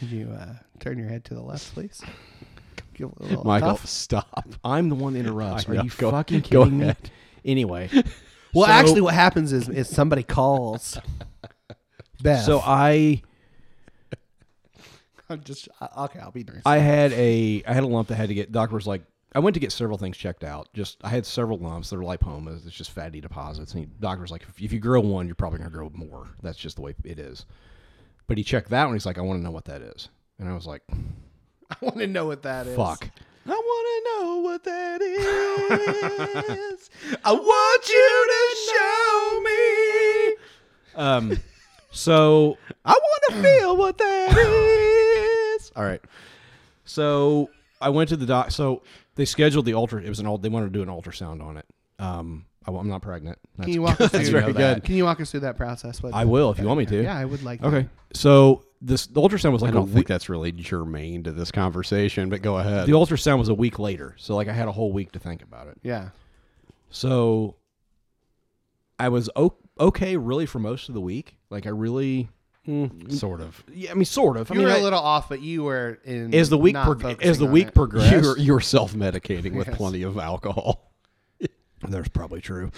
Speaker 1: Could you uh, turn your head to the left, please? Give a little
Speaker 2: Michael,
Speaker 1: Tough.
Speaker 2: stop.
Speaker 3: I'm the one that interrupts.
Speaker 2: I
Speaker 3: Are
Speaker 2: know.
Speaker 3: you
Speaker 2: Go-
Speaker 3: fucking
Speaker 2: go
Speaker 3: kidding me?
Speaker 2: ahead.
Speaker 3: Anyway.
Speaker 1: Well,
Speaker 3: so-
Speaker 1: actually, what happens is is somebody calls. Beth.
Speaker 3: So I
Speaker 1: I'm just I- okay. I'll be nice.
Speaker 3: I had a I had a lump that had to get doctor was like I went to get several things checked out. Just I had several lumps. They're lipomas. It's just fatty deposits. And he, doctor was like, if, if you grow one, you're probably gonna grow more. That's just the way it is. But he checked that one. He's like, I want to know what that is. And I was like,
Speaker 1: I want to know what that is.
Speaker 3: fuck.
Speaker 5: I want to know what that is. I want you to show me.
Speaker 3: Um, so
Speaker 5: I want to feel what that is.
Speaker 3: all right. So I went to the doc. So they scheduled the ultra. It was an old. They wanted to do an ultrasound on it. Um, I, am not pregnant. That's,
Speaker 1: Can you walk us through
Speaker 3: that's very
Speaker 1: that?
Speaker 3: good.
Speaker 1: Can you walk us through that process? What-
Speaker 3: I will if you want me to.
Speaker 1: Yeah, I would like.
Speaker 3: Okay. So this the ultrasound was like
Speaker 2: I
Speaker 3: a
Speaker 2: don't
Speaker 3: week-
Speaker 2: think that's really germane to this conversation, but go ahead.
Speaker 3: the ultrasound was a week later. So like I had a whole week to think about it.
Speaker 1: That. Yeah.
Speaker 3: So I was o- okay really for most of the week. Like I really
Speaker 2: sort of.
Speaker 3: yeah, I mean sort of. I
Speaker 1: You
Speaker 3: mean
Speaker 1: were
Speaker 3: I-
Speaker 1: a little off, but you were in.
Speaker 3: as the week
Speaker 1: not
Speaker 3: prog- as
Speaker 1: focusing
Speaker 3: the
Speaker 1: on
Speaker 3: week
Speaker 1: it.
Speaker 3: progressed
Speaker 2: You were, you were self medicating with
Speaker 1: Yes.
Speaker 2: plenty of alcohol.
Speaker 3: That's probably true.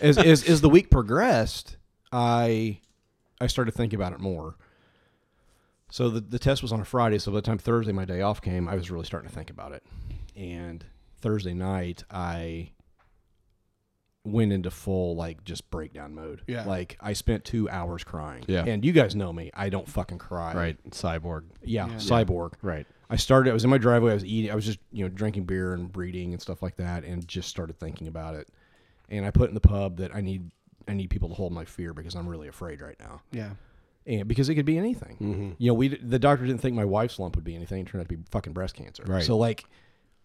Speaker 3: as, as as the week progressed, I I started thinking about it more. So the the test was on a Friday, so by the time Thursday my day off came, I was really starting to think about it. And Thursday night I went into full like just breakdown mode.
Speaker 1: Yeah.
Speaker 3: Like I spent two hours crying.
Speaker 2: Yeah.
Speaker 3: And you guys know me. I don't fucking cry.
Speaker 2: Right. Cyborg.
Speaker 3: Yeah,
Speaker 1: Yeah.
Speaker 3: cyborg.
Speaker 2: Right.
Speaker 3: I started. I was in my driveway. I was eating. I was just you know drinking beer and reading and stuff like that, and just started thinking about it. And I put in the pub that I need. I need people to hold my fear because I'm really afraid right now,
Speaker 1: Yeah.
Speaker 3: and because it could be anything.
Speaker 2: Mm-hmm.
Speaker 3: You know, we d- the doctor didn't think my wife's lump would be anything. It turned out to be fucking breast cancer.
Speaker 2: Right.
Speaker 3: So like,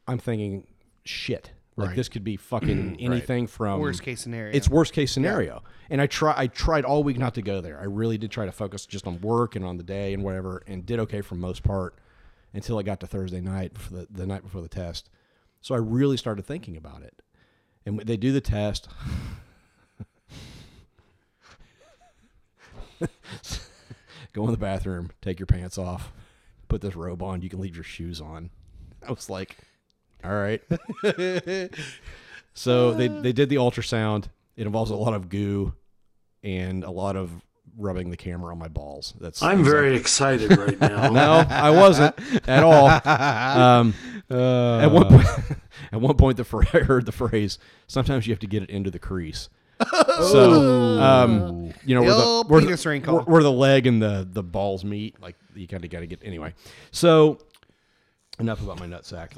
Speaker 3: I'm thinking shit. Like
Speaker 2: Right.
Speaker 3: this could be fucking anything from
Speaker 1: Worst case scenario.
Speaker 3: It's worst case scenario. And I try I tried all week not to go there. I really did try to focus just on work and on the day and whatever and did okay for most part until it got to Thursday night for the, the night before the test. So I really started thinking about it. And when they do the test. go in the bathroom, take your pants off, put this robe on, you can leave your shoes on. I was like, all right. so they, they did the ultrasound. It involves a lot of goo and a lot of rubbing the camera on my balls. That's
Speaker 12: I'm very excited right now.
Speaker 3: no, I wasn't at all. Um, at one point, at one point, the phr- I heard the phrase. Sometimes you have to get it into the crease. so, um, you
Speaker 1: The
Speaker 3: know, where the,
Speaker 1: old
Speaker 3: where,
Speaker 1: penis
Speaker 3: the
Speaker 1: wrinkle.
Speaker 3: where, where the leg and the the balls meet, like you kind of got to get anyway. So, enough about my nutsack.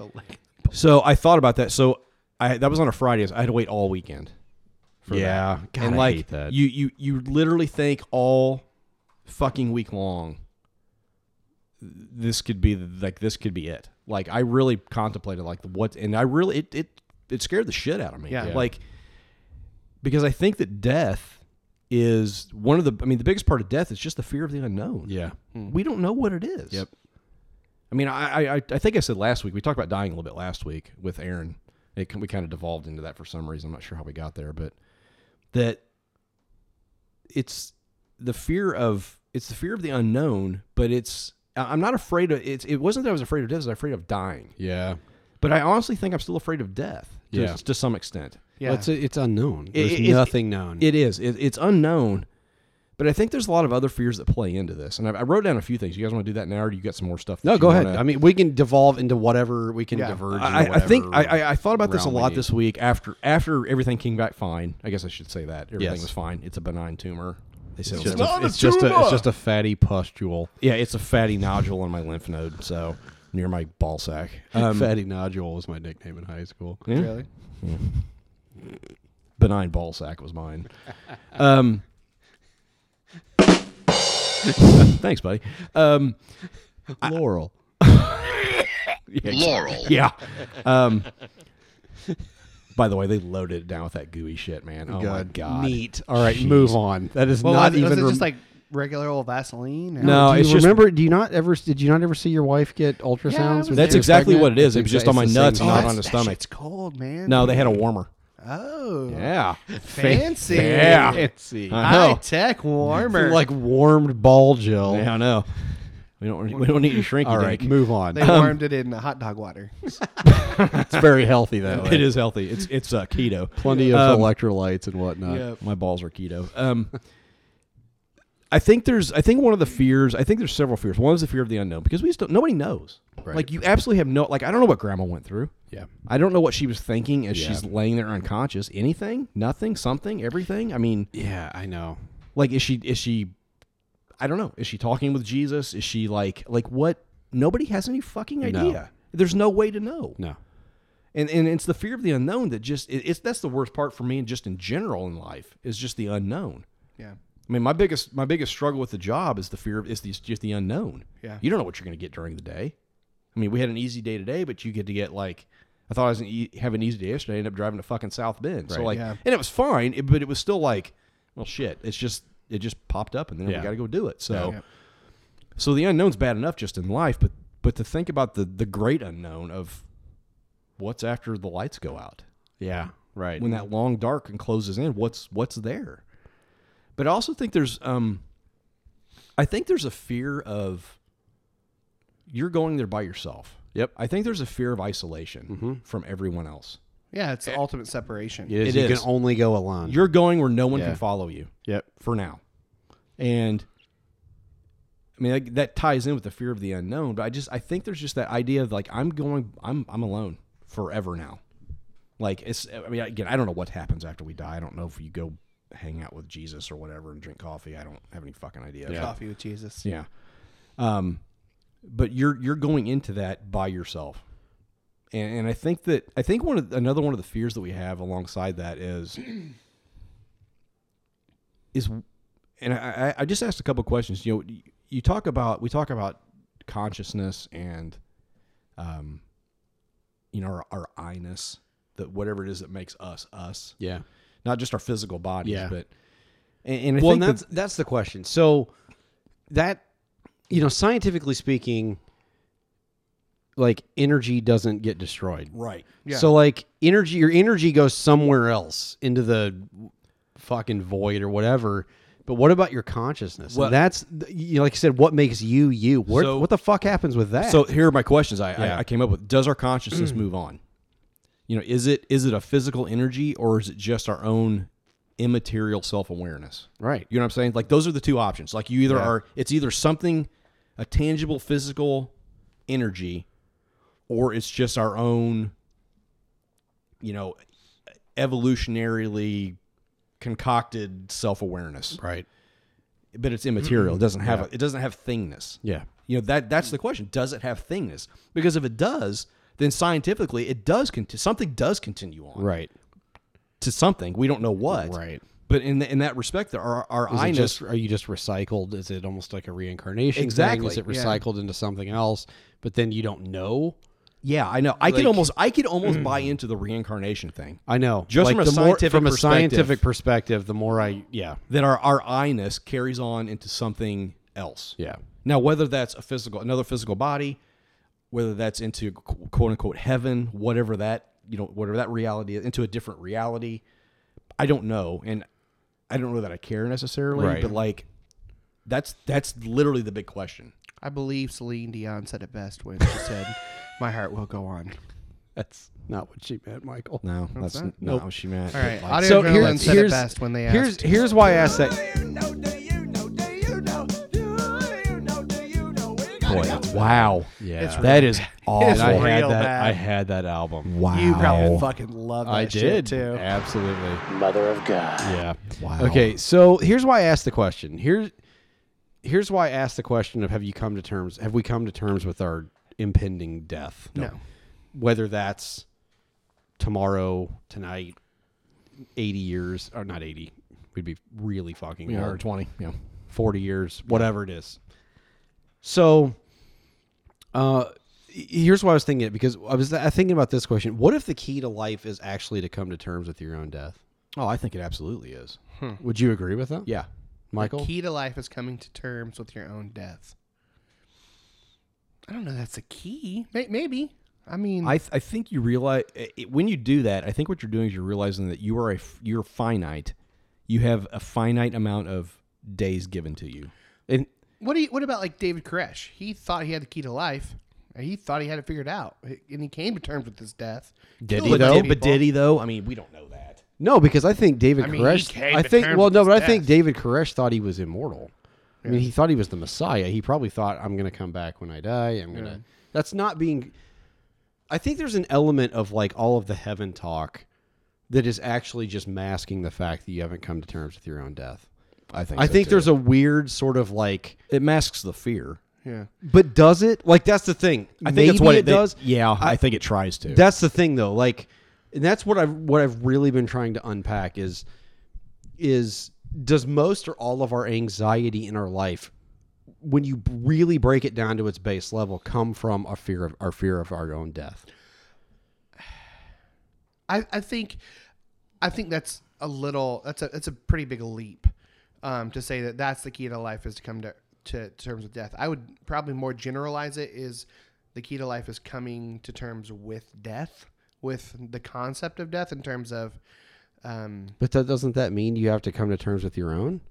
Speaker 3: So I thought about that. So I that was on a Friday. So I had to wait all weekend. for
Speaker 2: Yeah.
Speaker 3: that.
Speaker 2: God,
Speaker 3: and
Speaker 2: I
Speaker 3: like
Speaker 2: hate that.
Speaker 3: you you you literally think all fucking week long this could be like this could be it. Like I really contemplated like the what and I really it it, it scared the shit out of me.
Speaker 1: Yeah. Yeah.
Speaker 3: Like because I think that death is one of the I mean the biggest part of death is just the fear of the unknown.
Speaker 2: Yeah.
Speaker 3: We don't know what it is.
Speaker 2: Yep.
Speaker 3: I mean, I, I I think I said last week we talked about dying a little bit last week with Aaron. It we kind of devolved into that for some reason. I'm not sure how we got there, but that it's the fear of it's the fear of the unknown. But it's I- I'm not afraid of it's. It wasn't that I was afraid of death. I was afraid of dying.
Speaker 2: Yeah.
Speaker 3: But I honestly think I'm still afraid of death. To,
Speaker 2: Yeah.
Speaker 3: to some extent.
Speaker 1: Yeah.
Speaker 2: Well, it's, it's unknown.
Speaker 3: It-
Speaker 2: There's
Speaker 3: it- it's-
Speaker 2: nothing known.
Speaker 3: It is. It, it's unknown. But I think there's a lot of other fears that play into this. And I, I wrote down a few things. You guys want to do that now, or do you got some more stuff? that
Speaker 2: no,
Speaker 3: you
Speaker 2: go ahead.
Speaker 3: wanna-
Speaker 2: I mean, we can devolve into whatever we can
Speaker 1: Yeah.
Speaker 2: diverge. into
Speaker 3: I, I think I,
Speaker 2: whatever
Speaker 3: I- I thought about this a
Speaker 2: realm we
Speaker 3: lot
Speaker 2: need.
Speaker 3: this week after after everything came back fine. I guess I should say that everything
Speaker 2: Yes.
Speaker 3: was fine. It's a benign tumor. They said
Speaker 2: It's
Speaker 3: it was
Speaker 2: just,
Speaker 3: a-
Speaker 2: a, it's, just a, it's just a fatty pustule.
Speaker 3: yeah, it's a fatty nodule on my lymph node, so near my ball sack. Um,
Speaker 2: fatty nodule was my nickname in high school.
Speaker 3: yeah.
Speaker 1: really.
Speaker 3: benign ball sack was mine. Um, thanks, buddy. Um,
Speaker 2: Laurel.
Speaker 3: yeah,
Speaker 11: Laurel.
Speaker 3: yeah. Um, By the way, they loaded it down with that gooey shit, man. Oh my
Speaker 2: God.
Speaker 3: god.
Speaker 2: Neat. All right, move on. That is
Speaker 1: Well,
Speaker 2: not
Speaker 1: was, it- was
Speaker 2: even
Speaker 1: it just
Speaker 2: rem-
Speaker 1: like regular old Vaseline? or-
Speaker 3: No,
Speaker 2: do you
Speaker 3: it's just-
Speaker 2: remember? do you not ever? Did you not ever see your wife get
Speaker 1: was
Speaker 2: ultrasounds? when she
Speaker 3: That's
Speaker 2: was
Speaker 3: exactly
Speaker 2: pregnant?
Speaker 3: what it is.
Speaker 2: That's
Speaker 3: It was just
Speaker 2: exa-
Speaker 3: on my
Speaker 2: it's the
Speaker 1: Oh,
Speaker 3: nuts,
Speaker 2: same
Speaker 3: not
Speaker 2: thing.
Speaker 3: on the stomach. It's
Speaker 1: cold, man.
Speaker 3: No, they had a warmer.
Speaker 1: Oh.
Speaker 3: Yeah.
Speaker 1: Fancy.
Speaker 3: Yeah.
Speaker 2: Fancy.
Speaker 3: I know.
Speaker 1: High tech warmer.
Speaker 2: like warmed ball gel.
Speaker 3: Yeah, I know. We don't we don't need to shrink.
Speaker 2: All right, move on.
Speaker 1: They
Speaker 2: Um,
Speaker 1: warmed it in hot dog water.
Speaker 2: It's very healthy that way.
Speaker 3: It is healthy. It's it's uh, keto.
Speaker 2: Plenty of
Speaker 3: Um,
Speaker 2: electrolytes and whatnot.
Speaker 3: Yep. My balls are keto. Um, I think there's. I think one of the fears. I think there's several fears. One is the fear of the unknown because we just don't. Nobody knows.
Speaker 2: Right.
Speaker 3: Like you absolutely have no. Like I don't know what Grandma went through.
Speaker 2: Yeah.
Speaker 3: I don't know what she was thinking as
Speaker 2: Yeah.
Speaker 3: she's laying there unconscious. Anything? Nothing? Something? Everything? I mean.
Speaker 2: Yeah, I know.
Speaker 3: Like is she? Is she? I don't know. Is she talking with Jesus? Is she like like what? Nobody has any fucking
Speaker 2: No.
Speaker 3: idea. There's no way to know
Speaker 2: No.
Speaker 3: and and it's the fear of the unknown that just it, it's that's the worst part for me and just in general in life is just the unknown
Speaker 1: Yeah.
Speaker 3: i mean my biggest my biggest struggle with the job is the fear of is the, just the unknown
Speaker 1: Yeah.
Speaker 3: you don't know what you're going to get during the day i mean we had an easy day today but you get to get like i thought i was gonna e- have an easy day yesterday I ended up driving to fucking south bend so
Speaker 2: Right.
Speaker 3: like
Speaker 1: Yeah.
Speaker 3: and it was fine it, but it was still like well shit it's just it just popped up and then
Speaker 2: Yeah.
Speaker 3: we got to go do it so
Speaker 1: Yeah.
Speaker 3: so the unknown's bad enough just in life but but to think about the the great unknown of what's after the lights go out
Speaker 2: Yeah. Right.
Speaker 3: when that long dark and closes in what's what's there but i also think there's um i think there's a fear of you're going there by yourself
Speaker 2: Yep. Mm-hmm.
Speaker 3: i think there's a fear of isolation from everyone else
Speaker 1: Yeah, it's the ultimate separation.
Speaker 2: It is.
Speaker 3: It
Speaker 2: you
Speaker 3: is.
Speaker 2: can only go alone.
Speaker 3: you're going where no one
Speaker 2: Yeah.
Speaker 3: can follow you
Speaker 2: yep.
Speaker 3: for now and i mean like, that ties in with the fear of the unknown but i just i think there's just that idea of like i'm going i'm i'm alone forever now like it's i mean again i don't know what happens after we die i don't know if you go hang out with jesus or whatever and drink coffee i don't have any fucking idea
Speaker 1: Coffee with Jesus.
Speaker 3: yeah um but you're you're going into that by yourself and, and i think that i think one of another one of the fears that we have alongside that is is and I, I I just asked a couple questions. You know, you talk about we talk about consciousness and, um, you know, our, our I-ness, that whatever it is that makes us us,
Speaker 2: Yeah.
Speaker 3: not just our physical bodies,
Speaker 2: Yeah.
Speaker 3: but and, and I
Speaker 2: well,
Speaker 3: think
Speaker 2: and
Speaker 3: that-
Speaker 2: that's that's the question. So that you know, scientifically speaking, like energy doesn't get destroyed.
Speaker 3: right.
Speaker 1: Yeah.
Speaker 2: So like energy, your energy goes somewhere else into the fucking void or whatever. But what about your consciousness?
Speaker 3: Well-
Speaker 2: and that's you know, like I said, what makes you you? Where,
Speaker 3: So-
Speaker 2: what the fuck happens with that?
Speaker 3: So here are my questions I,
Speaker 2: Yeah. Mm.
Speaker 3: I, I came up with. Does our consciousness move on? You know, is it is it a physical energy or is it just our own immaterial self awareness?
Speaker 2: right.
Speaker 3: You know what I'm saying? Like those are the two options. Like you either
Speaker 2: Yeah.
Speaker 3: are it's either something a tangible physical energy or it's just our own you know evolutionarily concocted self-awareness.
Speaker 2: Right.
Speaker 3: But it's immaterial. It doesn't have it doesn't have thingness.
Speaker 2: Yeah.
Speaker 3: You know that that's
Speaker 2: Hmm.
Speaker 3: the question. Does it have thingness? Because if it does, then scientifically it does conti- something does continue on
Speaker 2: Right.
Speaker 3: to something. We don't know what.
Speaker 2: Right.
Speaker 3: But in the, in that respect, there are our
Speaker 2: Is it
Speaker 3: I-ness
Speaker 2: just are you just recycled? Is it almost like a reincarnation? thing?
Speaker 3: Exactly.
Speaker 2: Is it
Speaker 1: Yeah.
Speaker 2: recycled into something else? But then you don't know.
Speaker 3: Yeah, I know. I could
Speaker 2: Like- Hmm.
Speaker 3: almost I could almost buy into the reincarnation thing.
Speaker 2: I know.
Speaker 3: Just
Speaker 2: Like,
Speaker 3: from a
Speaker 2: the
Speaker 3: scientific
Speaker 2: more, from a
Speaker 3: perspective.
Speaker 2: scientific perspective, the more I yeah
Speaker 3: That our our I-ness carries on into something else.
Speaker 2: yeah
Speaker 3: Now whether that's a physical another physical body, whether that's into qu- quote unquote heaven, whatever that, you know, whatever that reality is, into a different reality, I don't know and I don't know that I care necessarily,
Speaker 2: Right.
Speaker 3: but like that's that's literally the big question.
Speaker 1: I believe Celine Dion said it best when she said, "My heart will go on."
Speaker 2: that's not what she meant, Michael.
Speaker 3: No, that's,
Speaker 1: that?
Speaker 3: not what she meant.
Speaker 1: All right,
Speaker 3: Like,
Speaker 1: audio
Speaker 2: So
Speaker 1: adrenaline
Speaker 2: here's
Speaker 1: said
Speaker 2: here's,
Speaker 1: it best when they asked.
Speaker 2: here's here's why I asked that.
Speaker 3: boy, that's- wow.
Speaker 2: Yeah,
Speaker 3: That is awesome.
Speaker 1: It's
Speaker 2: And I had
Speaker 1: real
Speaker 2: that.
Speaker 1: bad.
Speaker 2: I had that album.
Speaker 3: wow.
Speaker 1: you probably fucking love that
Speaker 2: I
Speaker 1: shit
Speaker 2: did
Speaker 1: too.
Speaker 2: Absolutely.
Speaker 12: Mother of God.
Speaker 2: Yeah.
Speaker 3: Wow.
Speaker 2: Okay, so here's why I asked the question. Here's here's why I asked the question of have you come to terms have we come to terms with our impending death?
Speaker 1: No.
Speaker 2: Whether that's tomorrow, tonight, eighty years or not eighty. We'd be really fucking
Speaker 3: Yeah, or
Speaker 2: old.
Speaker 3: 20. Yeah.
Speaker 2: 40 years, whatever it is. So, uh, here's why I was thinking it because I was I thinking about this question. What if the key to life is actually to come to terms with your own death?
Speaker 3: Oh, I think it absolutely is.
Speaker 1: Hmm.
Speaker 2: Would you agree with that?
Speaker 3: Yeah.
Speaker 2: Michael.
Speaker 1: The key to life is coming to terms with your own death. I don't know. That's a key. May- Maybe. I mean,
Speaker 3: I, th- I think you realize it, when you do that. I think what you're doing is you're realizing that you are a f- you're finite. You have a finite amount of days given to you, and
Speaker 1: what do you, What about like David Koresh? He thought he had the key to life. and He thought he had it figured out, and he came to terms with his death.
Speaker 2: Did
Speaker 1: Killed
Speaker 2: he
Speaker 1: a bunch
Speaker 2: though?
Speaker 1: of
Speaker 3: but
Speaker 1: people.
Speaker 3: did he though? I mean, we don't know that.
Speaker 2: No, because I think David
Speaker 1: I mean, he
Speaker 2: Koresh.
Speaker 1: came
Speaker 2: I
Speaker 1: to
Speaker 2: think
Speaker 1: terms
Speaker 2: well,
Speaker 1: with
Speaker 2: no,
Speaker 1: his
Speaker 2: but I think David Koresh thought he was immortal. I mean, he thought he was the Messiah. He probably thought, "I'm going to come back when I die. I'm going to."
Speaker 1: Yeah.
Speaker 2: That's not being. I think there's an element of like all of the heaven talk that is actually just masking the fact that you haven't come to terms with your own death.
Speaker 3: I think
Speaker 2: I
Speaker 3: so,
Speaker 2: think
Speaker 3: too.
Speaker 2: there's a weird sort of like
Speaker 3: it masks the fear.
Speaker 1: Yeah.
Speaker 2: But does it? Like that's the thing.
Speaker 3: I think that's
Speaker 2: Maybe
Speaker 3: what
Speaker 2: it,
Speaker 3: it- they-
Speaker 2: does.
Speaker 3: yeah, I think it tries to.
Speaker 2: That's the thing though. Like and that's what I've what I've really been trying to unpack is is does most or all of our anxiety in our life when you really break it down to its base level come from our fear of our fear of our own death.
Speaker 1: I, I think I think that's a little that's a that's a pretty big leap um, to say that that's the key to life is to come to, to terms with death. I would probably more generalize it is the key to life is coming to terms with death, with the concept of death in terms of um,
Speaker 2: But that doesn't that mean you have to come to terms with your own?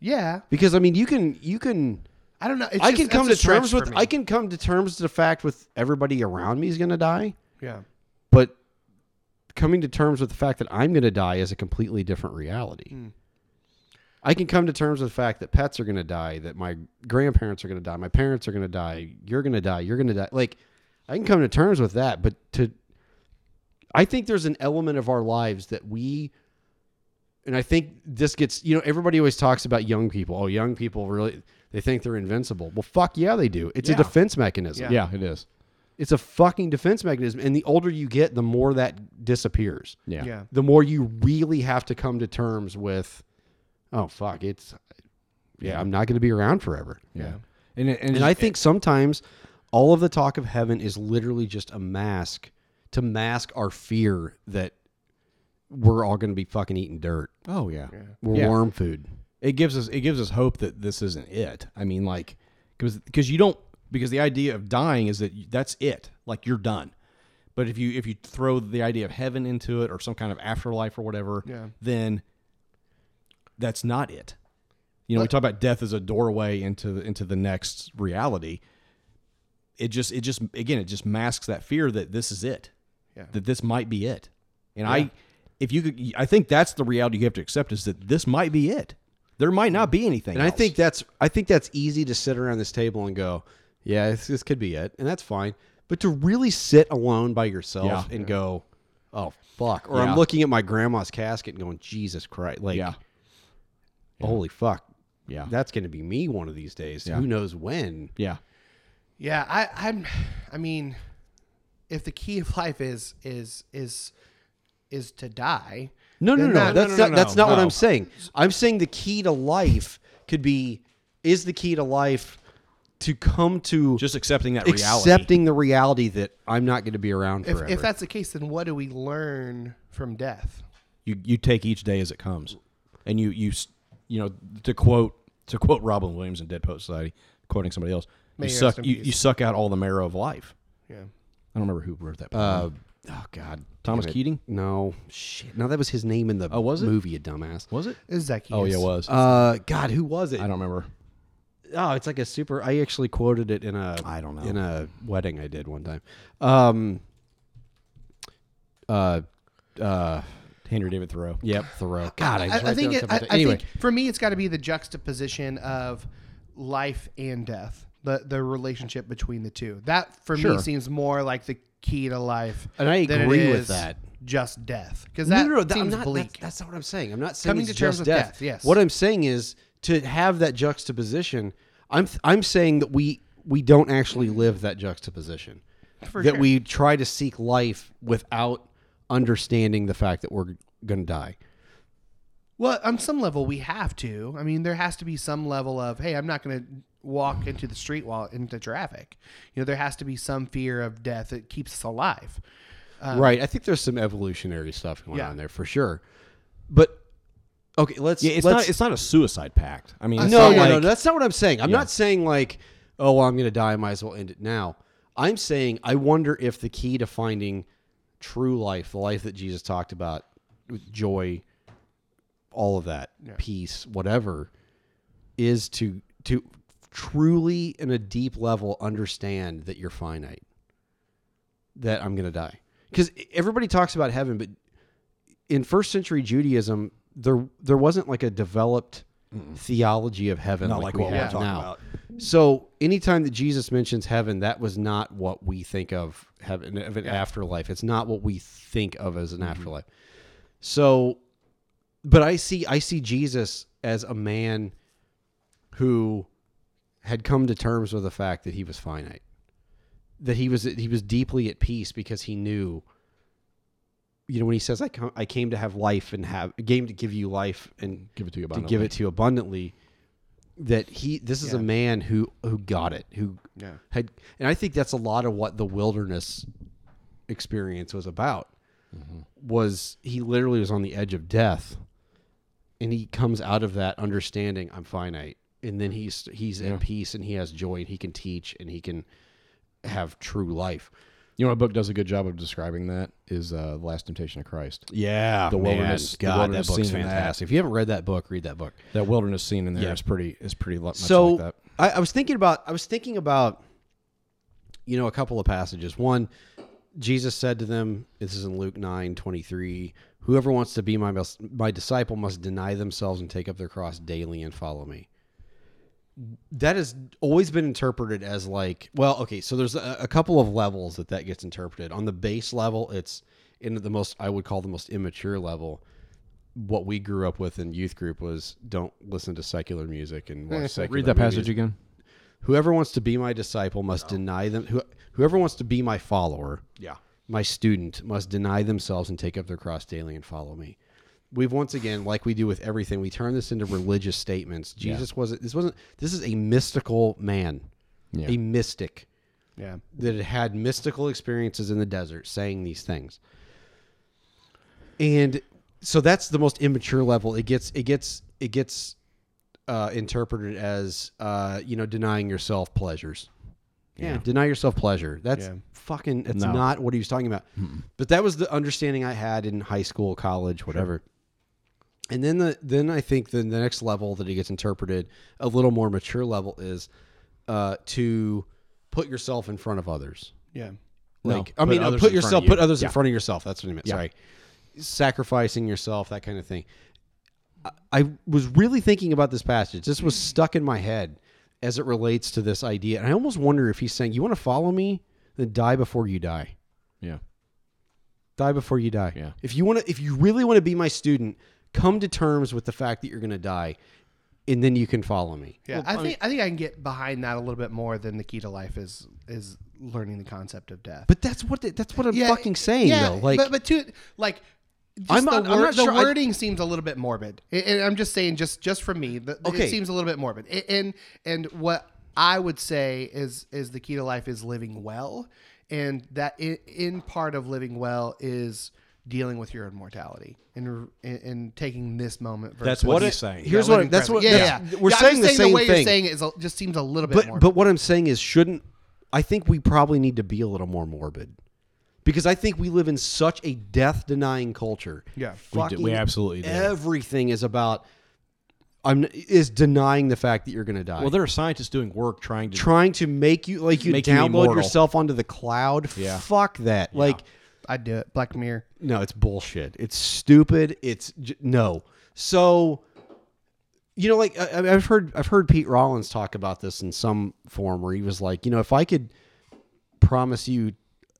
Speaker 1: yeah.
Speaker 2: Because I mean you can you can
Speaker 1: I don't know. It's
Speaker 2: I
Speaker 1: just-
Speaker 2: can
Speaker 1: that's
Speaker 2: come
Speaker 1: a
Speaker 2: to
Speaker 1: stretch
Speaker 2: terms
Speaker 1: for
Speaker 2: with
Speaker 1: me.
Speaker 2: I can come to terms to the fact with everybody around me is going to die.
Speaker 1: Yeah.
Speaker 2: But coming to terms with the fact that I'm going to die is a completely different reality.
Speaker 3: Hmm.
Speaker 2: I can come to terms with the fact that pets are going to die, that my grandparents are going to die, my parents are going to die, you're going to die, you're going to die. Like I can come to terms with that, but to I think there's an element of our lives that we and I think this gets you know everybody always talks about young people. Oh, young people really they think they're invincible. Well, fuck yeah, they do. It's a
Speaker 3: Yeah.
Speaker 2: defense mechanism.
Speaker 3: Yeah. Yeah, it is.
Speaker 2: It's a fucking defense mechanism, and the older you get, the more that disappears.
Speaker 3: Yeah. Yeah.
Speaker 2: The more you really have to come to terms with, oh fuck, it's yeah, I'm not going to be around forever.
Speaker 3: Yeah. And it-
Speaker 2: And,
Speaker 3: and
Speaker 2: I
Speaker 3: it-
Speaker 2: think sometimes all of the talk of heaven is literally just a mask to mask our fear that we're all going to be fucking eating dirt.
Speaker 3: Oh yeah,
Speaker 2: We're worm food.
Speaker 3: It gives us it gives us hope that this isn't it. I mean, like because because you don't because the idea of dying is that you, that's it. Like you're done. But if you if you throw the idea of heaven into it or some kind of afterlife or whatever,
Speaker 1: Yeah.
Speaker 3: then that's not it. You know, we
Speaker 1: But-
Speaker 3: talk about death as a doorway into the, into the next reality. It just it just again it just masks that fear that this is it.
Speaker 1: Yeah.
Speaker 3: That this might be it. And
Speaker 1: Yeah.
Speaker 3: I if you could I think that's the reality you have to accept is that this might be it. There might not be anything.
Speaker 2: And I think that's I think that's easy to sit around this table and go, yeah, this, this could be it, and that's fine. But to really sit alone by yourself
Speaker 3: Yeah.
Speaker 2: and go, oh fuck, or
Speaker 3: Yeah.
Speaker 2: I'm looking at my grandma's casket and going, Jesus Christ, like, holy fuck,
Speaker 3: yeah,
Speaker 2: that's going to be me one of these days.
Speaker 3: Yeah.
Speaker 2: Who knows when?
Speaker 3: Yeah,
Speaker 1: Yeah, I, I'm. I mean, if the key of life is is is is to die.
Speaker 2: No, no,
Speaker 1: then
Speaker 2: no,
Speaker 1: that-
Speaker 2: That's not. that's not what
Speaker 1: no.
Speaker 2: I'm saying. I'm saying the key to life could be is the key to life to come to
Speaker 3: just accepting that reality.
Speaker 2: accepting the reality that I'm not going to be around
Speaker 1: If,
Speaker 2: forever.
Speaker 1: if that's the case, then what do we learn from death?
Speaker 3: you you take each day as it comes, and you you s- you know to quote to quote Robin Williams in Dead Poet Society, quoting somebody else,
Speaker 1: May
Speaker 3: you
Speaker 1: he
Speaker 3: suck
Speaker 1: rest in
Speaker 3: you,
Speaker 1: peace.
Speaker 3: you suck out all the marrow of life.
Speaker 1: Yeah.
Speaker 3: I don't remember who wrote that.
Speaker 2: Uh,
Speaker 3: poem.
Speaker 2: oh God,
Speaker 3: Thomas
Speaker 2: damn it.
Speaker 3: Keating?
Speaker 2: No, shit. No, that was his name in the
Speaker 3: Oh, was it?
Speaker 2: movie. You dumbass.
Speaker 3: was it?
Speaker 1: Zacchaeus.
Speaker 3: Oh yeah, it was.
Speaker 2: Uh, God, who was it?
Speaker 3: I don't remember.
Speaker 2: Oh, it's like a super. I actually quoted it in a.
Speaker 3: I don't know.
Speaker 2: In a wedding I did one time. Um. Uh, uh,
Speaker 3: Henry David Thoreau.
Speaker 2: yep, Thoreau. God, I,
Speaker 1: I,
Speaker 2: was right
Speaker 1: I think.
Speaker 2: there
Speaker 1: It,
Speaker 2: on top
Speaker 1: I,
Speaker 2: of that.
Speaker 1: I
Speaker 2: anyway,
Speaker 1: think for me, it's got to be the juxtaposition of life and death, the the relationship between the two. That for
Speaker 2: Sure.
Speaker 1: me seems more like the key to life.
Speaker 2: And I
Speaker 1: than it
Speaker 2: agree with
Speaker 1: is
Speaker 2: that.
Speaker 1: Just death, because that
Speaker 2: that- I'm
Speaker 1: seems
Speaker 2: not-
Speaker 1: bleak.
Speaker 2: That's, that's not what I'm saying. I'm not saying
Speaker 1: Coming
Speaker 2: it's
Speaker 1: to terms
Speaker 2: just
Speaker 1: with
Speaker 2: death.
Speaker 1: death, yes.
Speaker 2: What I'm saying is to have that juxtaposition. I'm I'm saying that we we don't actually live that juxtaposition.
Speaker 1: For
Speaker 2: that
Speaker 1: sure.
Speaker 2: we try to seek life without understanding the fact that we're going to die.
Speaker 1: Well, on some level, we have to. I mean, there has to be some level of, hey, I'm not going to walk into the street while into traffic. You know, there has to be some fear of death that keeps us alive. Um,
Speaker 2: right. I think there's some evolutionary stuff going
Speaker 1: Yeah.
Speaker 2: on there for sure. But okay, let's.
Speaker 3: Yeah, it's
Speaker 2: let's-
Speaker 3: not it's not a suicide pact. I mean, it's
Speaker 2: no,
Speaker 3: not
Speaker 2: no,
Speaker 3: like,
Speaker 2: no, that's not what I'm saying. I'm
Speaker 3: Yeah.
Speaker 2: not saying like, oh, well, I'm going to die. I might as well end it now. I'm saying I wonder if the key to finding true life, the life that Jesus talked about, with joy, all of that, peace, whatever, is to to truly, in a deep level, understand that you're finite, that I'm going to die. Because everybody talks about heaven, but in first century Judaism, there there wasn't like a developed theology of heaven
Speaker 3: Not
Speaker 2: like,
Speaker 3: like
Speaker 2: we
Speaker 3: what we're
Speaker 2: have
Speaker 3: talking
Speaker 2: now.
Speaker 3: about.
Speaker 2: So anytime that Jesus mentions heaven, that was not what we think of heaven of an afterlife. It's not what we think of as an
Speaker 3: Mm-hmm.
Speaker 2: afterlife. So, but I see I see Jesus as a man who had come to terms with the fact that he was finite, that he was he was deeply at peace because he knew you know when he says I come, I came to have life and have came to give you life and
Speaker 3: Give it to you
Speaker 2: to give
Speaker 3: abundantly.
Speaker 2: it to you abundantly that he this is a
Speaker 3: Yeah.
Speaker 2: man who who got it who
Speaker 1: Yeah.
Speaker 2: had and I think that's a lot of what the wilderness experience was about
Speaker 3: Mm-hmm.
Speaker 2: was he literally was on the edge of death and he comes out of that understanding I'm finite and then he's he's
Speaker 3: Yeah.
Speaker 2: at peace and he has joy and he can teach and he can have true life
Speaker 3: You know, what book does a good job of describing that is uh, the Last Temptation of Christ.
Speaker 2: Yeah,
Speaker 3: the
Speaker 2: man.
Speaker 3: wilderness.
Speaker 2: God,
Speaker 3: the wilderness
Speaker 2: that book's
Speaker 3: scene in
Speaker 2: fantastic.
Speaker 3: That,
Speaker 2: If you haven't read that book, read that book.
Speaker 3: that wilderness scene in there is
Speaker 2: Yeah.
Speaker 3: pretty is pretty lo- much
Speaker 2: so
Speaker 3: like that.
Speaker 2: I, I was thinking about I was thinking about you know a couple of passages. One, Jesus said to them, "This is in Luke nine twenty three. Whoever wants to be my mes- my disciple must deny themselves and take up their cross daily and follow me." That has always been interpreted as like, well, okay, so there's a, a couple of levels that that gets interpreted. On the base level, it's in the most I would call the most immature level. What we grew up with in youth group was don't listen to secular music and watch secular
Speaker 3: Read that passage
Speaker 2: movies.
Speaker 3: again.
Speaker 2: Whoever wants to be my disciple must deny them. Who, whoever wants to be my follower,
Speaker 3: Yeah.
Speaker 2: my student, must deny themselves and take up their cross daily and follow me. We've once again, like we do with everything, we turn this into religious statements.
Speaker 3: Yeah.
Speaker 2: Jesus wasn't. This wasn't. This is a mystical man,
Speaker 3: Yeah.
Speaker 2: a mystic
Speaker 1: Yeah.
Speaker 2: that had had mystical experiences in the desert, saying these things. And so that's the most immature level. It gets it gets it gets uh, interpreted as uh, you know denying yourself pleasures.
Speaker 1: Yeah.
Speaker 2: deny yourself pleasure. That's
Speaker 1: Yeah.
Speaker 2: fucking. That's
Speaker 3: No.
Speaker 2: not what he was talking about. But that was the understanding I had in high school, college, whatever. And then the then I think then the next level that it gets interpreted a little more mature level is uh, to put yourself in front of others.
Speaker 1: Yeah.
Speaker 3: No,
Speaker 2: Like I
Speaker 3: put
Speaker 2: mean, uh,
Speaker 3: others
Speaker 2: put
Speaker 3: in front
Speaker 2: yourself,
Speaker 3: of you.
Speaker 2: put others
Speaker 3: Yeah.
Speaker 2: in front of yourself. That's what I meant.
Speaker 3: Yeah.
Speaker 2: Sorry, sacrificing yourself, that kind of thing. I, I was really thinking about this passage. This was stuck in my head as it relates to this idea, and I almost wonder if he's saying, "You want to follow me? Then die before you die."
Speaker 3: Yeah.
Speaker 2: Die before you die.
Speaker 3: Yeah.
Speaker 2: If you want to, if you really want to be my student, come to terms with the fact that you're going to die, and then you can follow me.
Speaker 1: Yeah, I think I think I can get behind that a little bit more than the key to life is is learning the concept of death.
Speaker 2: But that's what the, that's what I'm fucking saying though. Like
Speaker 1: but, but to like, just
Speaker 2: I'm
Speaker 1: the,
Speaker 2: not- I'm
Speaker 1: wor-
Speaker 2: not
Speaker 1: the
Speaker 2: sure I-
Speaker 1: wording seems a little bit morbid, and, and I'm just saying, just just from me, the,
Speaker 2: Okay.
Speaker 1: it seems a little bit morbid. A- And and what I would say is is the key to life is living well, and that in, in part of living well is dealing with your immortality and and, and taking this moment. Versus
Speaker 3: That's what he's saying.
Speaker 2: Here's
Speaker 1: Yeah,
Speaker 2: what
Speaker 1: living
Speaker 2: I- that's
Speaker 1: present.
Speaker 2: what-
Speaker 1: yeah, yeah,
Speaker 2: that's-
Speaker 1: yeah.
Speaker 2: we're
Speaker 1: Yeah, I'm
Speaker 2: saying
Speaker 1: just
Speaker 2: the same
Speaker 1: the way
Speaker 2: thing.
Speaker 1: you're saying it is a, just seems a little bit
Speaker 2: but
Speaker 1: morbid.
Speaker 2: but what I'm saying is shouldn't I think we probably need to be a little more morbid because I think we live in such a death denying culture.
Speaker 1: Yeah.
Speaker 3: We do- we
Speaker 2: Fucking
Speaker 3: absolutely do.
Speaker 2: everything is about I'm is denying the fact that you're going to die.
Speaker 3: Well, there are scientists doing work trying to
Speaker 2: trying to make you like you
Speaker 3: Make you
Speaker 2: download
Speaker 3: immortal.
Speaker 2: yourself onto the cloud.
Speaker 3: Yeah.
Speaker 2: Fuck that. Like
Speaker 1: I'd do it. Black Mirror.
Speaker 2: no, it's bullshit. It's stupid. It's j- no. So, you know, like I, I've heard, I've heard Pete Rollins talk about this in some form, where he was like, you know, if I could promise you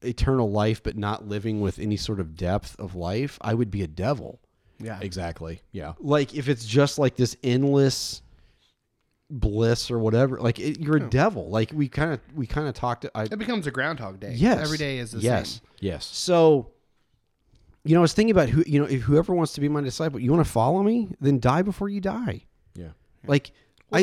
Speaker 2: eternal life, but not living with any sort of depth of life, I would be a devil.
Speaker 1: Yeah.
Speaker 3: exactly. Yeah.
Speaker 2: Like if it's just like this endless bliss or whatever, like it, you're a devil. Like we kind of, we kind of talked. I,
Speaker 1: It becomes a Groundhog Day.
Speaker 2: Yes.
Speaker 1: Every day is the
Speaker 2: yes.
Speaker 1: same.
Speaker 3: Yes.
Speaker 2: So, you know, I was thinking about who, you know, if whoever wants to be my disciple, you want to follow me, then die before you die.
Speaker 3: Yeah.
Speaker 2: Like,
Speaker 3: I,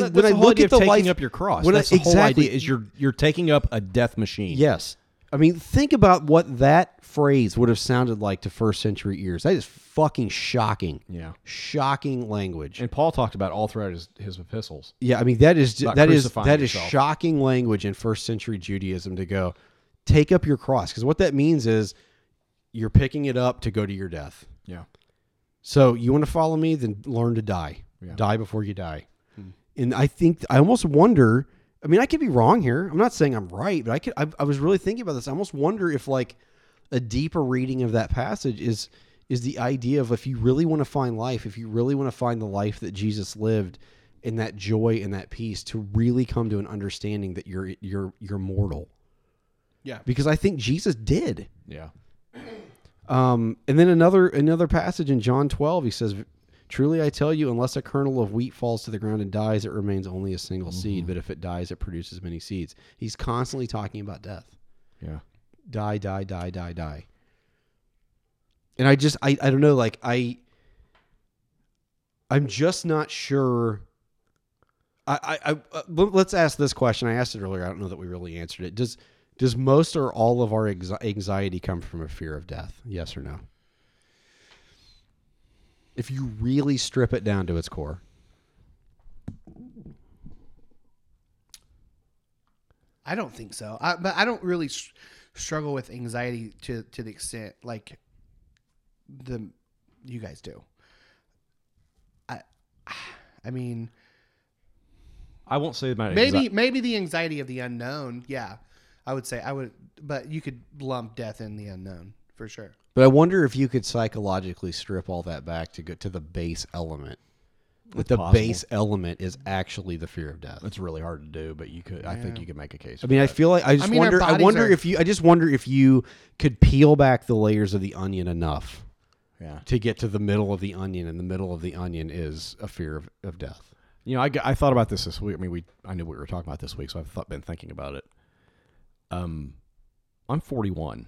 Speaker 13: Well, that-
Speaker 3: when
Speaker 13: that's
Speaker 3: I
Speaker 13: the whole
Speaker 3: look
Speaker 13: idea
Speaker 3: at
Speaker 13: of
Speaker 3: the
Speaker 13: taking
Speaker 3: life,
Speaker 13: up your cross.
Speaker 3: when I-
Speaker 13: That's the whole
Speaker 3: exactly,
Speaker 13: idea.
Speaker 3: is you're you're taking up a death machine.
Speaker 2: Yes. I mean, think about what that phrase would have sounded like to first century ears. That is fucking shocking.
Speaker 3: Yeah.
Speaker 2: Shocking language.
Speaker 3: And Paul talked about all throughout his, his epistles.
Speaker 2: Yeah, I mean that is
Speaker 3: About
Speaker 2: that is
Speaker 3: crucifying
Speaker 2: that is
Speaker 3: yourself.
Speaker 2: shocking language in first century Judaism to go take up your cross because what that means is you're picking it up to go to your death.
Speaker 3: Yeah.
Speaker 2: So you want to follow me, then learn to die.
Speaker 3: Yeah. Hmm.
Speaker 2: Die before you die. And I think I almost wonder. I mean, I could be wrong here. I'm not saying I'm right, but I could. I, I was really thinking about this. I almost wonder if like a deeper reading of that passage is is the idea of if you really want to find life, if you really want to find the life that Jesus lived, and that joy and that peace, to really come to an understanding that you're you're you're mortal.
Speaker 3: Yeah.
Speaker 2: Because I think Jesus did.
Speaker 3: Yeah.
Speaker 2: Um, and then another another passage in John 12, he says, "Truly I tell you, unless a kernel of wheat falls to the ground and dies, it remains only a single seed. But if it dies, it produces many seeds." He's constantly talking about death.
Speaker 3: Yeah.
Speaker 2: Die, die, die, die, die. And I just I I don't know like I I'm just not sure. I I, I uh, let- let's ask this question. I asked it earlier. I don't know that we really answered it. Does does most or all of our exi- anxiety come from a fear of death? Yes or no? If you really strip it down to its core,
Speaker 1: I don't think so. I, but I don't really str- struggle with anxiety to to the extent like the you guys do. I I mean
Speaker 3: I won't say my
Speaker 1: maybe maybe the anxiety of the unknown. Yeah, I would say I would, but you could lump death in the unknown for sure.
Speaker 2: but I wonder if you could psychologically strip all that back to go to the base element. That
Speaker 3: It's
Speaker 2: the
Speaker 3: possible.
Speaker 2: base element is actually the fear of death.
Speaker 3: It's really hard to do, but you could. I think
Speaker 2: Yeah.
Speaker 3: you could make a case.
Speaker 2: I
Speaker 3: for
Speaker 2: mean, I
Speaker 3: that.
Speaker 2: feel like I just
Speaker 1: mean, our
Speaker 2: wonder. I
Speaker 1: bodies
Speaker 2: wonder
Speaker 1: are-
Speaker 2: if you. I just wonder if you could peel back the layers of the onion enough,
Speaker 3: Yeah.
Speaker 2: to get to the middle of the onion, and the middle of the onion is a fear of, of death.
Speaker 3: You know, I, g- I thought about this this week. I mean, we I knew we were talking about this week, so I've thought, been thinking about it. Um, I'm 41.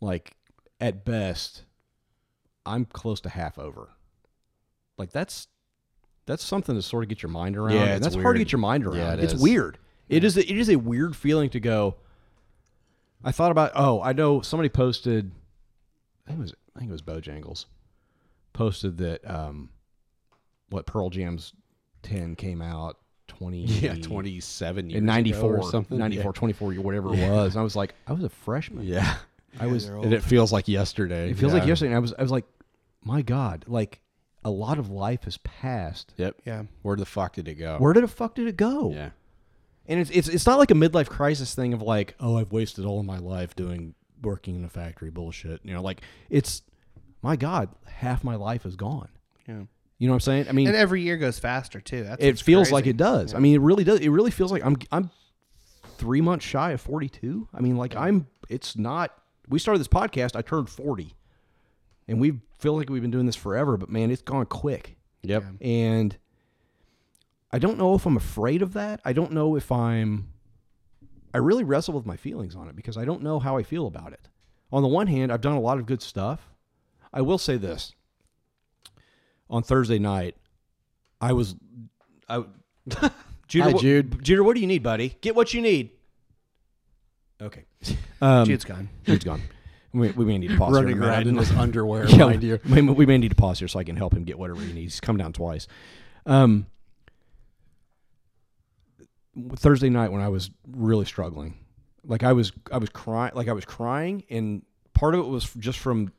Speaker 3: Like at best, I'm close to half over. Like that's that's something to sort of get your mind around.
Speaker 13: Yeah,
Speaker 3: and
Speaker 13: it's
Speaker 3: that's hard
Speaker 13: weird.
Speaker 3: to get your mind around.
Speaker 13: Yeah, it
Speaker 3: it's
Speaker 13: is.
Speaker 3: weird. It is. It is a weird feeling to go. I thought about. Oh, I know somebody posted. I think it was. I think it was Bojangles. Posted that. Um, what Pearl Jam's ten came out twenty.
Speaker 2: Yeah, 27 years
Speaker 3: in ninety
Speaker 2: ago
Speaker 3: four
Speaker 2: or something.
Speaker 3: 94,
Speaker 2: Yeah.
Speaker 3: 24 year whatever
Speaker 2: Yeah.
Speaker 3: it was. And I was like, I was a freshman.
Speaker 2: Yeah.
Speaker 3: I was.
Speaker 2: and it feels like yesterday.
Speaker 3: It feels like
Speaker 2: Yeah.
Speaker 3: yesterday. And I was. I was like, my God, like a lot of life has passed.
Speaker 2: Yep.
Speaker 1: Yeah.
Speaker 2: Where the fuck did it go?
Speaker 3: Where did the fuck did it go?
Speaker 2: Yeah.
Speaker 3: And it's it's it's not like a midlife crisis thing of like, oh, I've wasted all of my life doing working in a factory bullshit. You know, like it's my God, half my life is gone.
Speaker 1: Yeah.
Speaker 3: You know what I'm saying? I mean,
Speaker 1: and every year goes faster too. That's
Speaker 3: it
Speaker 1: what's
Speaker 3: feels
Speaker 1: crazy.
Speaker 3: like it does.
Speaker 1: Yeah.
Speaker 3: I mean, it really does. It really feels like I'm I'm three months shy of 42. I mean, like I'm. It's not. We started this podcast. I turned 40, and we feel like we've been doing this forever. But man, it's gone quick.
Speaker 2: Yep.
Speaker 3: And I don't know if I'm afraid of that. I don't know if I'm. I really wrestle with my feelings on it because I don't know how I feel about it. On the one hand, I've done a lot of good stuff. I will say this. On Thursday night, I was I Jeter,
Speaker 2: Hi,
Speaker 3: what-
Speaker 2: Jude.
Speaker 3: Jeter, what do you need, buddy? Get what you need. Okay. Um,
Speaker 1: Jude's gone.
Speaker 3: Jude's gone. We, we may need to pause
Speaker 2: Running
Speaker 3: here.
Speaker 2: around in his underwear,
Speaker 3: yeah,
Speaker 2: mind you.
Speaker 3: We, we may need to pause here so I can help him get whatever he needs. He's come down twice. Um, Thursday night when I was really struggling, like I was, I was crying, like I was crying, and part of it was just from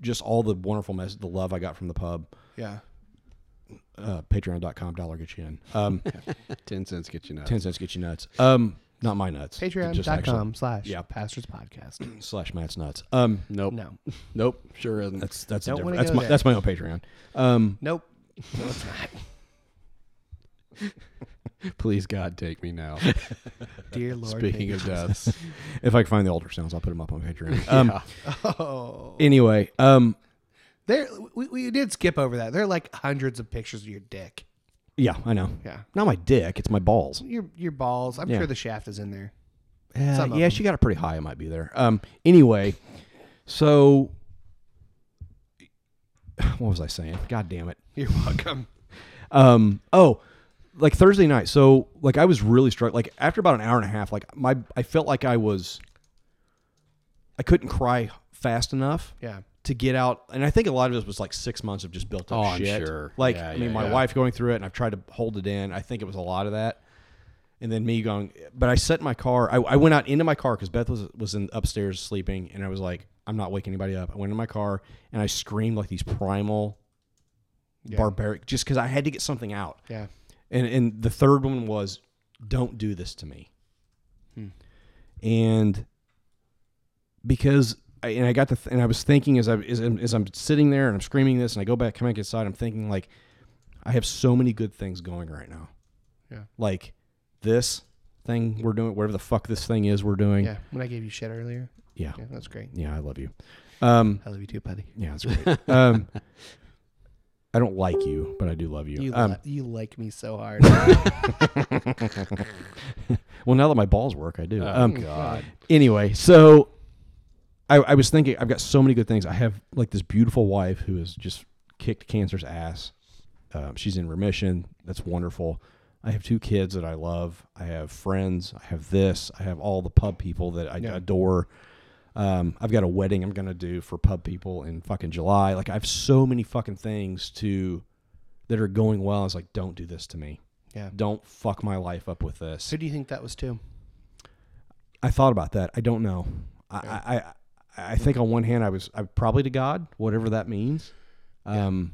Speaker 3: just all the wonderful mess, the love I got from the pub.
Speaker 1: Yeah.
Speaker 3: Uh, Patreon.com dollar get you in. Um,
Speaker 2: ten cents get you nuts.
Speaker 3: 10 cents get you nuts. Um, not my nuts. Just actually-
Speaker 1: Patreon.com slash
Speaker 3: yeah,
Speaker 1: pastors podcast.
Speaker 3: slash Matt's nuts. Um,
Speaker 2: nope.
Speaker 1: No.
Speaker 2: Nope. Sure isn't.
Speaker 3: That's that's a
Speaker 1: Don't wanna
Speaker 3: different. That's
Speaker 1: go
Speaker 3: my
Speaker 1: there.
Speaker 3: that's my own Patreon. Um,
Speaker 1: Nope. No, it's not.
Speaker 2: Please God, take me now.
Speaker 1: Dear Lord.
Speaker 2: Speaking
Speaker 1: baby
Speaker 2: of
Speaker 1: Jesus.
Speaker 2: deaths.
Speaker 3: if I can find the altar sounds, I'll put them up on Patreon. Um,
Speaker 1: Oh.
Speaker 3: Anyway, um,
Speaker 1: There, we, we did skip over that. There are like hundreds of pictures of your dick,
Speaker 3: yeah, I know.
Speaker 1: Yeah.
Speaker 3: not my dick. It's my balls.
Speaker 1: your your balls. I'm
Speaker 3: Yeah.
Speaker 1: sure the shaft is in there.
Speaker 3: Uh,
Speaker 1: Some of
Speaker 3: yeah,
Speaker 1: them.
Speaker 3: she got it pretty high. It might be there. Um, anyway, so what was I saying? God damn it.
Speaker 1: You're welcome.
Speaker 3: Um, oh, like Thursday night. So like I was really struck. Like after about an hour and a half, like my I felt like I was. I couldn't cry fast enough.
Speaker 1: Yeah.
Speaker 3: To get out, and I think a lot of this was like six months of just built up
Speaker 2: Oh, I'm
Speaker 3: shit.
Speaker 2: sure.
Speaker 3: Like
Speaker 2: Yeah,
Speaker 3: I mean,
Speaker 2: yeah,
Speaker 3: my
Speaker 2: yeah.
Speaker 3: wife going through it, and I've tried to hold it in. I think it was a lot of that, and then me going. But I set my car. I, I went out into my car because Beth was was in upstairs sleeping, and I was like, I'm not waking anybody up. I went in my car and I screamed like these primal,
Speaker 1: Yeah.
Speaker 3: barbaric, just because I had to get something out.
Speaker 1: Yeah.
Speaker 3: And and the third one was, don't do this to me.
Speaker 1: Hmm.
Speaker 3: And because I, and I got the th- and I was thinking as I as, I'm- as I'm sitting there and I'm screaming this and I go back come back inside I'm thinking like I have so many good things going right now.
Speaker 1: Yeah.
Speaker 3: Like this thing we're doing whatever the fuck this thing is we're doing.
Speaker 1: Yeah, when I gave you shit earlier.
Speaker 3: Yeah.
Speaker 1: that's great.
Speaker 3: Yeah, I love you. Um,
Speaker 1: I love you too, buddy.
Speaker 3: Yeah, that's great. um, I don't like you, but I do love you.
Speaker 1: You,
Speaker 3: um,
Speaker 1: li- you like me so hard.
Speaker 3: well, now that my balls work, I do. Um,
Speaker 1: Oh, God.
Speaker 3: Anyway, so I, I was thinking, I've got so many good things. I have like this beautiful wife who has just kicked cancer's ass. Um, she's in remission. That's wonderful. I have two kids that I love. I have friends. I have this. I have all the pub people that I
Speaker 1: Yeah.
Speaker 3: adore. Um, I've got a wedding I'm gonna do for pub people in fucking July. Like I have so many fucking things to that are going well. I was like, don't do this to me.
Speaker 1: Yeah.
Speaker 3: Don't fuck my life up with this.
Speaker 1: Who do you think that was to?
Speaker 3: I thought about that. I don't know. I, I, I, I think on one hand, I was I, probably to God, whatever that means, um,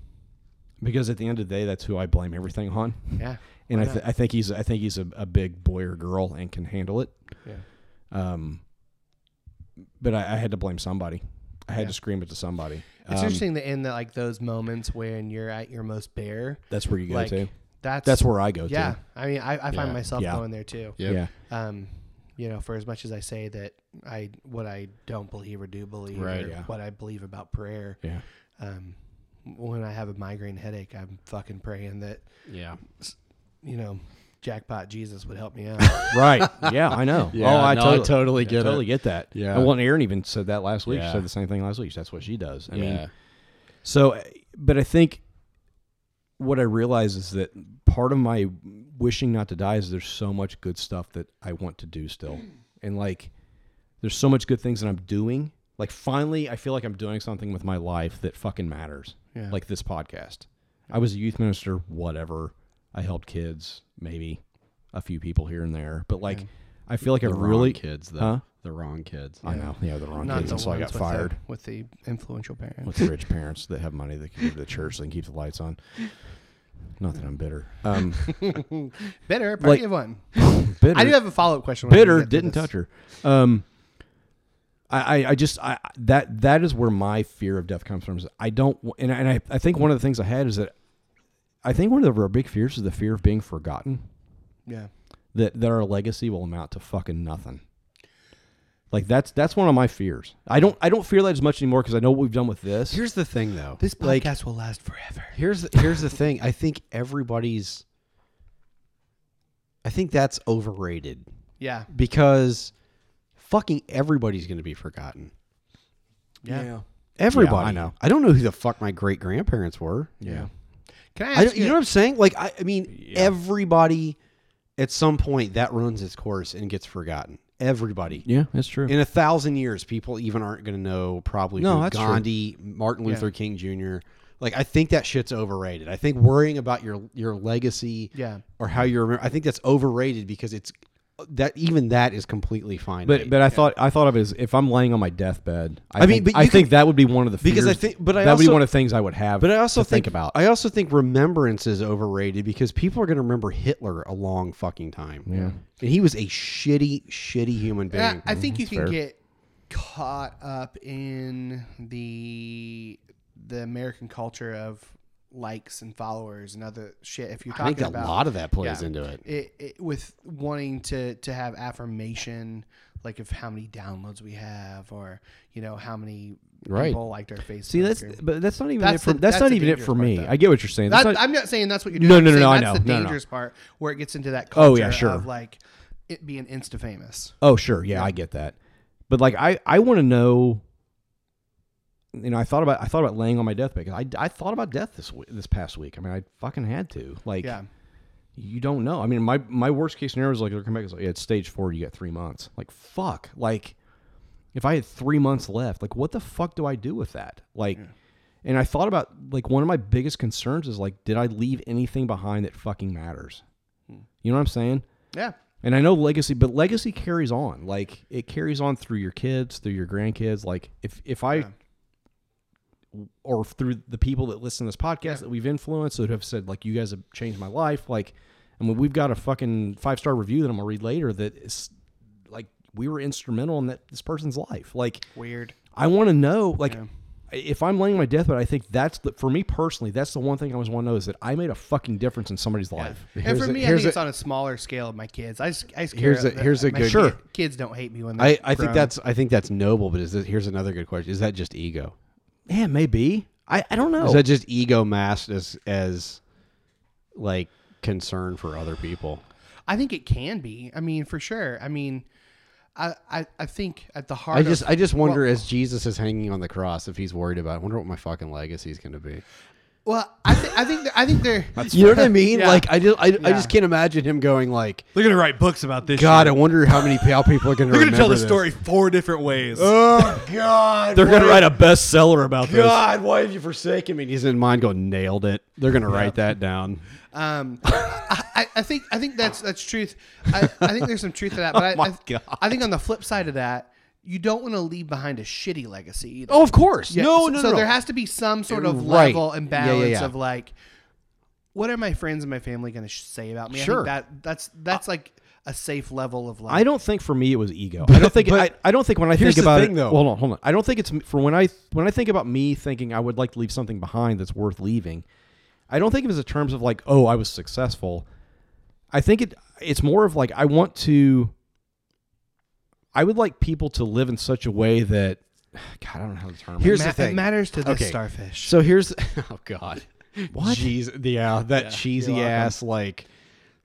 Speaker 3: because at the end of the day, that's who I blame everything on.
Speaker 1: Yeah,
Speaker 3: and
Speaker 1: why
Speaker 3: I, th-
Speaker 1: not?
Speaker 3: I think he's I think he's a, a big boy or girl and can handle it.
Speaker 1: Yeah.
Speaker 3: Um, but I, I had to blame somebody. I had
Speaker 1: Yeah.
Speaker 3: to scream it to somebody.
Speaker 1: It's
Speaker 3: Um,
Speaker 1: interesting that in the, like those moments when you're at your most bare,
Speaker 3: That's where you go
Speaker 1: like,
Speaker 3: to.
Speaker 1: That's
Speaker 3: That's where I go to.
Speaker 1: Yeah, I mean, I, I find
Speaker 3: Yeah.
Speaker 1: myself
Speaker 3: Yeah.
Speaker 1: going there too.
Speaker 3: Yep.
Speaker 1: Um, you know, for as much as I say that I what I don't believe or do believe,
Speaker 3: Right,
Speaker 1: or
Speaker 3: yeah.
Speaker 1: what I believe about prayer.
Speaker 3: Yeah.
Speaker 1: Um, when I have a migraine headache, I'm fucking praying that.
Speaker 2: Yeah.
Speaker 1: s- You know, jackpot Jesus would help me out.
Speaker 3: right. Yeah, I know.
Speaker 2: Yeah,
Speaker 3: oh, I
Speaker 2: no, I
Speaker 3: totally,
Speaker 2: totally
Speaker 3: I
Speaker 2: get it.
Speaker 3: totally get that.
Speaker 2: Yeah.
Speaker 3: And, well, and Erin even said that last week.
Speaker 2: Yeah.
Speaker 3: She said the same thing last week. That's what she does. I
Speaker 2: Yeah.
Speaker 3: mean, so, but I think what I realize is that part of my wishing not to die is there's so much good stuff that I want to do still.
Speaker 1: Hmm.
Speaker 3: And like, there's so much good things that I'm doing. Like, finally, I feel like I'm doing something with my life that fucking matters.
Speaker 1: Yeah.
Speaker 3: Like this podcast. I was a youth minister, whatever. I helped kids, maybe a few people here and there. But like, I feel like I
Speaker 2: The wrong
Speaker 3: really
Speaker 2: kids, though.
Speaker 3: Huh?
Speaker 2: The wrong kids.
Speaker 3: I know. Yeah, the wrong
Speaker 1: Not
Speaker 3: kids.
Speaker 1: the
Speaker 3: and so I got
Speaker 1: ones with the-
Speaker 3: fired
Speaker 1: with the influential parents.
Speaker 3: with the rich parents that have money that can give to the church and keep the lights on. Not that I'm bitter. Um,
Speaker 1: bitter,
Speaker 3: like-
Speaker 1: party of one.
Speaker 3: bitter.
Speaker 1: I do have a follow up question. when I
Speaker 3: Bitter
Speaker 1: get to
Speaker 3: didn't
Speaker 1: this.
Speaker 3: touch her. Um, I, I, I just I I- that that is where my fear of death comes from. Is I don't w- and I- and I, I think one of the things I had is that I think one of our big fears is the fear of being forgotten.
Speaker 1: Yeah.
Speaker 3: That that our legacy will amount to fucking nothing. Like that's that's one of my fears. I don't I don't fear that as much anymore because I know what we've done with this.
Speaker 2: Here's the thing, though.
Speaker 1: This
Speaker 2: Like-
Speaker 1: podcast will last forever.
Speaker 2: Here's the, here's the thing. I think everybody's. I think that's overrated.
Speaker 1: Yeah.
Speaker 2: Because, fucking everybody's going to be forgotten.
Speaker 1: Yeah.
Speaker 2: Everybody.
Speaker 3: I know.
Speaker 2: I don't know who the fuck my great grandparents were.
Speaker 3: Yeah.
Speaker 1: Can I
Speaker 2: I
Speaker 1: ask
Speaker 2: don't- you know what I'm saying? Like I, I mean, everybody at some point that runs its course and gets forgotten. Everybody.
Speaker 3: Yeah, that's true.
Speaker 2: In a thousand years, people even aren't going to know probably
Speaker 3: No,
Speaker 2: who
Speaker 3: that's true.
Speaker 2: Gandhi, Martin
Speaker 1: Yeah.
Speaker 2: Luther King Jr. Like I think that shit's overrated. I think worrying about your your legacy,
Speaker 1: Yeah.
Speaker 2: or how you remember, I think that's overrated because it's that even that is completely fine.
Speaker 3: But but I thought I thought of it as if I'm laying on my deathbed. I,
Speaker 2: I mean,
Speaker 3: mean,
Speaker 2: but
Speaker 3: I
Speaker 2: you
Speaker 3: think
Speaker 2: could-
Speaker 3: that would be one of the fears,
Speaker 2: because I think- but I
Speaker 3: that would be
Speaker 2: also-
Speaker 3: one of the things I would have.
Speaker 2: But I also
Speaker 3: to think,
Speaker 2: think,
Speaker 3: about.
Speaker 2: I also think remembrance is overrated because people are going to remember Hitler a long fucking time.
Speaker 3: Yeah.
Speaker 2: and he was a shitty, shitty human being.
Speaker 1: Yeah, I think you
Speaker 3: that's
Speaker 1: can
Speaker 3: mm, fair.
Speaker 1: get caught up in the the American culture of likes and followers and other shit. If you're
Speaker 2: I
Speaker 1: talking
Speaker 2: think a
Speaker 1: about
Speaker 2: lot of that plays into it.
Speaker 1: it, it with wanting to to have affirmation, like of how many downloads we have, or you know how many
Speaker 2: Right.
Speaker 1: people liked our Facebook.
Speaker 3: See, that's
Speaker 1: or-
Speaker 3: but that's not even
Speaker 1: That's
Speaker 3: it for,
Speaker 1: the-
Speaker 3: that's,
Speaker 1: that's
Speaker 3: not
Speaker 1: the
Speaker 3: even it for
Speaker 1: dangerous
Speaker 3: me.
Speaker 1: part, though.
Speaker 3: I get what you're saying. That's
Speaker 1: That-
Speaker 3: not-
Speaker 1: I'm not saying that's what you're doing.
Speaker 3: No,
Speaker 1: I'm
Speaker 3: no, no,
Speaker 1: saying
Speaker 3: no, I
Speaker 1: That's
Speaker 3: know.
Speaker 1: the
Speaker 3: No, no, no.
Speaker 1: dangerous part where it gets into that culture
Speaker 3: Oh, yeah, sure.
Speaker 1: of like it being insta famous.
Speaker 3: oh sure, yeah, I get that. But like I I want to know. You know, I thought about I thought about laying on my deathbed. 'cause I I thought about death this we- this past week. I mean, I fucking had to. Like,
Speaker 1: Yeah.
Speaker 3: you don't know. I mean, my my worst case scenario is like they're coming back. It's like yeah, it's stage four. You got three months. Like fuck. Like if I had three months left, like what the fuck do I do with that? Like, and I thought about like one of my biggest concerns is like, did I leave anything behind that fucking matters? You know what I'm saying?
Speaker 1: Yeah.
Speaker 3: And I know legacy, but legacy carries on. Like it carries on through your kids, through your grandkids. Like if if I or through the people that listen to this podcast that we've influenced that have said like you guys have changed my life. Like I mean, we've got a fucking five star review that I'm gonna read later that is like we were instrumental in that this person's life. Like
Speaker 1: Weird.
Speaker 3: I want to know, like, if I'm laying my deathbed, I think that's the for me personally. That's the one thing I always want to know is that I made a fucking difference in somebody's life.
Speaker 1: and for me, I think it's on a smaller scale of my kids. I just, I just care
Speaker 2: Here's a
Speaker 1: that
Speaker 2: here's a
Speaker 1: my
Speaker 2: good
Speaker 1: kid- Kids don't hate me when
Speaker 2: I
Speaker 1: they're
Speaker 2: I think
Speaker 1: grown.
Speaker 2: that's I think that's noble. But is this, here's another good question: Is that just ego?
Speaker 3: yeah, maybe. I I don't know.
Speaker 2: Is that just ego masked as as like concern for other people?
Speaker 1: I think it can be. I mean, for sure. I mean, I I, I think at the heart.
Speaker 2: I just
Speaker 1: of-
Speaker 2: I just wonder
Speaker 1: Well,
Speaker 2: as Jesus is hanging on the cross if he's worried about. I wonder what my fucking legacy is going to be.
Speaker 1: well, I, th- I think I think they're.
Speaker 2: you know what I mean?
Speaker 1: Yeah.
Speaker 2: Like I just I, I
Speaker 1: Yeah.
Speaker 2: just can't imagine him going like
Speaker 13: They're gonna write books about this.
Speaker 2: God.
Speaker 13: shit.
Speaker 2: I wonder how many how people are going to.
Speaker 13: They're gonna tell the story four different ways.
Speaker 2: Oh God!
Speaker 13: They're gonna
Speaker 2: what
Speaker 13: write
Speaker 3: a bestseller about
Speaker 13: this.
Speaker 2: God, why have you forsaken me? And he's in mind going nailed it. They're gonna write that down.
Speaker 1: Um, I, I- I think I think that's that's truth. I, I think there's some truth to that. But I,
Speaker 2: Oh my
Speaker 1: I,
Speaker 2: God.
Speaker 1: I think on the flip side of that, you don't want to leave behind a shitty legacy. Either.
Speaker 2: Oh, of course. No,
Speaker 1: so,
Speaker 2: no, no,
Speaker 1: So
Speaker 2: no.
Speaker 1: there has to be some sort of
Speaker 2: Right.
Speaker 1: level and
Speaker 2: Yeah, yeah,
Speaker 1: balance
Speaker 2: yeah.
Speaker 1: of like, what are my friends and my family going to sh- say about me?
Speaker 2: Sure.
Speaker 1: I think that that's that's like a safe level of like.
Speaker 3: I don't think for me it was ego. I
Speaker 1: But-
Speaker 3: don't think I,
Speaker 1: but
Speaker 3: I don't think when I
Speaker 1: here's
Speaker 3: think
Speaker 1: the
Speaker 3: about
Speaker 1: thing,
Speaker 3: it.
Speaker 1: though.
Speaker 3: Hold on, hold on. I don't think it's for when I when I think about me thinking I would like to leave something behind that's worth leaving. I don't think of it as in terms of like, oh, I was successful. I think it it's more of like I want to. I would like people to live in such a way that, God, I don't know how to term.
Speaker 1: Here's
Speaker 3: it.
Speaker 1: the Ma- it thing. matters to this starfish.
Speaker 2: So here's oh god,
Speaker 3: What?
Speaker 2: Jeez, yeah, that
Speaker 3: Yeah,
Speaker 2: cheesy
Speaker 3: you're welcome.
Speaker 2: ass like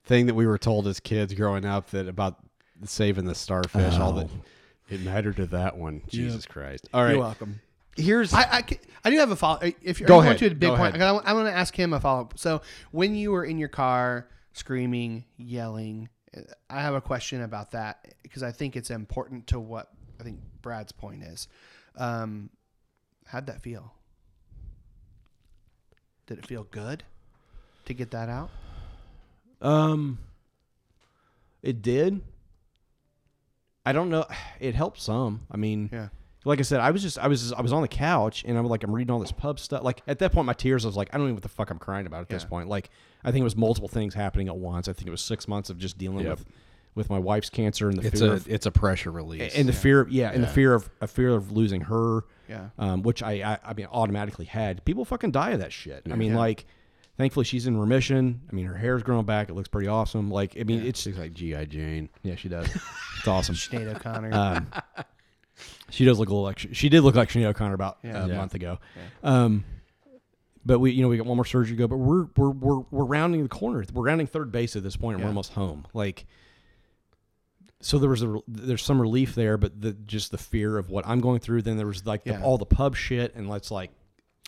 Speaker 2: thing that we were told as kids growing up that about saving the starfish. All that it mattered to that one. Jesus Christ! All right,
Speaker 1: You're welcome.
Speaker 2: Here's
Speaker 1: I I, ca- I do have a follow. If you're
Speaker 2: Go
Speaker 1: going
Speaker 2: ahead.
Speaker 1: to a big
Speaker 2: Go
Speaker 1: point,
Speaker 2: ahead.
Speaker 1: I want, I want to ask him a follow up. So when you were in your car screaming, yelling, uh, I have a question about that because I think it's important to what I think Brad's point is. Um, how'd that feel? Did it feel good to get that out?
Speaker 3: Um, it did. I don't know. It helped some. I mean,
Speaker 1: yeah.
Speaker 3: Like I said, I was just, I was, I was on the couch, and I'm like, I'm reading all this pub stuff. Like at that point, my tears. I was like, I don't even know what the fuck I'm crying about at this
Speaker 1: Yeah.
Speaker 3: point. Like, I think it was multiple things happening at once. I think it was six months of just dealing
Speaker 2: Yep.
Speaker 3: with, with my wife's cancer and the
Speaker 2: It's
Speaker 3: fear
Speaker 2: a-
Speaker 3: of-
Speaker 2: it's a pressure release.
Speaker 3: and the
Speaker 2: Yeah.
Speaker 3: fear, of, yeah, and the
Speaker 2: Yeah.
Speaker 3: fear of a fear of losing her.
Speaker 1: Yeah.
Speaker 3: Um, which I, I, I mean, automatically had. People fucking die of that shit. I mean,
Speaker 2: Yeah.
Speaker 3: like, thankfully she's in remission. I mean, her hair's growing back. It looks pretty awesome. Like, I mean, it's she's
Speaker 2: like GI Jane.
Speaker 3: Yeah, she does. It's awesome.
Speaker 1: Sinead O'Connor.
Speaker 3: Um, she does look a little like she did look like Sinead O'Connor about
Speaker 1: Yeah.
Speaker 3: a
Speaker 1: Yeah.
Speaker 3: month ago.
Speaker 1: Yeah.
Speaker 3: Um, but we, you know, we got one more surgery to go. But we're we're we're we're rounding the corner. We're rounding third base at this point, and
Speaker 1: Yeah.
Speaker 3: we're almost home. Like, so there was a, re- there's some relief there, but the, just the fear of what I'm going through. Then there was like the,
Speaker 1: Yeah.
Speaker 3: all the pub shit, and let's like,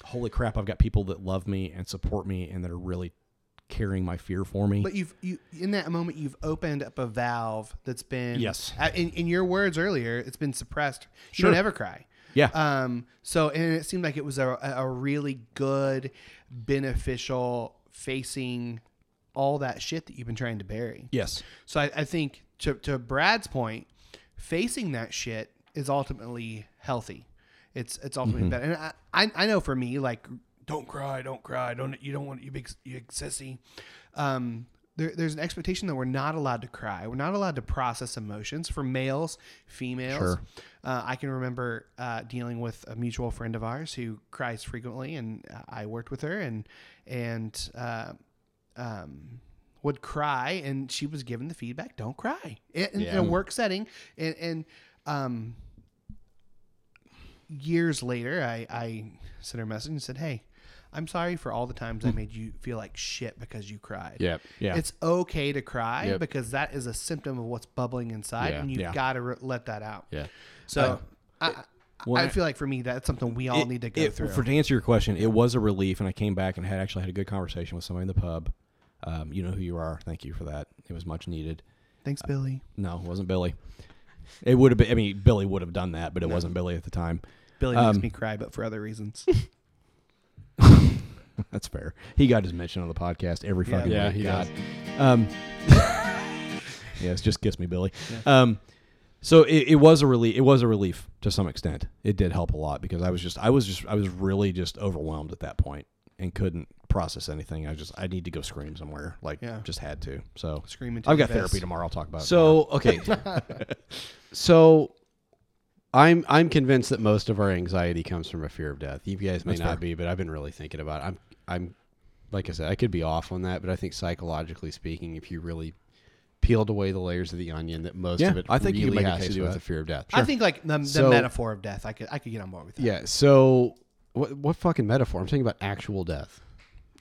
Speaker 3: holy crap, I've got people that love me and support me, and that are really carrying my fear for me.
Speaker 1: But you've you in that moment you've opened up a valve that's been
Speaker 3: Yes.
Speaker 1: uh, In, in your words earlier, it's been suppressed. You
Speaker 3: Sure.
Speaker 1: don't ever cry.
Speaker 3: Yeah.
Speaker 1: Um. So and it seemed like it was a a a really good, beneficial facing all that shit that you've been trying to bury.
Speaker 3: Yes.
Speaker 1: So I, I think to to Brad's point, facing that shit is ultimately healthy. It's it's ultimately
Speaker 4: Mhm.
Speaker 1: better. And I, I I know for me like don't cry, don't cry, don't you don't want you big you big sissy. Um, there, there's an expectation that we're not allowed to cry. We're not allowed to process emotions for males, females.
Speaker 3: Sure.
Speaker 1: Uh, I can remember uh, dealing with a mutual friend of ours who cries frequently, and uh, I worked with her and and uh, um, would cry, and she was given the feedback, "Don't cry," in, in
Speaker 3: Yeah.
Speaker 1: a work setting, and and um, years later, I, I sent her a message and said, "Hey, I'm sorry for all the times I made you feel like shit because you cried.
Speaker 2: Yep. Yeah.
Speaker 1: It's okay to cry
Speaker 2: Yep.
Speaker 1: because that is a symptom of what's bubbling inside,
Speaker 2: Yeah.
Speaker 1: and you've
Speaker 2: Yeah.
Speaker 1: got to re- let that out.
Speaker 2: Yeah.
Speaker 1: So I, I,
Speaker 3: well,
Speaker 1: I feel like for me, that's something we all
Speaker 3: it-
Speaker 1: need to go
Speaker 3: it-
Speaker 1: through.
Speaker 3: For to answer your question, it was a relief, and I came back and had actually had a good conversation with somebody in the pub Um, you know who you are. Thank you for that. It was much needed.
Speaker 1: Thanks, Billy.
Speaker 3: No, it wasn't Billy. It would have been. I mean, Billy would have done that, but it wasn't Billy at the time.
Speaker 1: Billy
Speaker 3: Um,
Speaker 1: makes me cry, but for other reasons.
Speaker 3: That's fair. He got his mention on the podcast every
Speaker 1: Yeah,
Speaker 3: fucking
Speaker 1: yeah,
Speaker 3: week.
Speaker 1: he
Speaker 3: God.
Speaker 1: does.
Speaker 3: Um, yes, just kiss me, Billy. Um, so it, it was a relief. It was a relief to some extent. It did help a lot because I was just, I was just, I was really just overwhelmed at that point and couldn't process anything. I just, I need to go scream somewhere. Like,
Speaker 1: Yeah.
Speaker 3: just had to. So
Speaker 1: Scream into
Speaker 3: I've
Speaker 1: your
Speaker 3: got
Speaker 1: vest.
Speaker 3: therapy tomorrow. I'll talk about. it
Speaker 2: So okay,
Speaker 3: tomorrow.
Speaker 2: so I'm I'm convinced that most of our anxiety comes from a fear of death. You guys may
Speaker 3: That's
Speaker 2: not
Speaker 3: fair.
Speaker 2: be, but I've been really thinking about it. I'm I'm like I said, I could be off on that, but I think psychologically speaking, if you really peeled away the layers of the onion, that most
Speaker 1: Yeah,
Speaker 2: of it
Speaker 3: I think you
Speaker 2: really
Speaker 3: could make a case
Speaker 2: has to do
Speaker 3: for
Speaker 2: with
Speaker 3: that.
Speaker 2: the fear of death.
Speaker 1: I think like the, the
Speaker 2: So-
Speaker 1: metaphor of death. I could I could get on board with that.
Speaker 2: Yeah. So what what fucking metaphor? I'm talking about actual death.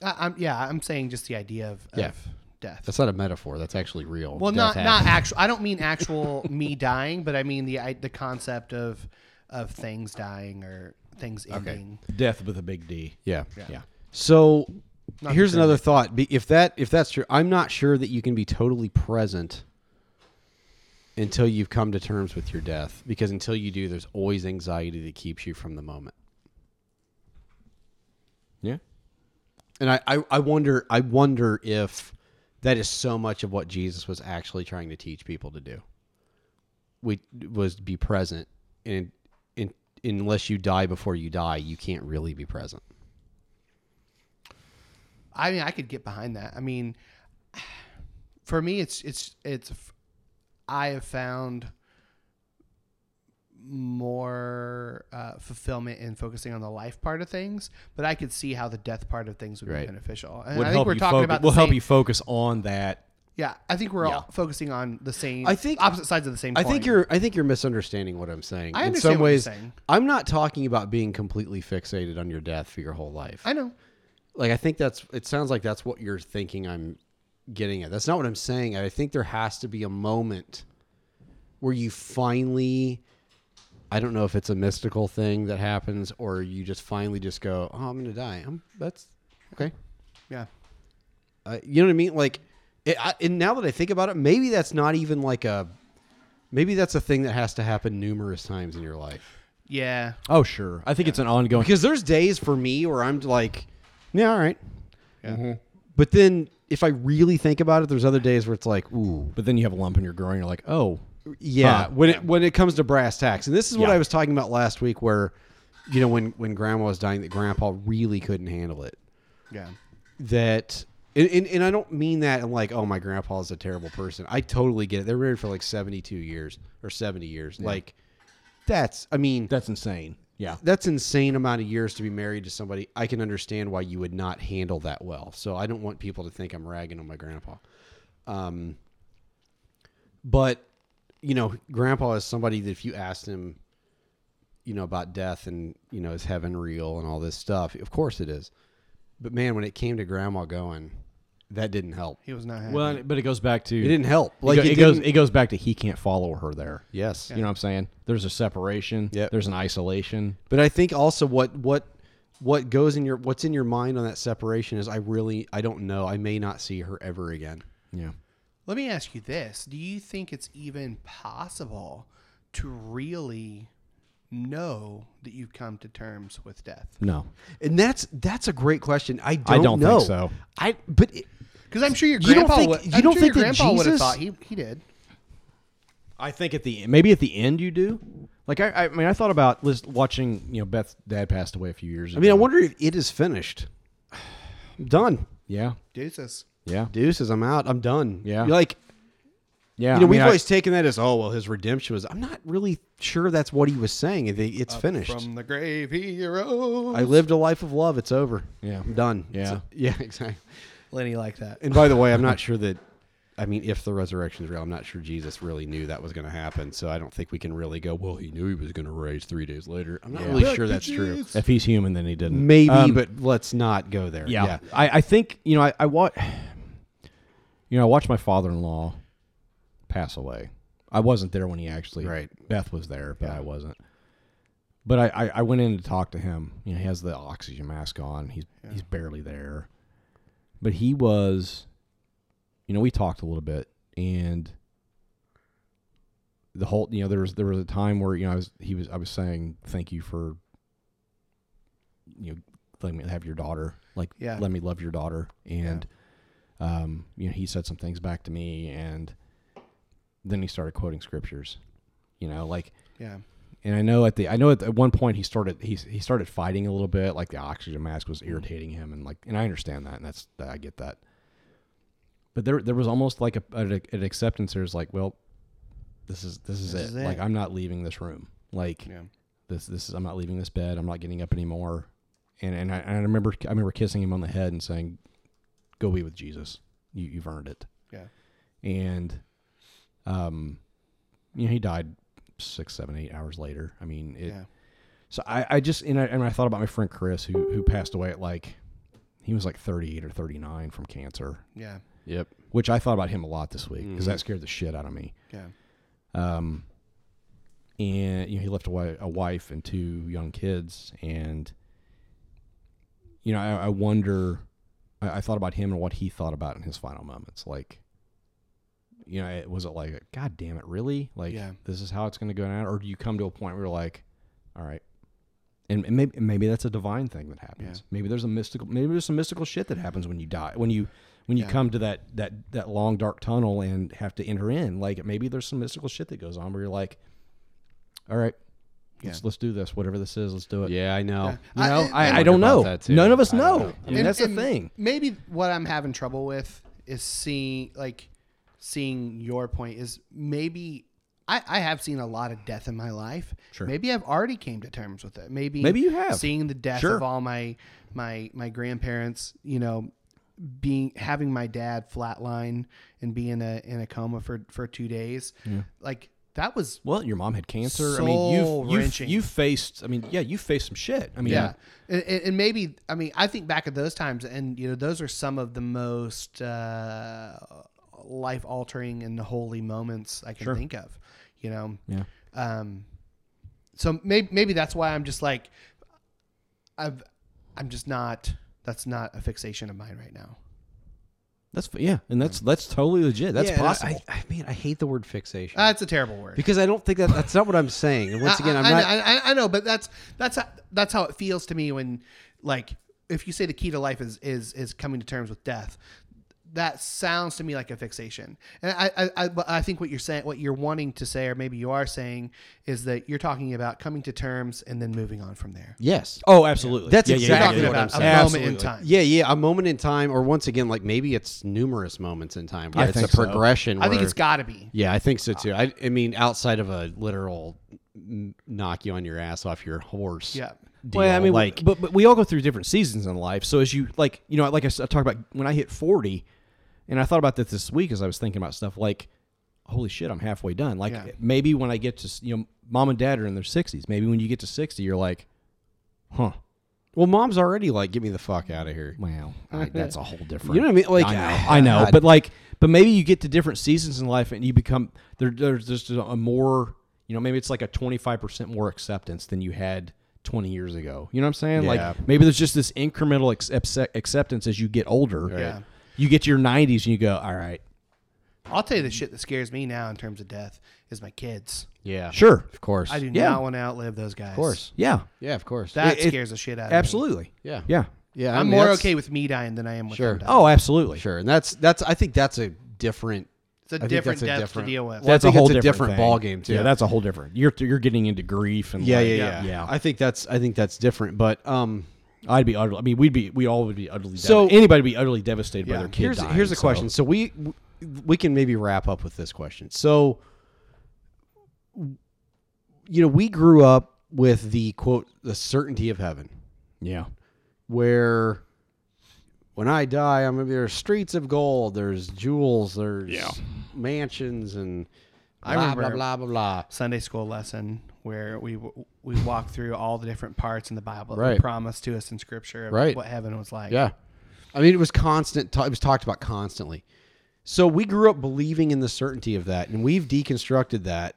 Speaker 1: I, I'm yeah. I'm saying just the idea of,
Speaker 2: Yeah.
Speaker 1: of death.
Speaker 2: That's not a metaphor. That's actually real.
Speaker 1: Well, not
Speaker 2: Death
Speaker 1: not
Speaker 2: happens.
Speaker 1: actual. I don't mean actual me dying, but I mean the I, the concept of of things dying or things ending.
Speaker 3: Death with a big D.
Speaker 2: Yeah.
Speaker 1: Yeah.
Speaker 2: So
Speaker 1: Not
Speaker 2: here's
Speaker 1: determined.
Speaker 2: another thought. Be- If that if that's true, I'm not sure that you can be totally present until you've come to terms with your death because until you do there's always anxiety that keeps you from the moment.
Speaker 3: Yeah.
Speaker 2: And I, I, I wonder I wonder if that is so much of what Jesus was actually trying to teach people to do. We was be present and in, unless you die before you die, you can't really be present.
Speaker 1: I mean, I could get behind that. I mean, for me, it's it's it's. I have found more uh, fulfillment in focusing on the life part of things, but I could see how the death part of things would
Speaker 3: Right.
Speaker 1: be beneficial. And
Speaker 3: Would
Speaker 1: I think
Speaker 3: help
Speaker 1: we're
Speaker 3: you
Speaker 1: talking
Speaker 3: focus-
Speaker 1: about. the
Speaker 3: will help
Speaker 1: same-
Speaker 3: you focus on that.
Speaker 1: Yeah, I think we're
Speaker 3: Yeah.
Speaker 1: all focusing on the same.
Speaker 2: I think
Speaker 1: opposite sides of the same.
Speaker 2: I
Speaker 1: coin.
Speaker 2: think you're I think you're misunderstanding what I'm saying.
Speaker 1: I
Speaker 2: In
Speaker 1: understand
Speaker 2: some
Speaker 1: what you're
Speaker 2: ways,
Speaker 1: saying.
Speaker 2: I'm not talking about being completely fixated on your death for your whole life.
Speaker 1: I know.
Speaker 2: Like I think that's it sounds like that's what you're thinking I'm getting at. That's not what I'm saying. I think there has to be a moment where you finally I don't know if it's a mystical thing that happens or you just finally just go, "Oh, I'm going to die." I'm that's okay.
Speaker 1: Yeah.
Speaker 2: Uh, you know what I mean? Like, it, I, and now that I think about it, maybe that's not even like a, maybe that's a thing that has to happen numerous times in your life.
Speaker 1: Yeah.
Speaker 3: Oh sure, I think it's an ongoing.
Speaker 2: Because there's days for me where I'm like, yeah, all right. But then if I really think about it, there's other days where it's like, ooh.
Speaker 3: But then you have a lump in your groin. You're like, oh,
Speaker 2: Yeah,
Speaker 3: huh.
Speaker 2: when it when it comes to brass tacks, and this is what
Speaker 3: Yeah.
Speaker 2: I was talking about last week, where, you know, when when Grandma was dying, that Grandpa really couldn't handle it.
Speaker 1: Yeah.
Speaker 2: that and, and, and I don't mean that in like, oh my grandpa's a terrible person. I totally get it. They're married for like seventy two years or seventy years.
Speaker 3: Yeah.
Speaker 2: Like that's I mean
Speaker 3: That's insane. Yeah.
Speaker 2: That's insane amount of years to be married to somebody. I can understand why you would not handle that well. So I don't want people to think I'm ragging on my grandpa. Um but you know, grandpa is somebody that if you asked him, you know, about death and, you know, is heaven real and all this stuff, of course it is. But man, when it came to grandma going, that didn't help.
Speaker 1: He was not happy.
Speaker 3: Well, but it goes back to
Speaker 2: It didn't help. Like,
Speaker 3: it, go-
Speaker 2: it
Speaker 3: it goes
Speaker 2: didn't-
Speaker 3: it goes back to he can't follow her there.
Speaker 2: Yes.
Speaker 3: you know what I'm saying. There's a separation. Yeah, there's an isolation.
Speaker 2: But I think also what what what goes in your what's in your mind on that separation is I really I don't know. I may not see her ever again.
Speaker 3: Yeah.
Speaker 1: Let me ask you this: Do you think it's even possible to really know that you've come to terms with death?
Speaker 3: No.
Speaker 2: And that's that's a great question. I don't,
Speaker 3: I don't
Speaker 2: know.
Speaker 3: think so.
Speaker 2: I but
Speaker 1: Because I'm sure your
Speaker 2: You don't
Speaker 1: grandpa
Speaker 2: think-
Speaker 1: would.
Speaker 2: you
Speaker 1: I'm
Speaker 2: don't
Speaker 1: sure
Speaker 2: think
Speaker 1: your
Speaker 2: that
Speaker 1: grandpa would have
Speaker 2: Jesus-
Speaker 1: thought he, he did.
Speaker 3: I think at the maybe at the end you do. Like I, I mean, I thought about lis- watching. You know, Beth's dad passed away a few years ago.
Speaker 2: I mean, I wonder if it is finished. I'm done.
Speaker 3: Yeah.
Speaker 1: Deuces.
Speaker 3: Yeah.
Speaker 2: Deuces, I'm out. I'm done.
Speaker 3: Yeah.
Speaker 2: You're like
Speaker 3: Yeah.
Speaker 2: you know,
Speaker 3: I mean,
Speaker 2: we've
Speaker 3: I-
Speaker 2: always taken that as oh well, his redemption was. I'm not really sure that's what he was saying. It-
Speaker 3: Uh,
Speaker 2: It's finished.
Speaker 1: From the grave he rose.
Speaker 2: I lived a life of love. It's over.
Speaker 3: Yeah.
Speaker 2: I'm done.
Speaker 3: Yeah.
Speaker 2: It's- yeah, exactly.
Speaker 1: Lenny like that.
Speaker 2: And by the way, I'm not sure that. I mean, if the resurrection is real, I'm not sure Jesus really knew that was going to happen. So I don't think we can really go. Well, he knew he was going to raise three days later. I'm not
Speaker 3: Yeah.
Speaker 2: really
Speaker 3: Back
Speaker 2: sure
Speaker 3: to
Speaker 2: that's true.
Speaker 3: If he's human, then he didn't.
Speaker 2: Maybe,
Speaker 3: Um,
Speaker 2: but let's not go there.
Speaker 3: Yeah, I, I think you know I, I wa- you know I watched my father in law pass away. I wasn't there when he actually. Right. Beth was there, but I wasn't. But I, I, I went in to talk to him. You know, he has the oxygen mask on. He's he's barely there. But he was you know, we talked a little bit, and the whole, you know, there was there was a time where you know I was he was I was saying thank you for, you know, letting me have your daughter, like
Speaker 1: Yeah.
Speaker 3: let me love your daughter, and, um, you know, he said some things back to me, and then he started quoting scriptures, you know, like
Speaker 1: Yeah.
Speaker 3: and I know at the I know at, at one point he started he he started fighting a little bit like the oxygen mask
Speaker 1: Mm.
Speaker 3: was irritating him and like and I understand that and that's that I get that. But there there was almost like a an, an acceptance there's like well this is this is,
Speaker 1: This is
Speaker 3: it. like
Speaker 1: it.
Speaker 3: I'm not leaving this room like this this is I'm not leaving this bed I'm not getting up anymore and and I, and I remember I remember kissing him on the head and saying go be with Jesus you you've earned it
Speaker 1: Yeah.
Speaker 3: and um you know he died six seven eight hours later i mean it
Speaker 1: Yeah.
Speaker 3: so i i just and I, and I thought about my friend chris who who passed away at like he was like 38 or 39 from cancer
Speaker 1: Yeah.
Speaker 3: yep which i thought about him a lot this week because
Speaker 1: Mhm.
Speaker 3: that scared the shit out of me
Speaker 1: Yeah.
Speaker 3: um and you know he left a, wi- a wife and two young kids and you know i, I wonder I, I thought about him and what he thought about in his final moments like you know, it, was it like, God damn it, really? Like,
Speaker 1: Yeah.
Speaker 3: this is how it's going to go down? Or do you come to a point where you're like, all right, and, and maybe maybe that's a divine thing that happens. Maybe there's a mystical, maybe there's some mystical shit that happens when you die, when you when you
Speaker 1: Yeah.
Speaker 3: come to that that that long dark tunnel and have to enter in. Like, maybe there's some mystical shit that goes on where you're like, all right. Let's,
Speaker 1: Yeah.
Speaker 3: let's do this. Whatever this is, let's do it. Yeah, I know.
Speaker 1: Yeah. I-
Speaker 3: You know, I, I,
Speaker 1: I wondered about
Speaker 3: don't know.
Speaker 1: that too.
Speaker 3: None of us
Speaker 1: I
Speaker 3: know.
Speaker 1: don't
Speaker 3: I mean, that's the thing.
Speaker 1: Maybe what I'm having trouble with is seeing, like, seeing your point is maybe I, I have seen a lot of death in my life.
Speaker 3: Sure.
Speaker 1: Maybe I've already came to terms with it. Maybe
Speaker 3: Maybe you have.
Speaker 1: seeing the death
Speaker 3: Sure.
Speaker 1: of all my my my grandparents. You know, being having my dad flatline and be in a in a coma for for two days.
Speaker 3: Yeah.
Speaker 1: Like that was
Speaker 3: Well, your mom had cancer. I mean, you've, you've,
Speaker 1: Soul-wrenching.
Speaker 3: you faced. I mean, yeah, you faced some shit. I mean,
Speaker 1: yeah, and, and and maybe I mean I think back at those times, and you know those are some of the most uh, life altering and holy moments I can
Speaker 3: Sure.
Speaker 1: think of. You know,
Speaker 3: Yeah.
Speaker 1: Um, so maybe maybe that's why I'm just like, I've I'm just not. That's not a fixation of mine right now.
Speaker 3: That's yeah, and that's that's totally legit. That's
Speaker 2: Yeah, and I-
Speaker 3: possible.
Speaker 2: I, I mean, I hate the word fixation
Speaker 1: That's Ah, a terrible word.
Speaker 2: because I don't think that that's not what I'm saying. And once again, I'm
Speaker 1: I,
Speaker 2: not.
Speaker 1: I, I, I know, but that's that's how, that's how it feels to me when, like, if you say the key to life is is is coming to terms with death, that sounds to me like a fixation. And I I, I, but I think what you're saying, what you're wanting to say, or maybe you are saying, is that you're talking about coming to terms and then moving on from there.
Speaker 2: Yes.
Speaker 3: Oh, absolutely.
Speaker 2: That's
Speaker 3: Yeah, yeah, yeah,
Speaker 2: exactly
Speaker 1: yeah,
Speaker 2: what
Speaker 1: yeah. About
Speaker 2: I'm
Speaker 1: a
Speaker 2: saying.
Speaker 1: moment in Absolutely. time.
Speaker 2: Yeah, yeah, a moment in time, or once again, like maybe it's numerous moments in time. Where
Speaker 1: I
Speaker 2: it's
Speaker 1: think
Speaker 2: a
Speaker 1: so.
Speaker 2: progression.
Speaker 1: I think
Speaker 2: where-
Speaker 1: it's gotta be.
Speaker 2: Yeah, I think so too. I, I mean, outside of a literal n- knock you on your ass off your horse.
Speaker 1: Yeah.
Speaker 2: Deal,
Speaker 3: well, I mean,
Speaker 2: like
Speaker 3: but, but we all go through different seasons in life. So as you like, you know, like I, s- I talked about when I hit forty, and I thought about this this week as I was thinking about stuff. Like, holy shit, I'm halfway done. Like
Speaker 1: Yeah.
Speaker 3: maybe when I get to s- you know, mom and dad are in their sixties. Maybe when you get to sixty, you're like, huh.
Speaker 2: Well, mom's already like, get me the fuck out of here.
Speaker 3: Wow, that's a whole different.
Speaker 2: You know what I mean? Like,
Speaker 3: I know,
Speaker 2: ah,
Speaker 3: I know,
Speaker 2: God.
Speaker 3: but like, but maybe you get to different seasons in life and you become there. There's just a more, you know, maybe it's like a 25 percent more acceptance than you had 20 years ago. You know what I'm saying?
Speaker 2: Yeah.
Speaker 3: Like, maybe there's just this incremental ex- accept- acceptance as you get older.
Speaker 1: Yeah.
Speaker 3: You get to your 90s and you go, all right,
Speaker 1: I'll tell you the shit that scares me now in terms of death is my kids.
Speaker 2: yeah,
Speaker 3: sure,
Speaker 2: of course.
Speaker 1: I do
Speaker 3: Yeah.
Speaker 1: not want to outlive those guys.
Speaker 2: Of course.
Speaker 3: yeah,
Speaker 2: Yeah, of course.
Speaker 1: That
Speaker 3: It- it-
Speaker 1: scares the shit out of me.
Speaker 3: absolutely,
Speaker 2: Yeah.
Speaker 3: yeah,
Speaker 2: Yeah, I
Speaker 1: I'm
Speaker 2: mean,
Speaker 1: more
Speaker 2: that's-
Speaker 1: okay with me dying than I am with
Speaker 2: Sure.
Speaker 1: them dying.
Speaker 3: oh, absolutely,
Speaker 2: Sure, and that's that's. I think that's a different.
Speaker 1: It's a
Speaker 2: I think
Speaker 1: different
Speaker 2: that's
Speaker 1: depth to deal with.
Speaker 2: Well, I
Speaker 3: That's a
Speaker 2: think
Speaker 3: whole
Speaker 2: it's
Speaker 3: different,
Speaker 2: different,
Speaker 3: thing.
Speaker 2: ball game too.
Speaker 3: Yeah, that's a whole different. You're you're getting into grief and
Speaker 2: yeah,
Speaker 3: like-
Speaker 2: yeah, yeah,
Speaker 3: yeah.
Speaker 2: I think that's I think that's different. But um,
Speaker 3: I'd be utterly. I mean, we'd be. We all would be utterly. So
Speaker 2: So-
Speaker 3: anybody would be utterly devastated by their kid.
Speaker 2: here's
Speaker 3: dying,
Speaker 2: here's a
Speaker 3: so-
Speaker 2: question. So we we can maybe wrap up with this question. So you know, we grew up with the quote the certainty of heaven,
Speaker 3: Yeah.
Speaker 2: where when I die, I'm gonna be there's streets of gold, there's jewels, there's
Speaker 3: Yeah.
Speaker 2: mansions, and
Speaker 1: I
Speaker 2: blah, blah
Speaker 1: remember-
Speaker 2: blah blah blah.
Speaker 1: Sunday school lesson where we we walked through all the different parts in the Bible that
Speaker 2: Right.
Speaker 1: were promised to us in Scripture of
Speaker 2: Right.
Speaker 1: what heaven was like.
Speaker 2: Yeah. I mean, it was constant. It was talked about constantly. So we grew up believing in the certainty of that, and we've deconstructed that.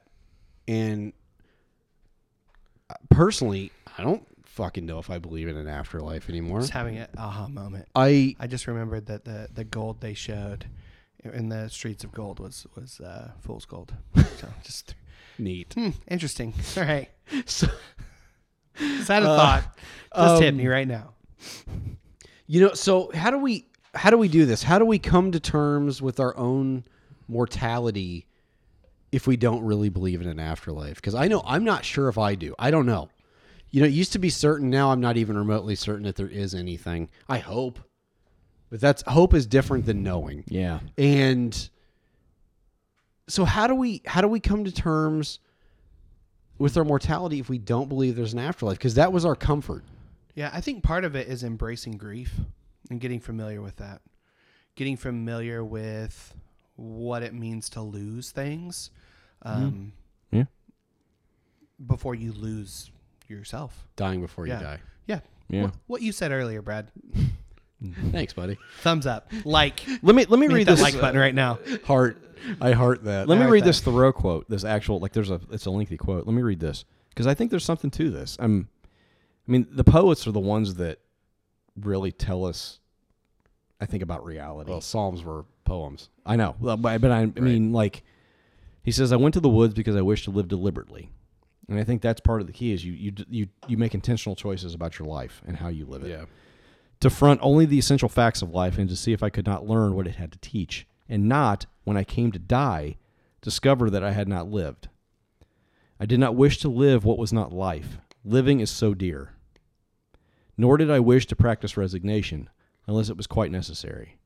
Speaker 2: And uh, personally, I don't fucking know if I believe in an afterlife anymore.
Speaker 1: Just having an aha moment.
Speaker 2: I
Speaker 1: I just remembered that the the gold they showed in the streets of gold was was uh, fool's gold. So just
Speaker 2: neat,
Speaker 1: hmm, interesting. All right, so just had a
Speaker 2: Uh,
Speaker 1: thought. Just hit
Speaker 2: um,
Speaker 1: me right now.
Speaker 2: You know, so how do we how do we do this? How do we come to terms with our own mortality if we don't really believe in an afterlife? Because I know I'm not sure if I do. I don't know. You know, it used to be certain. Now I'm not even remotely certain that there is anything. I hope, but that's hope is different than knowing.
Speaker 3: Yeah.
Speaker 2: And so how do we how do we come to terms with our mortality if we don't believe there's an afterlife? Because that was our comfort.
Speaker 1: Yeah, I think part of it is embracing grief and getting familiar with that. Getting familiar with what it means to lose things um,
Speaker 3: Mm-hmm. Yeah.
Speaker 1: before you lose yourself.
Speaker 2: Dying before you
Speaker 1: Yeah.
Speaker 2: die.
Speaker 1: Yeah.
Speaker 3: Yeah.
Speaker 1: What, what you said earlier, Brad.
Speaker 2: Thanks, buddy.
Speaker 1: Thumbs up. Like.
Speaker 3: Let me let me
Speaker 1: Hit
Speaker 3: read
Speaker 1: that
Speaker 3: this
Speaker 1: like button right now.
Speaker 2: Heart, I heart that.
Speaker 3: Let me
Speaker 1: I like
Speaker 3: read
Speaker 1: that.
Speaker 3: this Thoreau quote. This actual like there's a it's a lengthy quote. Let me read this because I think there's something to this. I'm, I mean, the poets are the ones that really tell us. I think about reality.
Speaker 2: Well, Psalms were poems.
Speaker 3: I know, but but I, but I, I mean, like, he says, "I went to the woods because I wished to live deliberately," and I think that's part of the key is you you d- you you make intentional choices about your life and how you live it.
Speaker 2: Yeah.
Speaker 3: To front only the essential facts of life and to see if I could not learn what it had to teach, and not when I came to die, discover that I had not lived. I did not wish to live what was not life. Living is so dear. Nor did I wish to practice resignation, unless it was quite necessary.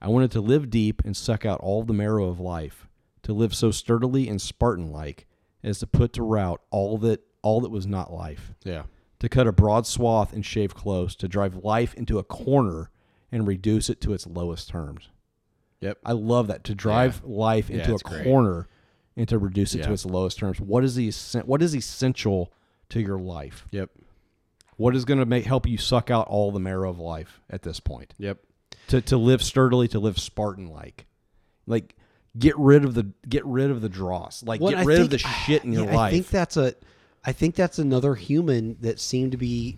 Speaker 3: I wanted to live deep and suck out all the marrow of life, to live so sturdily and Spartan like as to put to rout all that all that was not life.
Speaker 2: Yeah.
Speaker 3: To cut a broad swath and shave close, to drive life into a corner and reduce it to its lowest terms.
Speaker 2: Yep.
Speaker 3: I love that. To drive life
Speaker 2: Yeah,
Speaker 3: into a
Speaker 2: it's great.
Speaker 3: corner and to reduce it
Speaker 2: Yeah.
Speaker 3: to its lowest terms. What is the essen- what is essential to your life?
Speaker 2: Yep.
Speaker 3: What is going to make help you suck out all the marrow of life at this point?
Speaker 2: Yep.
Speaker 3: To to live sturdily, to live Spartan like, like get rid of the get rid of the dross, like
Speaker 2: Well,
Speaker 3: get
Speaker 2: I
Speaker 3: rid of the
Speaker 2: think-
Speaker 3: shit in your
Speaker 2: yeah,
Speaker 3: life.
Speaker 2: I think that's a, I think that's another human that seemed to be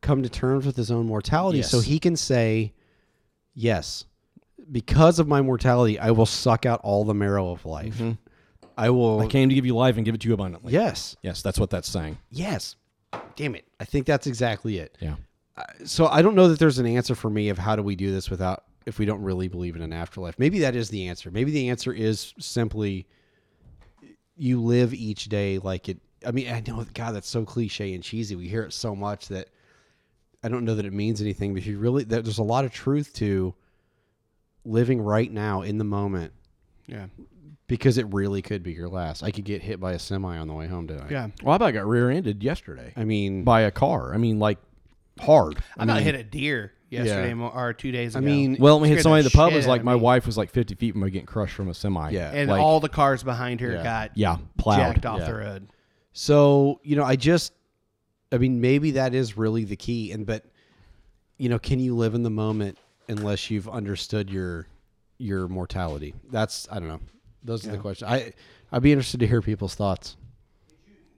Speaker 2: come to terms with his own mortality, so
Speaker 3: Yes.
Speaker 2: he can say, yes, because of my mortality, I will suck out all the marrow of life. I will.
Speaker 3: Mm-hmm. I came to give you life and give it to you abundantly.
Speaker 2: Yes.
Speaker 3: Yes, that's what that's saying.
Speaker 2: Yes. Damn it. I think that's exactly it.
Speaker 3: Yeah.
Speaker 2: Uh, So I don't know that there's an answer for me of how do we do this without if we don't really believe in an afterlife. Maybe that is the answer. Maybe the answer is simply you live each day like it I mean, I know God, that's so cliche and cheesy. We hear it so much that I don't know that it means anything, but if you really there- there's a lot of truth to living right now in the moment
Speaker 1: Yeah.
Speaker 2: because it really could be your last. I could get hit by a semi on the way home tonight.
Speaker 1: Yeah.
Speaker 3: Well, I about got rear-ended yesterday
Speaker 2: I mean,
Speaker 3: by a car. I mean, like hard.
Speaker 1: I, about hit a deer yesterday mo- or two days
Speaker 2: I
Speaker 1: ago.
Speaker 2: mean-
Speaker 3: Well, we had
Speaker 1: Scared
Speaker 3: somebody in
Speaker 1: the
Speaker 3: the pub was
Speaker 1: shit
Speaker 3: like,
Speaker 1: out of
Speaker 3: my
Speaker 1: me.
Speaker 3: wife was like 50 feet from me getting crushed from a semi.
Speaker 2: Yeah.
Speaker 1: and
Speaker 3: like,
Speaker 1: all the cars behind her
Speaker 2: Yeah.
Speaker 1: got
Speaker 3: yeah, plowed.
Speaker 1: jacked off
Speaker 2: Yeah.
Speaker 1: the road.
Speaker 2: So, you know, I just I mean, maybe that is really the key and but you know, can you live in the moment unless you've understood your your mortality? That's I don't know. Those are the questions. I I'd be interested to hear people's thoughts.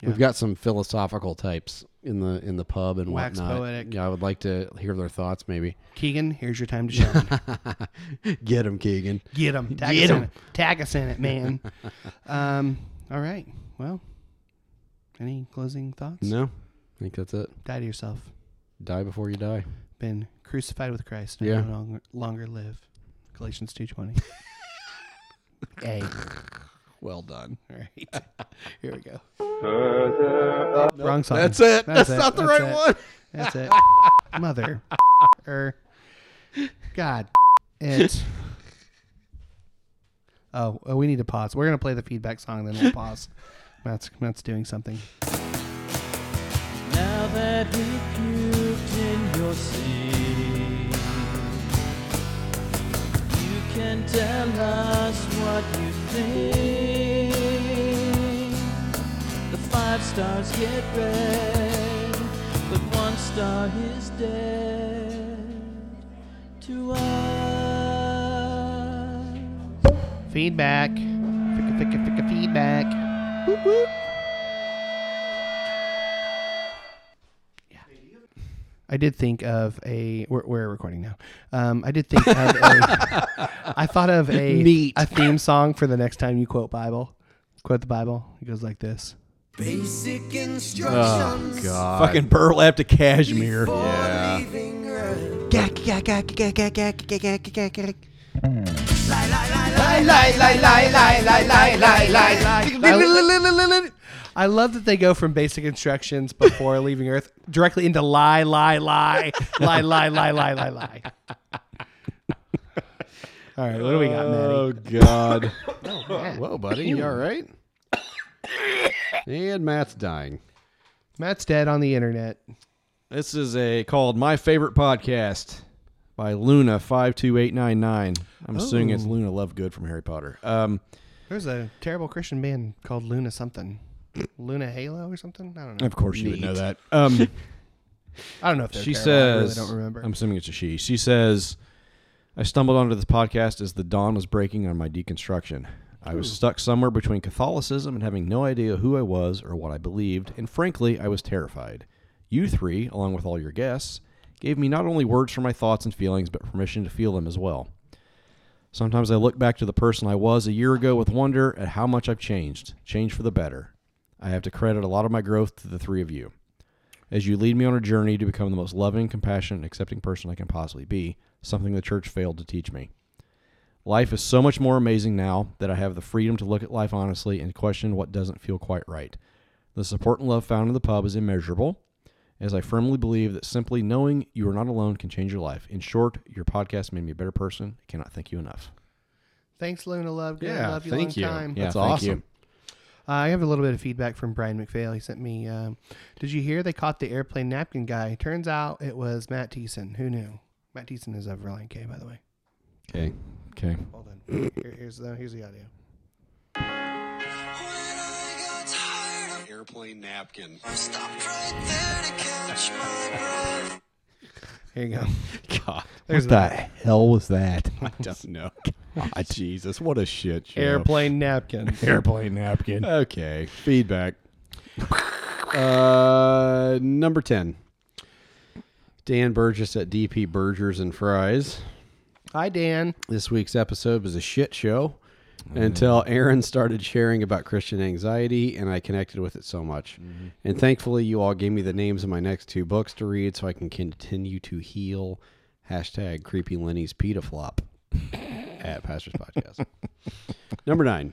Speaker 2: We've got some philosophical types in the in the pub and
Speaker 1: Wax
Speaker 2: whatnot.
Speaker 1: poetic.
Speaker 2: Yeah, I would like to hear their thoughts maybe.
Speaker 1: Keegan, here's your time to shine.
Speaker 2: Get them, Keegan.
Speaker 1: Get him. Tag
Speaker 2: Get
Speaker 1: us
Speaker 2: 'em.
Speaker 1: in it. Tag us in it, man. um, all right. Well, any closing thoughts?
Speaker 2: No. I think that's it.
Speaker 1: Die to yourself.
Speaker 2: Die before you die.
Speaker 1: Been crucified with Christ. I
Speaker 2: Yeah.
Speaker 1: no longer, longer live. Galatians 2.20. hey.
Speaker 2: Well done.
Speaker 1: All right. Here we go.
Speaker 5: Further up.
Speaker 1: Wrong song.
Speaker 2: That's it. That's not the right
Speaker 1: it.
Speaker 2: one.
Speaker 1: That's it. Mother. er. God. It. Oh, oh, we need to pause. We're gonna play the feedback song, then we'll pause. Matt's Matt's doing something.
Speaker 9: Now that we puked in your sleep, you can tell us what you think. The five stars get red, but one star is dead to us.
Speaker 1: Feedback. Ficka, ficka, ficka, feedback. Whoop, whoop. I did think of a. We're, we're recording now. Um, I did think of a. I thought of a
Speaker 5: Neat.
Speaker 1: a theme song for the next time you quote Bible. Quote the Bible. It goes like this.
Speaker 5: Basic
Speaker 3: instructions. Fucking burlap to cashmere.
Speaker 5: Yeah.
Speaker 1: I love that they go from basic instructions before leaving Earth directly into lie, lie, lie, lie, lie, lie, lie, lie, lie. All right, what do we got, Maddie?
Speaker 2: Oh God.
Speaker 1: Matt.
Speaker 2: Whoa, buddy, you all right? and Matt's dying.
Speaker 1: Matt's dead on the internet.
Speaker 3: This is a called My Favorite Podcast by Luna five two eight nine nine. I'm assuming it's
Speaker 1: Oh.
Speaker 3: Luna Lovegood from Harry Potter. Um,
Speaker 1: There's a terrible Christian band called Luna something, Luna Halo or something. I don't know.
Speaker 3: Of course, you would know
Speaker 1: Neat.
Speaker 3: that. Um,
Speaker 1: I don't know if they're
Speaker 3: she
Speaker 1: terrible. I really
Speaker 3: says. um,
Speaker 1: don't remember.
Speaker 3: I'm assuming it's a she. She says, "I stumbled onto this podcast as the dawn was breaking on my deconstruction. I was
Speaker 1: Ooh.
Speaker 3: stuck somewhere between Catholicism and having no idea who I was or what I believed, and frankly, I was terrified. You three, along with all your guests, gave me not only words for my thoughts and feelings, but permission to feel them as well." Sometimes I look back to the person I was a year ago with wonder at how much I've changed, changed for the better. I have to credit a lot of my growth to the three of you. As you lead me on a journey to become the most loving, compassionate, and accepting person I can possibly be, something the church failed to teach me. Life is so much more amazing now that I have the freedom to look at life honestly and question what doesn't feel quite right. The support and love found in the pub is immeasurable, as I firmly believe that simply knowing you are not alone can change your life. In short, your podcast made me a better person. I cannot thank you enough.
Speaker 1: Thanks, Luna Love. Good.
Speaker 2: Yeah,
Speaker 1: love you
Speaker 2: thank
Speaker 1: long
Speaker 2: you.
Speaker 1: time.
Speaker 3: Yeah, That's thank you. awesome.
Speaker 1: Uh, I have a little bit of feedback from Brian McPhail. He sent me, um, Did you hear they caught the airplane napkin guy? Turns out it was Matt Thiessen. Who knew? Matt Thiessen is of Reliant K, by the way.
Speaker 3: Okay. Okay.
Speaker 1: Hold on. Here, here's, the, here's the audio.
Speaker 2: Airplane napkin.
Speaker 1: Here you go.
Speaker 2: God,
Speaker 1: There's
Speaker 2: what
Speaker 1: that.
Speaker 2: the
Speaker 3: hell was that?
Speaker 2: I don't know. God, Jesus, what a shit show.
Speaker 1: Airplane napkin.
Speaker 3: Airplane napkin.
Speaker 2: Okay, feedback. uh, number 10. Dan Burgess at DP Burgers and Fries.
Speaker 1: Hi, Dan.
Speaker 2: This week's episode was a shit show until Aaron started sharing about Christian anxiety, and I connected with it so much. And thankfully, you all gave me the names of my next two books to read so I can continue to heal. Hashtag creepy Lenny's pita flop at Pastor's Podcast. Number nine,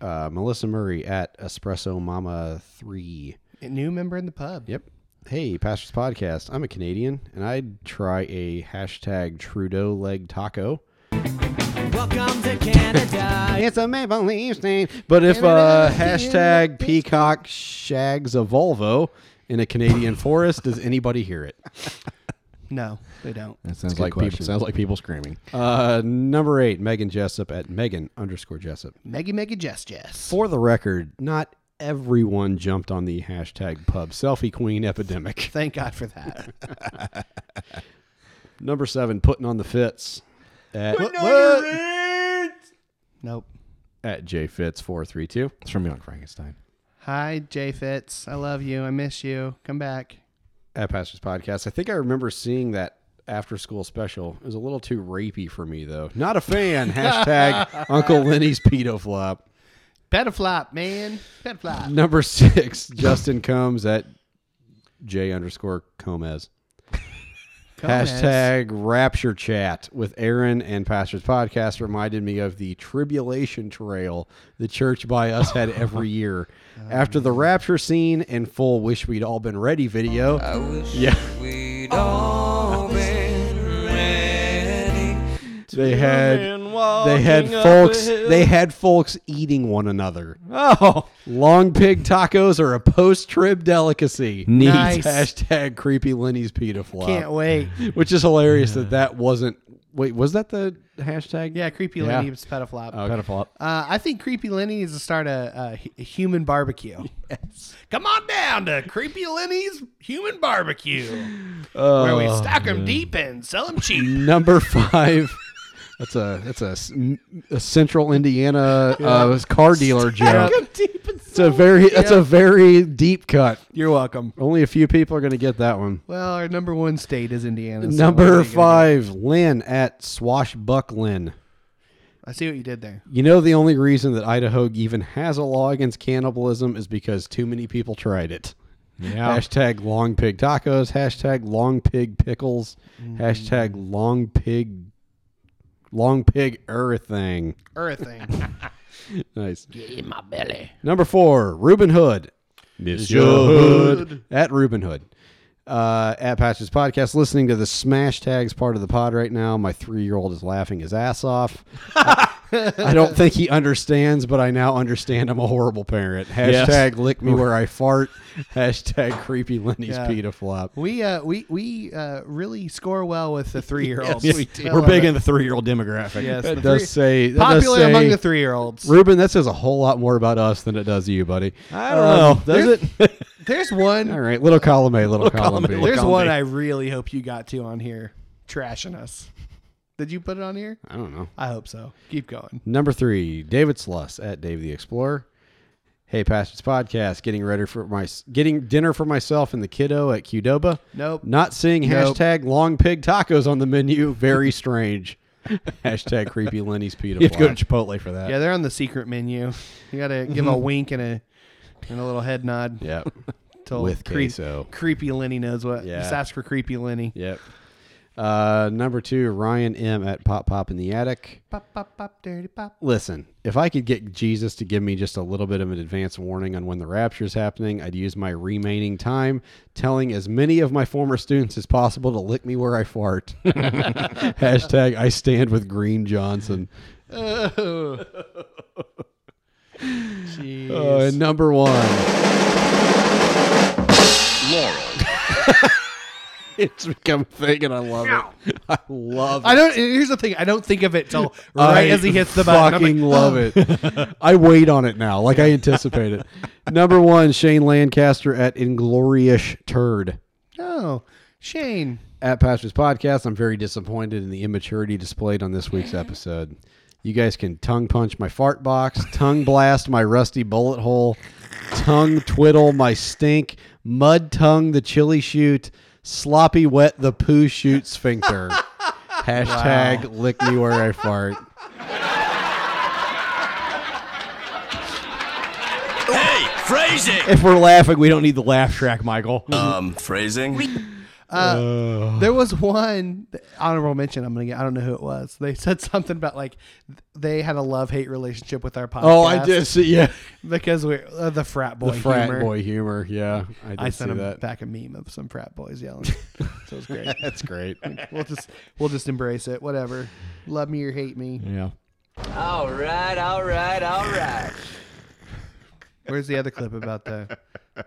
Speaker 2: uh, Melissa Murray at Espresso Mama 3.
Speaker 1: A new member in the pub.
Speaker 2: Yep. Hey, Pastor's Podcast. I'm a Canadian, and I'd try a hashtag Trudeau leg taco.
Speaker 7: Welcome to Canada.
Speaker 2: It's a Maple Leaf thing. But if uh, hashtag peacock shags a Volvo in a Canadian forest, does anybody hear it?
Speaker 1: No, they don't.
Speaker 3: That
Speaker 2: That's
Speaker 3: sounds
Speaker 2: a good
Speaker 3: like people,
Speaker 2: question.
Speaker 3: sounds like people screaming.
Speaker 2: Uh, number eight, Megan Jessup at Megan underscore Jessup.
Speaker 1: Meggy Meggy Jess Jess.
Speaker 2: For the record, not everyone jumped on the hashtag pub selfie queen epidemic.
Speaker 1: Thank God for that.
Speaker 2: Number seven, putting on the fits at,
Speaker 1: nope.
Speaker 2: at JFits432.
Speaker 3: It's from Young Frankenstein.
Speaker 1: Hi, Jay Fitz. I love you. I miss you. Come back.
Speaker 2: at Pastors Podcast. I think I remember seeing that after school special. It was a little too rapey for me though. Not a fan. Hashtag Uncle Lenny's pedo flop.
Speaker 1: Petaflop, man. Petaflop.
Speaker 2: Number six, Justin Combs at J underscore Combs.
Speaker 1: Combs.
Speaker 2: Hashtag Rapture Chat with Aaron and Pastors Podcast reminded me of the tribulation trail the church by us had every year. After the rapture scene and full wish we'd all been ready video. yeah.
Speaker 5: We'd all been ready.
Speaker 2: They had
Speaker 5: men
Speaker 2: they had
Speaker 5: walking up
Speaker 2: folks
Speaker 5: a hill.
Speaker 2: they had folks eating one another.
Speaker 3: Oh,
Speaker 2: long pig tacos are a post trib delicacy.
Speaker 3: Neat.
Speaker 1: Nice.
Speaker 2: Hashtag creepy Lenny's pita flop.
Speaker 1: Can't wait.
Speaker 2: Which is hilarious that that wasn't. Wait, was that the hashtag?
Speaker 1: Yeah, creepy
Speaker 2: Yeah.
Speaker 1: Lenny's petaflop.
Speaker 2: Oh, Petaflop.
Speaker 1: Uh, I think creepy Lenny needs to start a, a, a human barbecue. Come on down to creepy Lenny's human barbecue, where we
Speaker 2: Oh,
Speaker 1: stock them deep and sell them cheap.
Speaker 2: Number five, That's a that's a s- a, central Indiana uh, car dealer joke. It's a very that's a very deep cut.
Speaker 3: You're welcome.
Speaker 2: Only a few people are going to get that one.
Speaker 1: Well, our number one state is Indiana. so what are
Speaker 2: Number
Speaker 1: you gonna
Speaker 2: five, Lynn at Swashbucklin.
Speaker 1: do? I see what you did there.
Speaker 2: You know the only reason that Idaho even has a law against cannibalism is because too many people tried it.
Speaker 3: Yeah.
Speaker 2: Hashtag long pig tacos. Hashtag long pig pickles. Hashtag long pig long pig er everything.
Speaker 1: Everything.
Speaker 2: nice.
Speaker 5: Get in my belly.
Speaker 2: Number four, Reuben Hood.
Speaker 5: Monsieur Hood.
Speaker 2: At Reuben Hood. Uh, at Patches Podcast, listening to the Smash Tags part of the pod right now. My three year old is laughing his ass off. I, I don't think he understands, but I now understand I'm a horrible parent. Hashtag
Speaker 3: Yes.
Speaker 2: lick me where I fart. Hashtag creepy Lenny's
Speaker 1: Yeah.
Speaker 2: pita flop.
Speaker 1: We uh we we uh really score well with the Uh, three year olds.
Speaker 2: Yes, we do.
Speaker 3: We're big in the three year old demographic.
Speaker 1: Yes,
Speaker 2: That
Speaker 1: the
Speaker 2: does
Speaker 1: three-
Speaker 2: say that does
Speaker 1: popular among
Speaker 2: say-
Speaker 1: the three year olds.
Speaker 2: Ruben, that says a whole lot more about us than it does you, buddy.
Speaker 1: I don't know.
Speaker 2: Does it?
Speaker 1: There's one.
Speaker 2: All right, little column A, little, column, B.
Speaker 1: There's one I really hope you got to on here, trashing us. Did you put it on here?
Speaker 2: I don't know.
Speaker 1: I hope so. Keep going.
Speaker 2: Number three, David Sluss at Dave the Explorer. Hey, Pastors Podcast, getting ready for my getting dinner for myself and the kiddo at Qdoba.
Speaker 1: Nope.
Speaker 2: Not seeing
Speaker 1: Nope.
Speaker 2: hashtag long pig tacos on the menu. Very strange. hashtag creepy Lenny's pita.
Speaker 3: You have to go to
Speaker 2: Flop.
Speaker 3: Chipotle for that.
Speaker 1: Yeah, they're on the secret menu. You got to give 'em a
Speaker 3: Mhm.
Speaker 1: wink and a and a little head nod.
Speaker 2: Yep.
Speaker 1: Till
Speaker 2: With
Speaker 1: creep-
Speaker 2: queso.
Speaker 1: creepy Lenny knows what.
Speaker 2: Yeah.
Speaker 1: Just ask for creepy Lenny.
Speaker 2: Yep. Uh, number two, Ryan M at Pop Pop in the Attic.
Speaker 1: Pop pop pop dirty pop.
Speaker 2: Listen, if I could get Jesus to give me just a little bit of an advance warning on when the rapture is happening, I'd use my remaining time telling as many of my former students as possible to lick me where I fart. Hashtag I stand with Green Johnson.
Speaker 1: Oh.
Speaker 2: Uh, and number one,
Speaker 11: Laurel.
Speaker 2: it's become a thing and I love it. I love it.
Speaker 1: I don't. Here's the thing. I don't think of it till right
Speaker 2: I
Speaker 1: as he hits the button. I'm
Speaker 2: Fucking
Speaker 1: like,
Speaker 2: love
Speaker 1: "Oh."
Speaker 2: it. I wait on it now, like I anticipate it. Number one, Shane Lancaster at Inglorious Turd.
Speaker 1: Oh, Shane.
Speaker 2: At Pastors Podcast, I'm very disappointed in the immaturity displayed on this week's episode. You guys can tongue punch my fart box, tongue blast my rusty bullet hole, tongue twiddle my stink, mud tongue the chili shoot, sloppy wet the poo shoot sphincter. Hashtag lick me where I fart.
Speaker 5: Hey, phrasing.
Speaker 3: If we're laughing, we don't need the laugh track, Michael.
Speaker 5: Um, phrasing.
Speaker 1: Uh, there was one that- honorable mention. I'm gonna get. I don't know who it was. They said something about like th- they had a love hate relationship with our podcast.
Speaker 2: Oh, I did see- yeah.
Speaker 1: because we're uh, the frat boy.
Speaker 2: the frat
Speaker 1: humor.
Speaker 2: boy humor. Yeah, I did
Speaker 1: I, sent
Speaker 2: see
Speaker 1: him
Speaker 2: that.
Speaker 1: back a meme of some frat boys yelling. so it was great.
Speaker 2: That's great.
Speaker 1: we'll just we'll just embrace it. Whatever. Love me or hate me.
Speaker 3: Yeah.
Speaker 9: All right, all right, all right.
Speaker 1: Where's the other clip about the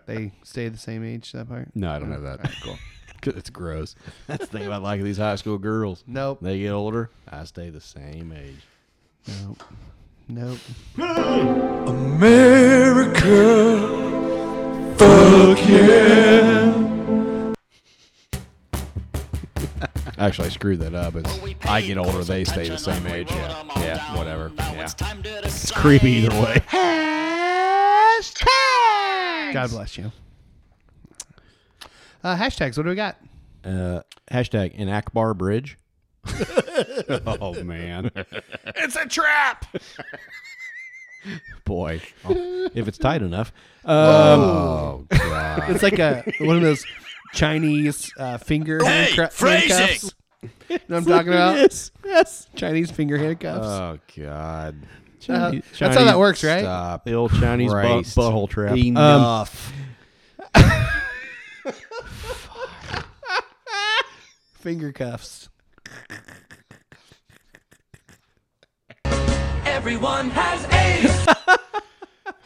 Speaker 1: they stay the same age? That part.
Speaker 2: No, I don't have that.
Speaker 1: cool.
Speaker 2: 'Cause it's gross.
Speaker 3: That's the thing about liking these high school girls.
Speaker 1: Nope.
Speaker 3: They get older. I stay the same age.
Speaker 1: Nope. Nope.
Speaker 5: America. Fuck yeah.
Speaker 2: Actually, I screwed that up. It's I get older, they stay the same age. Yeah, yeah whatever. Yeah. It's creepy either way.
Speaker 1: God bless you. Uh, hashtags. What do we got?
Speaker 3: Uh, hashtag in Akbar Bridge.
Speaker 2: oh man,
Speaker 5: It's a trap.
Speaker 3: boy, Oh, if it's tight enough. Um,
Speaker 2: Oh, God.
Speaker 1: It's like a one of those Chinese uh, finger
Speaker 5: Hey,
Speaker 1: handcra-
Speaker 5: phrasing!
Speaker 1: handcuffs. You know what I'm talking about?
Speaker 3: Yes, yes.
Speaker 1: Chinese finger handcuffs.
Speaker 2: Oh God.
Speaker 1: Uh, that's how that works, right?
Speaker 2: Stop.
Speaker 3: The old Chinese butt,
Speaker 2: Christ.
Speaker 3: butthole trap. Um,
Speaker 2: Enough.
Speaker 1: Finger cuffs.
Speaker 9: Everyone has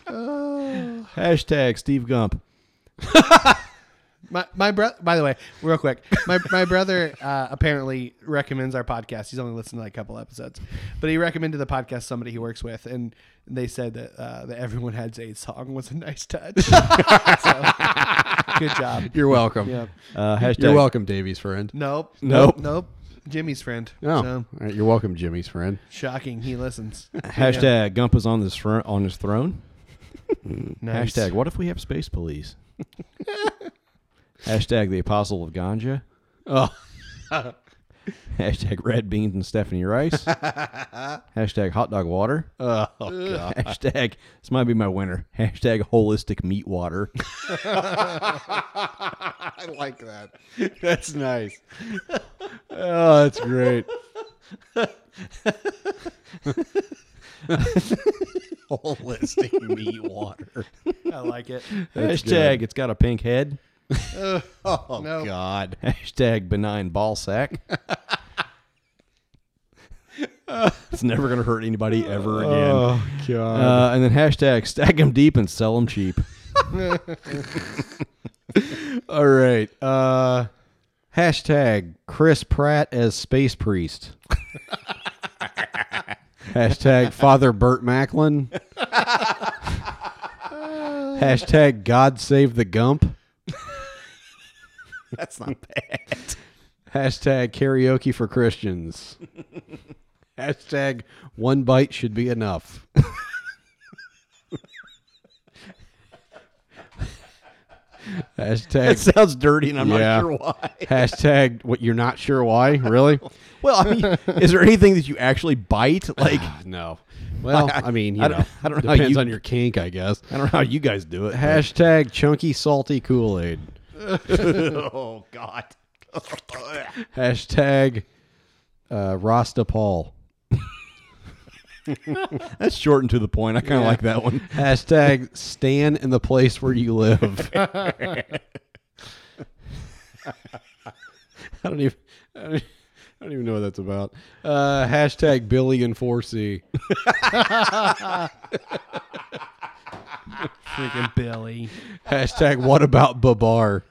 Speaker 9: AIDS.
Speaker 3: hashtag Steve Gump.
Speaker 1: My my brother. By the way, real quick, my my brother uh, apparently recommends our podcast. He's only listened to like a couple episodes, but he recommended the podcast to somebody he works with, and they said that uh, that everyone had a song was a nice touch. so, good job.
Speaker 2: You're welcome.
Speaker 1: Yep.
Speaker 3: Uh, hashtag
Speaker 2: You're welcome, Davies friend.
Speaker 1: Nope.
Speaker 3: Nope.
Speaker 1: Nope. Jimmy's friend.
Speaker 2: Oh,
Speaker 1: So,
Speaker 2: all right. You're welcome, Jimmy's friend.
Speaker 1: shocking. He listens.
Speaker 3: Hashtag Gump is on this thr- on his throne.
Speaker 1: Nice.
Speaker 3: Hashtag What if we have space police? Hashtag the Apostle of Ganja. Oh. Hashtag red beans and Stephanie Rice. Hashtag hot dog water.
Speaker 2: Oh, God.
Speaker 3: Hashtag this might be my winner. Hashtag holistic meat water.
Speaker 2: I like that. That's nice. Oh, that's great. Holistic meat water.
Speaker 1: I like it.
Speaker 2: That's
Speaker 3: Hashtag
Speaker 2: good.
Speaker 3: it's got a pink head.
Speaker 1: Ugh,
Speaker 2: oh
Speaker 1: no.
Speaker 2: God.
Speaker 3: Hashtag benign ball sack. it's never gonna hurt anybody ever again.
Speaker 2: Oh, God.
Speaker 3: Uh, and then hashtag stack them deep and sell them cheap.
Speaker 2: All right. Uh,
Speaker 3: hashtag Chris Pratt as space priest.
Speaker 2: Hashtag Father Burt Macklin. Hashtag God save the Gump.
Speaker 3: That's not bad.
Speaker 2: Hashtag karaoke for Christians. Hashtag one bite should be enough. Hashtag
Speaker 3: That sounds dirty, and I'm not sure why.
Speaker 2: Hashtag what you're not sure why, really?
Speaker 3: Well, I mean, is there anything that you actually bite? Like,
Speaker 2: Ah, no. Well, I mean, you
Speaker 3: I
Speaker 2: know,
Speaker 3: don't, I don't know. how
Speaker 2: depends
Speaker 3: you-
Speaker 2: on your kink, I guess.
Speaker 3: I don't know how you guys do it. but-
Speaker 2: Hashtag chunky salty Kool Aid.
Speaker 3: oh God.
Speaker 2: Hashtag uh, Rasta Paul.
Speaker 3: That's short and to the point. I kind of
Speaker 2: Yeah.
Speaker 3: like that one.
Speaker 2: Hashtag Stan in the place where you live. I don't even. I don't, I don't even know what that's about. Uh, hashtag Billy and 4C.
Speaker 1: Freaking Billy.
Speaker 2: hashtag What about Babar?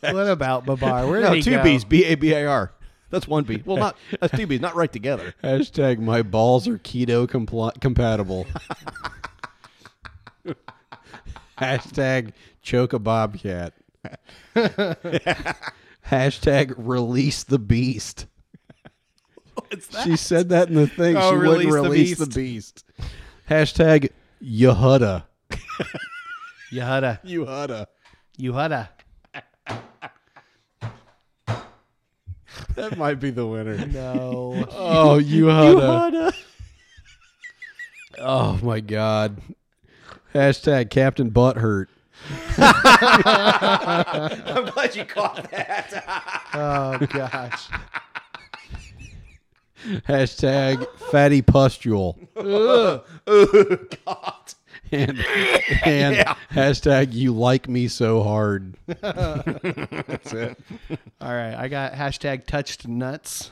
Speaker 1: What about Babar? Where did
Speaker 3: no,
Speaker 1: he
Speaker 3: two
Speaker 1: go?
Speaker 3: B's, B A B A R. That's one B. Well, not that's two B's, not right together.
Speaker 2: Hashtag My balls are keto compli- compatible. hashtag Choke a bobcat. hashtag Release the beast. She said that in the thing.
Speaker 1: Oh,
Speaker 2: she wouldn't
Speaker 1: release the
Speaker 2: release the beast. Hashtag Yahudda.
Speaker 1: Yahuda.
Speaker 2: Yahudda.
Speaker 1: Yahuda.
Speaker 2: That might be the winner.
Speaker 1: No.
Speaker 2: Oh, Yahudda. Oh my God. Hashtag Captain Butthurt.
Speaker 5: I'm glad you caught that.
Speaker 1: oh gosh.
Speaker 2: Hashtag fatty pustule.
Speaker 5: oh God.
Speaker 2: And, and
Speaker 5: Yeah.
Speaker 2: hashtag you like me so hard.
Speaker 1: That's
Speaker 2: it.
Speaker 1: All right, I got hashtag touched nuts.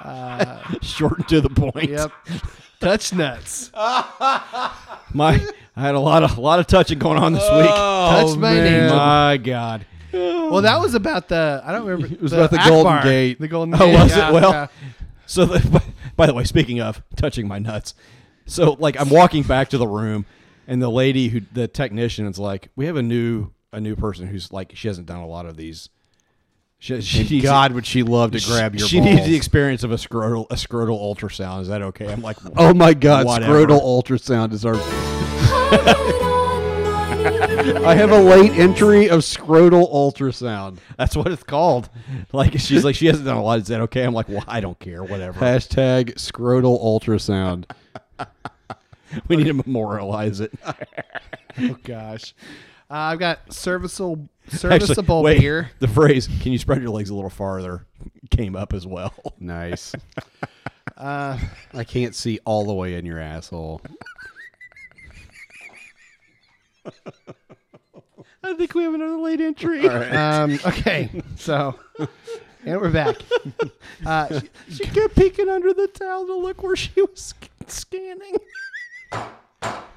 Speaker 1: uh,
Speaker 3: Short and to the point.
Speaker 1: Yep. Touch nuts.
Speaker 3: My, I had a lot of a lot of touching going on this week.
Speaker 1: Oh, Touch my man. name.
Speaker 3: My God.
Speaker 1: Well, that was about the I don't remember.
Speaker 2: It was about the Golden Gate.
Speaker 1: The Golden
Speaker 3: Oh,
Speaker 1: Gate.
Speaker 3: was
Speaker 1: yeah,
Speaker 3: it? Well,
Speaker 1: yeah.
Speaker 3: so the, by, the way, speaking of touching my nuts, so like I'm walking back to the room, and the lady who the technician is like, we have a new a new person who's like she hasn't done a lot of these. She, she
Speaker 2: And
Speaker 3: needs-
Speaker 2: God, would she love to grab your
Speaker 3: She needs
Speaker 2: balls.
Speaker 3: the experience of a scrotal a scrotal ultrasound. Is that okay? I'm like,
Speaker 2: Oh my God.
Speaker 3: whatever.
Speaker 2: Scrotal ultrasound is our. I have a late entry of scrotal ultrasound.
Speaker 3: That's what it's called. Like she's like she hasn't done a lot. Is that okay? I'm like, well, I don't care. Whatever.
Speaker 2: Hashtag scrotal ultrasound.
Speaker 3: we need to memorialize it.
Speaker 1: Oh gosh. Uh, I've got serviceable serviceable
Speaker 3: Actually, wait,
Speaker 1: beer.
Speaker 3: The phrase "Can you spread your legs a little farther?" came up as well.
Speaker 2: Nice.
Speaker 1: Uh,
Speaker 2: I can't see all the way in your asshole.
Speaker 3: I think we have another late entry.
Speaker 1: um, okay, so and we're back. Uh,
Speaker 3: She kept peeking under the towel to look where she was scanning.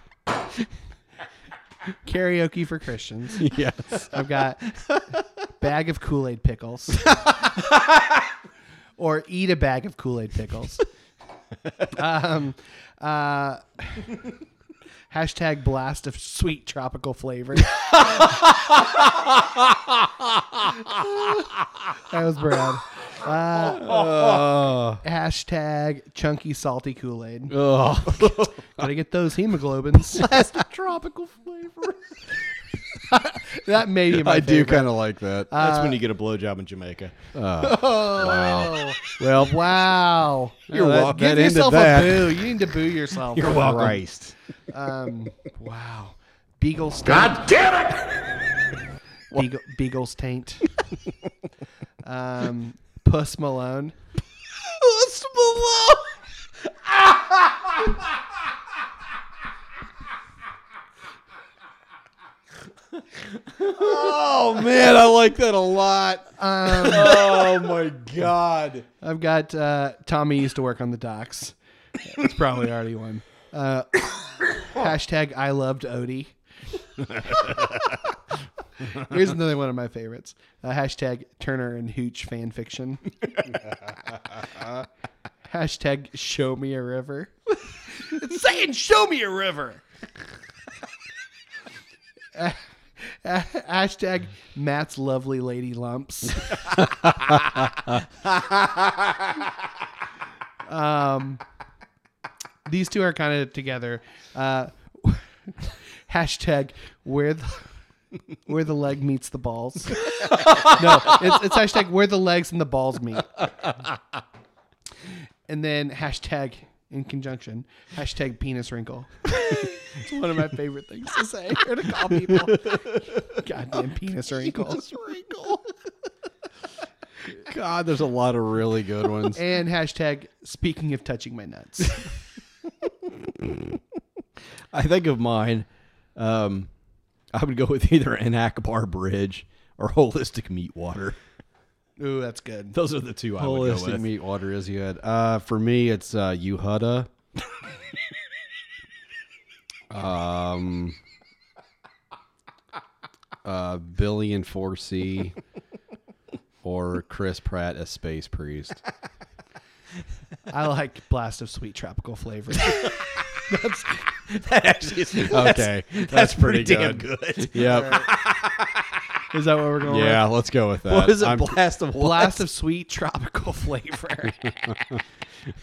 Speaker 1: karaoke for Christians.
Speaker 2: Yes.
Speaker 1: I've got bag of Kool Aid pickles, or eat a bag of Kool Aid pickles. Um, uh, Hashtag blast of sweet tropical flavor. that was Brad.
Speaker 3: Oh,
Speaker 1: Uh, hashtag chunky salty Kool Aid.
Speaker 3: Ugh.
Speaker 1: Gotta get those hemoglobins.
Speaker 2: Blast
Speaker 1: of tropical flavor. that may be my
Speaker 2: I do
Speaker 1: favorite.
Speaker 2: kind of like that.
Speaker 3: That's when you get a blowjob in Jamaica.
Speaker 2: Uh,
Speaker 1: Oh.
Speaker 2: Well,
Speaker 1: wow.
Speaker 2: You're
Speaker 1: that-
Speaker 2: welcome.
Speaker 1: Give
Speaker 2: That ended
Speaker 1: yourself
Speaker 2: that.
Speaker 1: a boo. You need to boo yourself.
Speaker 2: You're welcome. Christ.
Speaker 1: Um, wow. Beagle's taint.
Speaker 2: God damn
Speaker 1: it! Beagle, Beagle's taint. um, Puss Malone.
Speaker 5: Post Malone.
Speaker 2: oh man, I like that a lot.
Speaker 1: Um,
Speaker 2: oh my god.
Speaker 1: I've got uh, Tommy used to work on the docks. It's probably already one. Uh, hashtag I loved Odie. Here's another one of my favorites. Uh, hashtag Turner and Hooch fan fiction. hashtag Show me a river.
Speaker 4: It's saying, show me a river.
Speaker 1: Uh, hashtag Matt's lovely lady lumps. um, these two are kind of together. Uh, hashtag where the where the leg meets the balls. no, it's, it's hashtag where the legs and the balls meet. And then hashtag in conjunction hashtag penis wrinkle. it's one of my favorite things to say or to call people. Goddamn penis wrinkle.
Speaker 2: God, there's a lot of really good ones.
Speaker 1: And hashtag speaking of touching my nuts.
Speaker 3: I think of mine. Um, I would go with either an Akbar Bridge or Holistic Meat Water.
Speaker 1: Ooh, that's good.
Speaker 3: Those are the two I would go
Speaker 2: Holistic
Speaker 3: with.
Speaker 2: meat water is good. Uh, for me, it's uh, Uhudda. um, uh, Billy and 4C or Chris Pratt as Space Priest.
Speaker 1: I like blast of sweet tropical flavor. that's
Speaker 3: that actually is
Speaker 2: Okay. That's, pretty,
Speaker 3: damn
Speaker 2: good.
Speaker 3: good.
Speaker 2: Yep.
Speaker 1: Is that what we're going?
Speaker 2: Yeah,
Speaker 1: with?
Speaker 2: let's go with that.
Speaker 3: What is it?
Speaker 2: I'm-
Speaker 3: blast of what?
Speaker 1: blast of sweet tropical flavor.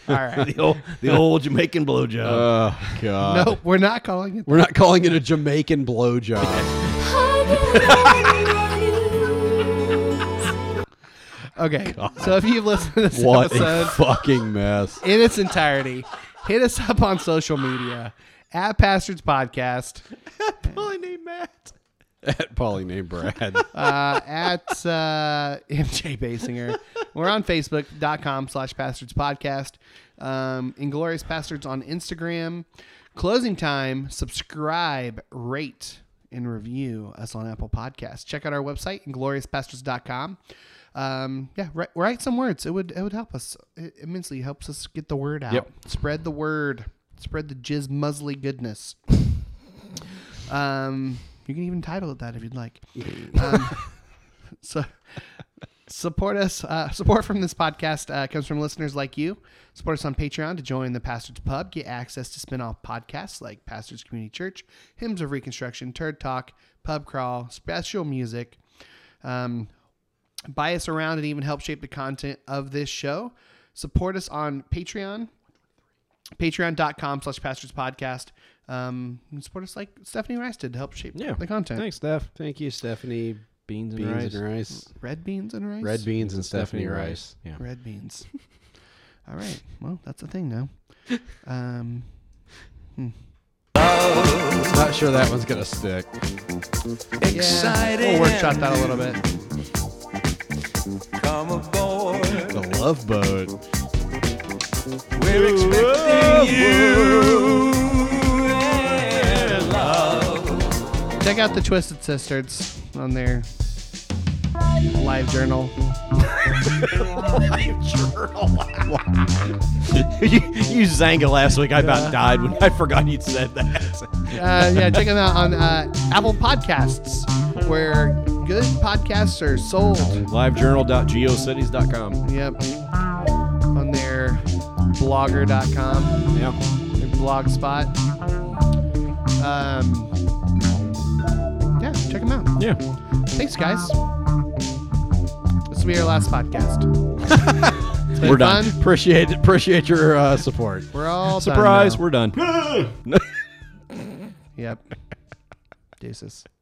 Speaker 1: All right.
Speaker 3: the old, the old Jamaican blowjob.
Speaker 2: Oh, God.
Speaker 1: Nope, we're not calling it.
Speaker 2: We're not calling it a Jamaican blowjob.
Speaker 1: Okay. So if you've listened to this
Speaker 2: what a
Speaker 1: episode
Speaker 2: fucking mess.
Speaker 1: in its entirety, hit us up on social media at Pastors Podcast,
Speaker 3: Probably named Matt.
Speaker 2: At Polly named Brad.
Speaker 1: uh, at uh, MJ Basinger. We're on Facebook.com slash Pastors Podcast. Um, Inglorious Pastors on Instagram. Closing time, subscribe, rate, and review us on Apple Podcasts. Check out our website, ingloriouspastors.com. Um, yeah, write, write some words. It would it would help us. It immensely helps us get the word out.
Speaker 2: Yep.
Speaker 1: Spread the word. Spread the jizz muzzly goodness. Um, you can even title it that if you'd like. Um, so support us. Uh, support from this podcast uh, comes from listeners like you. Support us on Patreon to join the Pastors Pub. Get access to spin-off podcasts like Pastors Community Church, Hymns of Reconstruction, Turd Talk, Pub Crawl, Special Music. Um, buy us around and even help shape the content of this show. Support us on Patreon patreon.com slash pastors podcast um and support us like stephanie rice did to help shape
Speaker 2: Yeah.
Speaker 1: the content
Speaker 2: Thanks, Steph. Thank you, Stephanie.
Speaker 3: Beans and
Speaker 2: Beans
Speaker 3: rice.
Speaker 2: and rice.
Speaker 1: red beans and rice
Speaker 2: Red beans and Stephanie rice.
Speaker 3: Yeah.
Speaker 1: red beans all right well that's the thing now um
Speaker 2: Not sure that one's gonna stick.
Speaker 1: exciting we'll workshop that a little bit
Speaker 5: Come aboard.
Speaker 2: The love boat.
Speaker 5: We're expecting you. Yeah, love.
Speaker 1: check out the twisted sisters on their live journal
Speaker 3: you, you zanga last week. I about died when I forgot you'd said that.
Speaker 1: uh, yeah, check them out on uh, Apple Podcasts, where good podcasts are sold.
Speaker 3: Livejournal.geocities.com.
Speaker 1: Yep. On their blogger.com,
Speaker 3: Yeah.
Speaker 1: their blog spot. Um, yeah, check them out.
Speaker 14: Yeah.
Speaker 1: Thanks, guys. This will be our last podcast. It's been
Speaker 3: We're done.
Speaker 1: fun.
Speaker 3: Appreciate appreciate your uh, support.
Speaker 1: We're all
Speaker 14: Surprise,
Speaker 1: Done now.
Speaker 14: we're done.
Speaker 1: Yep. Deuces.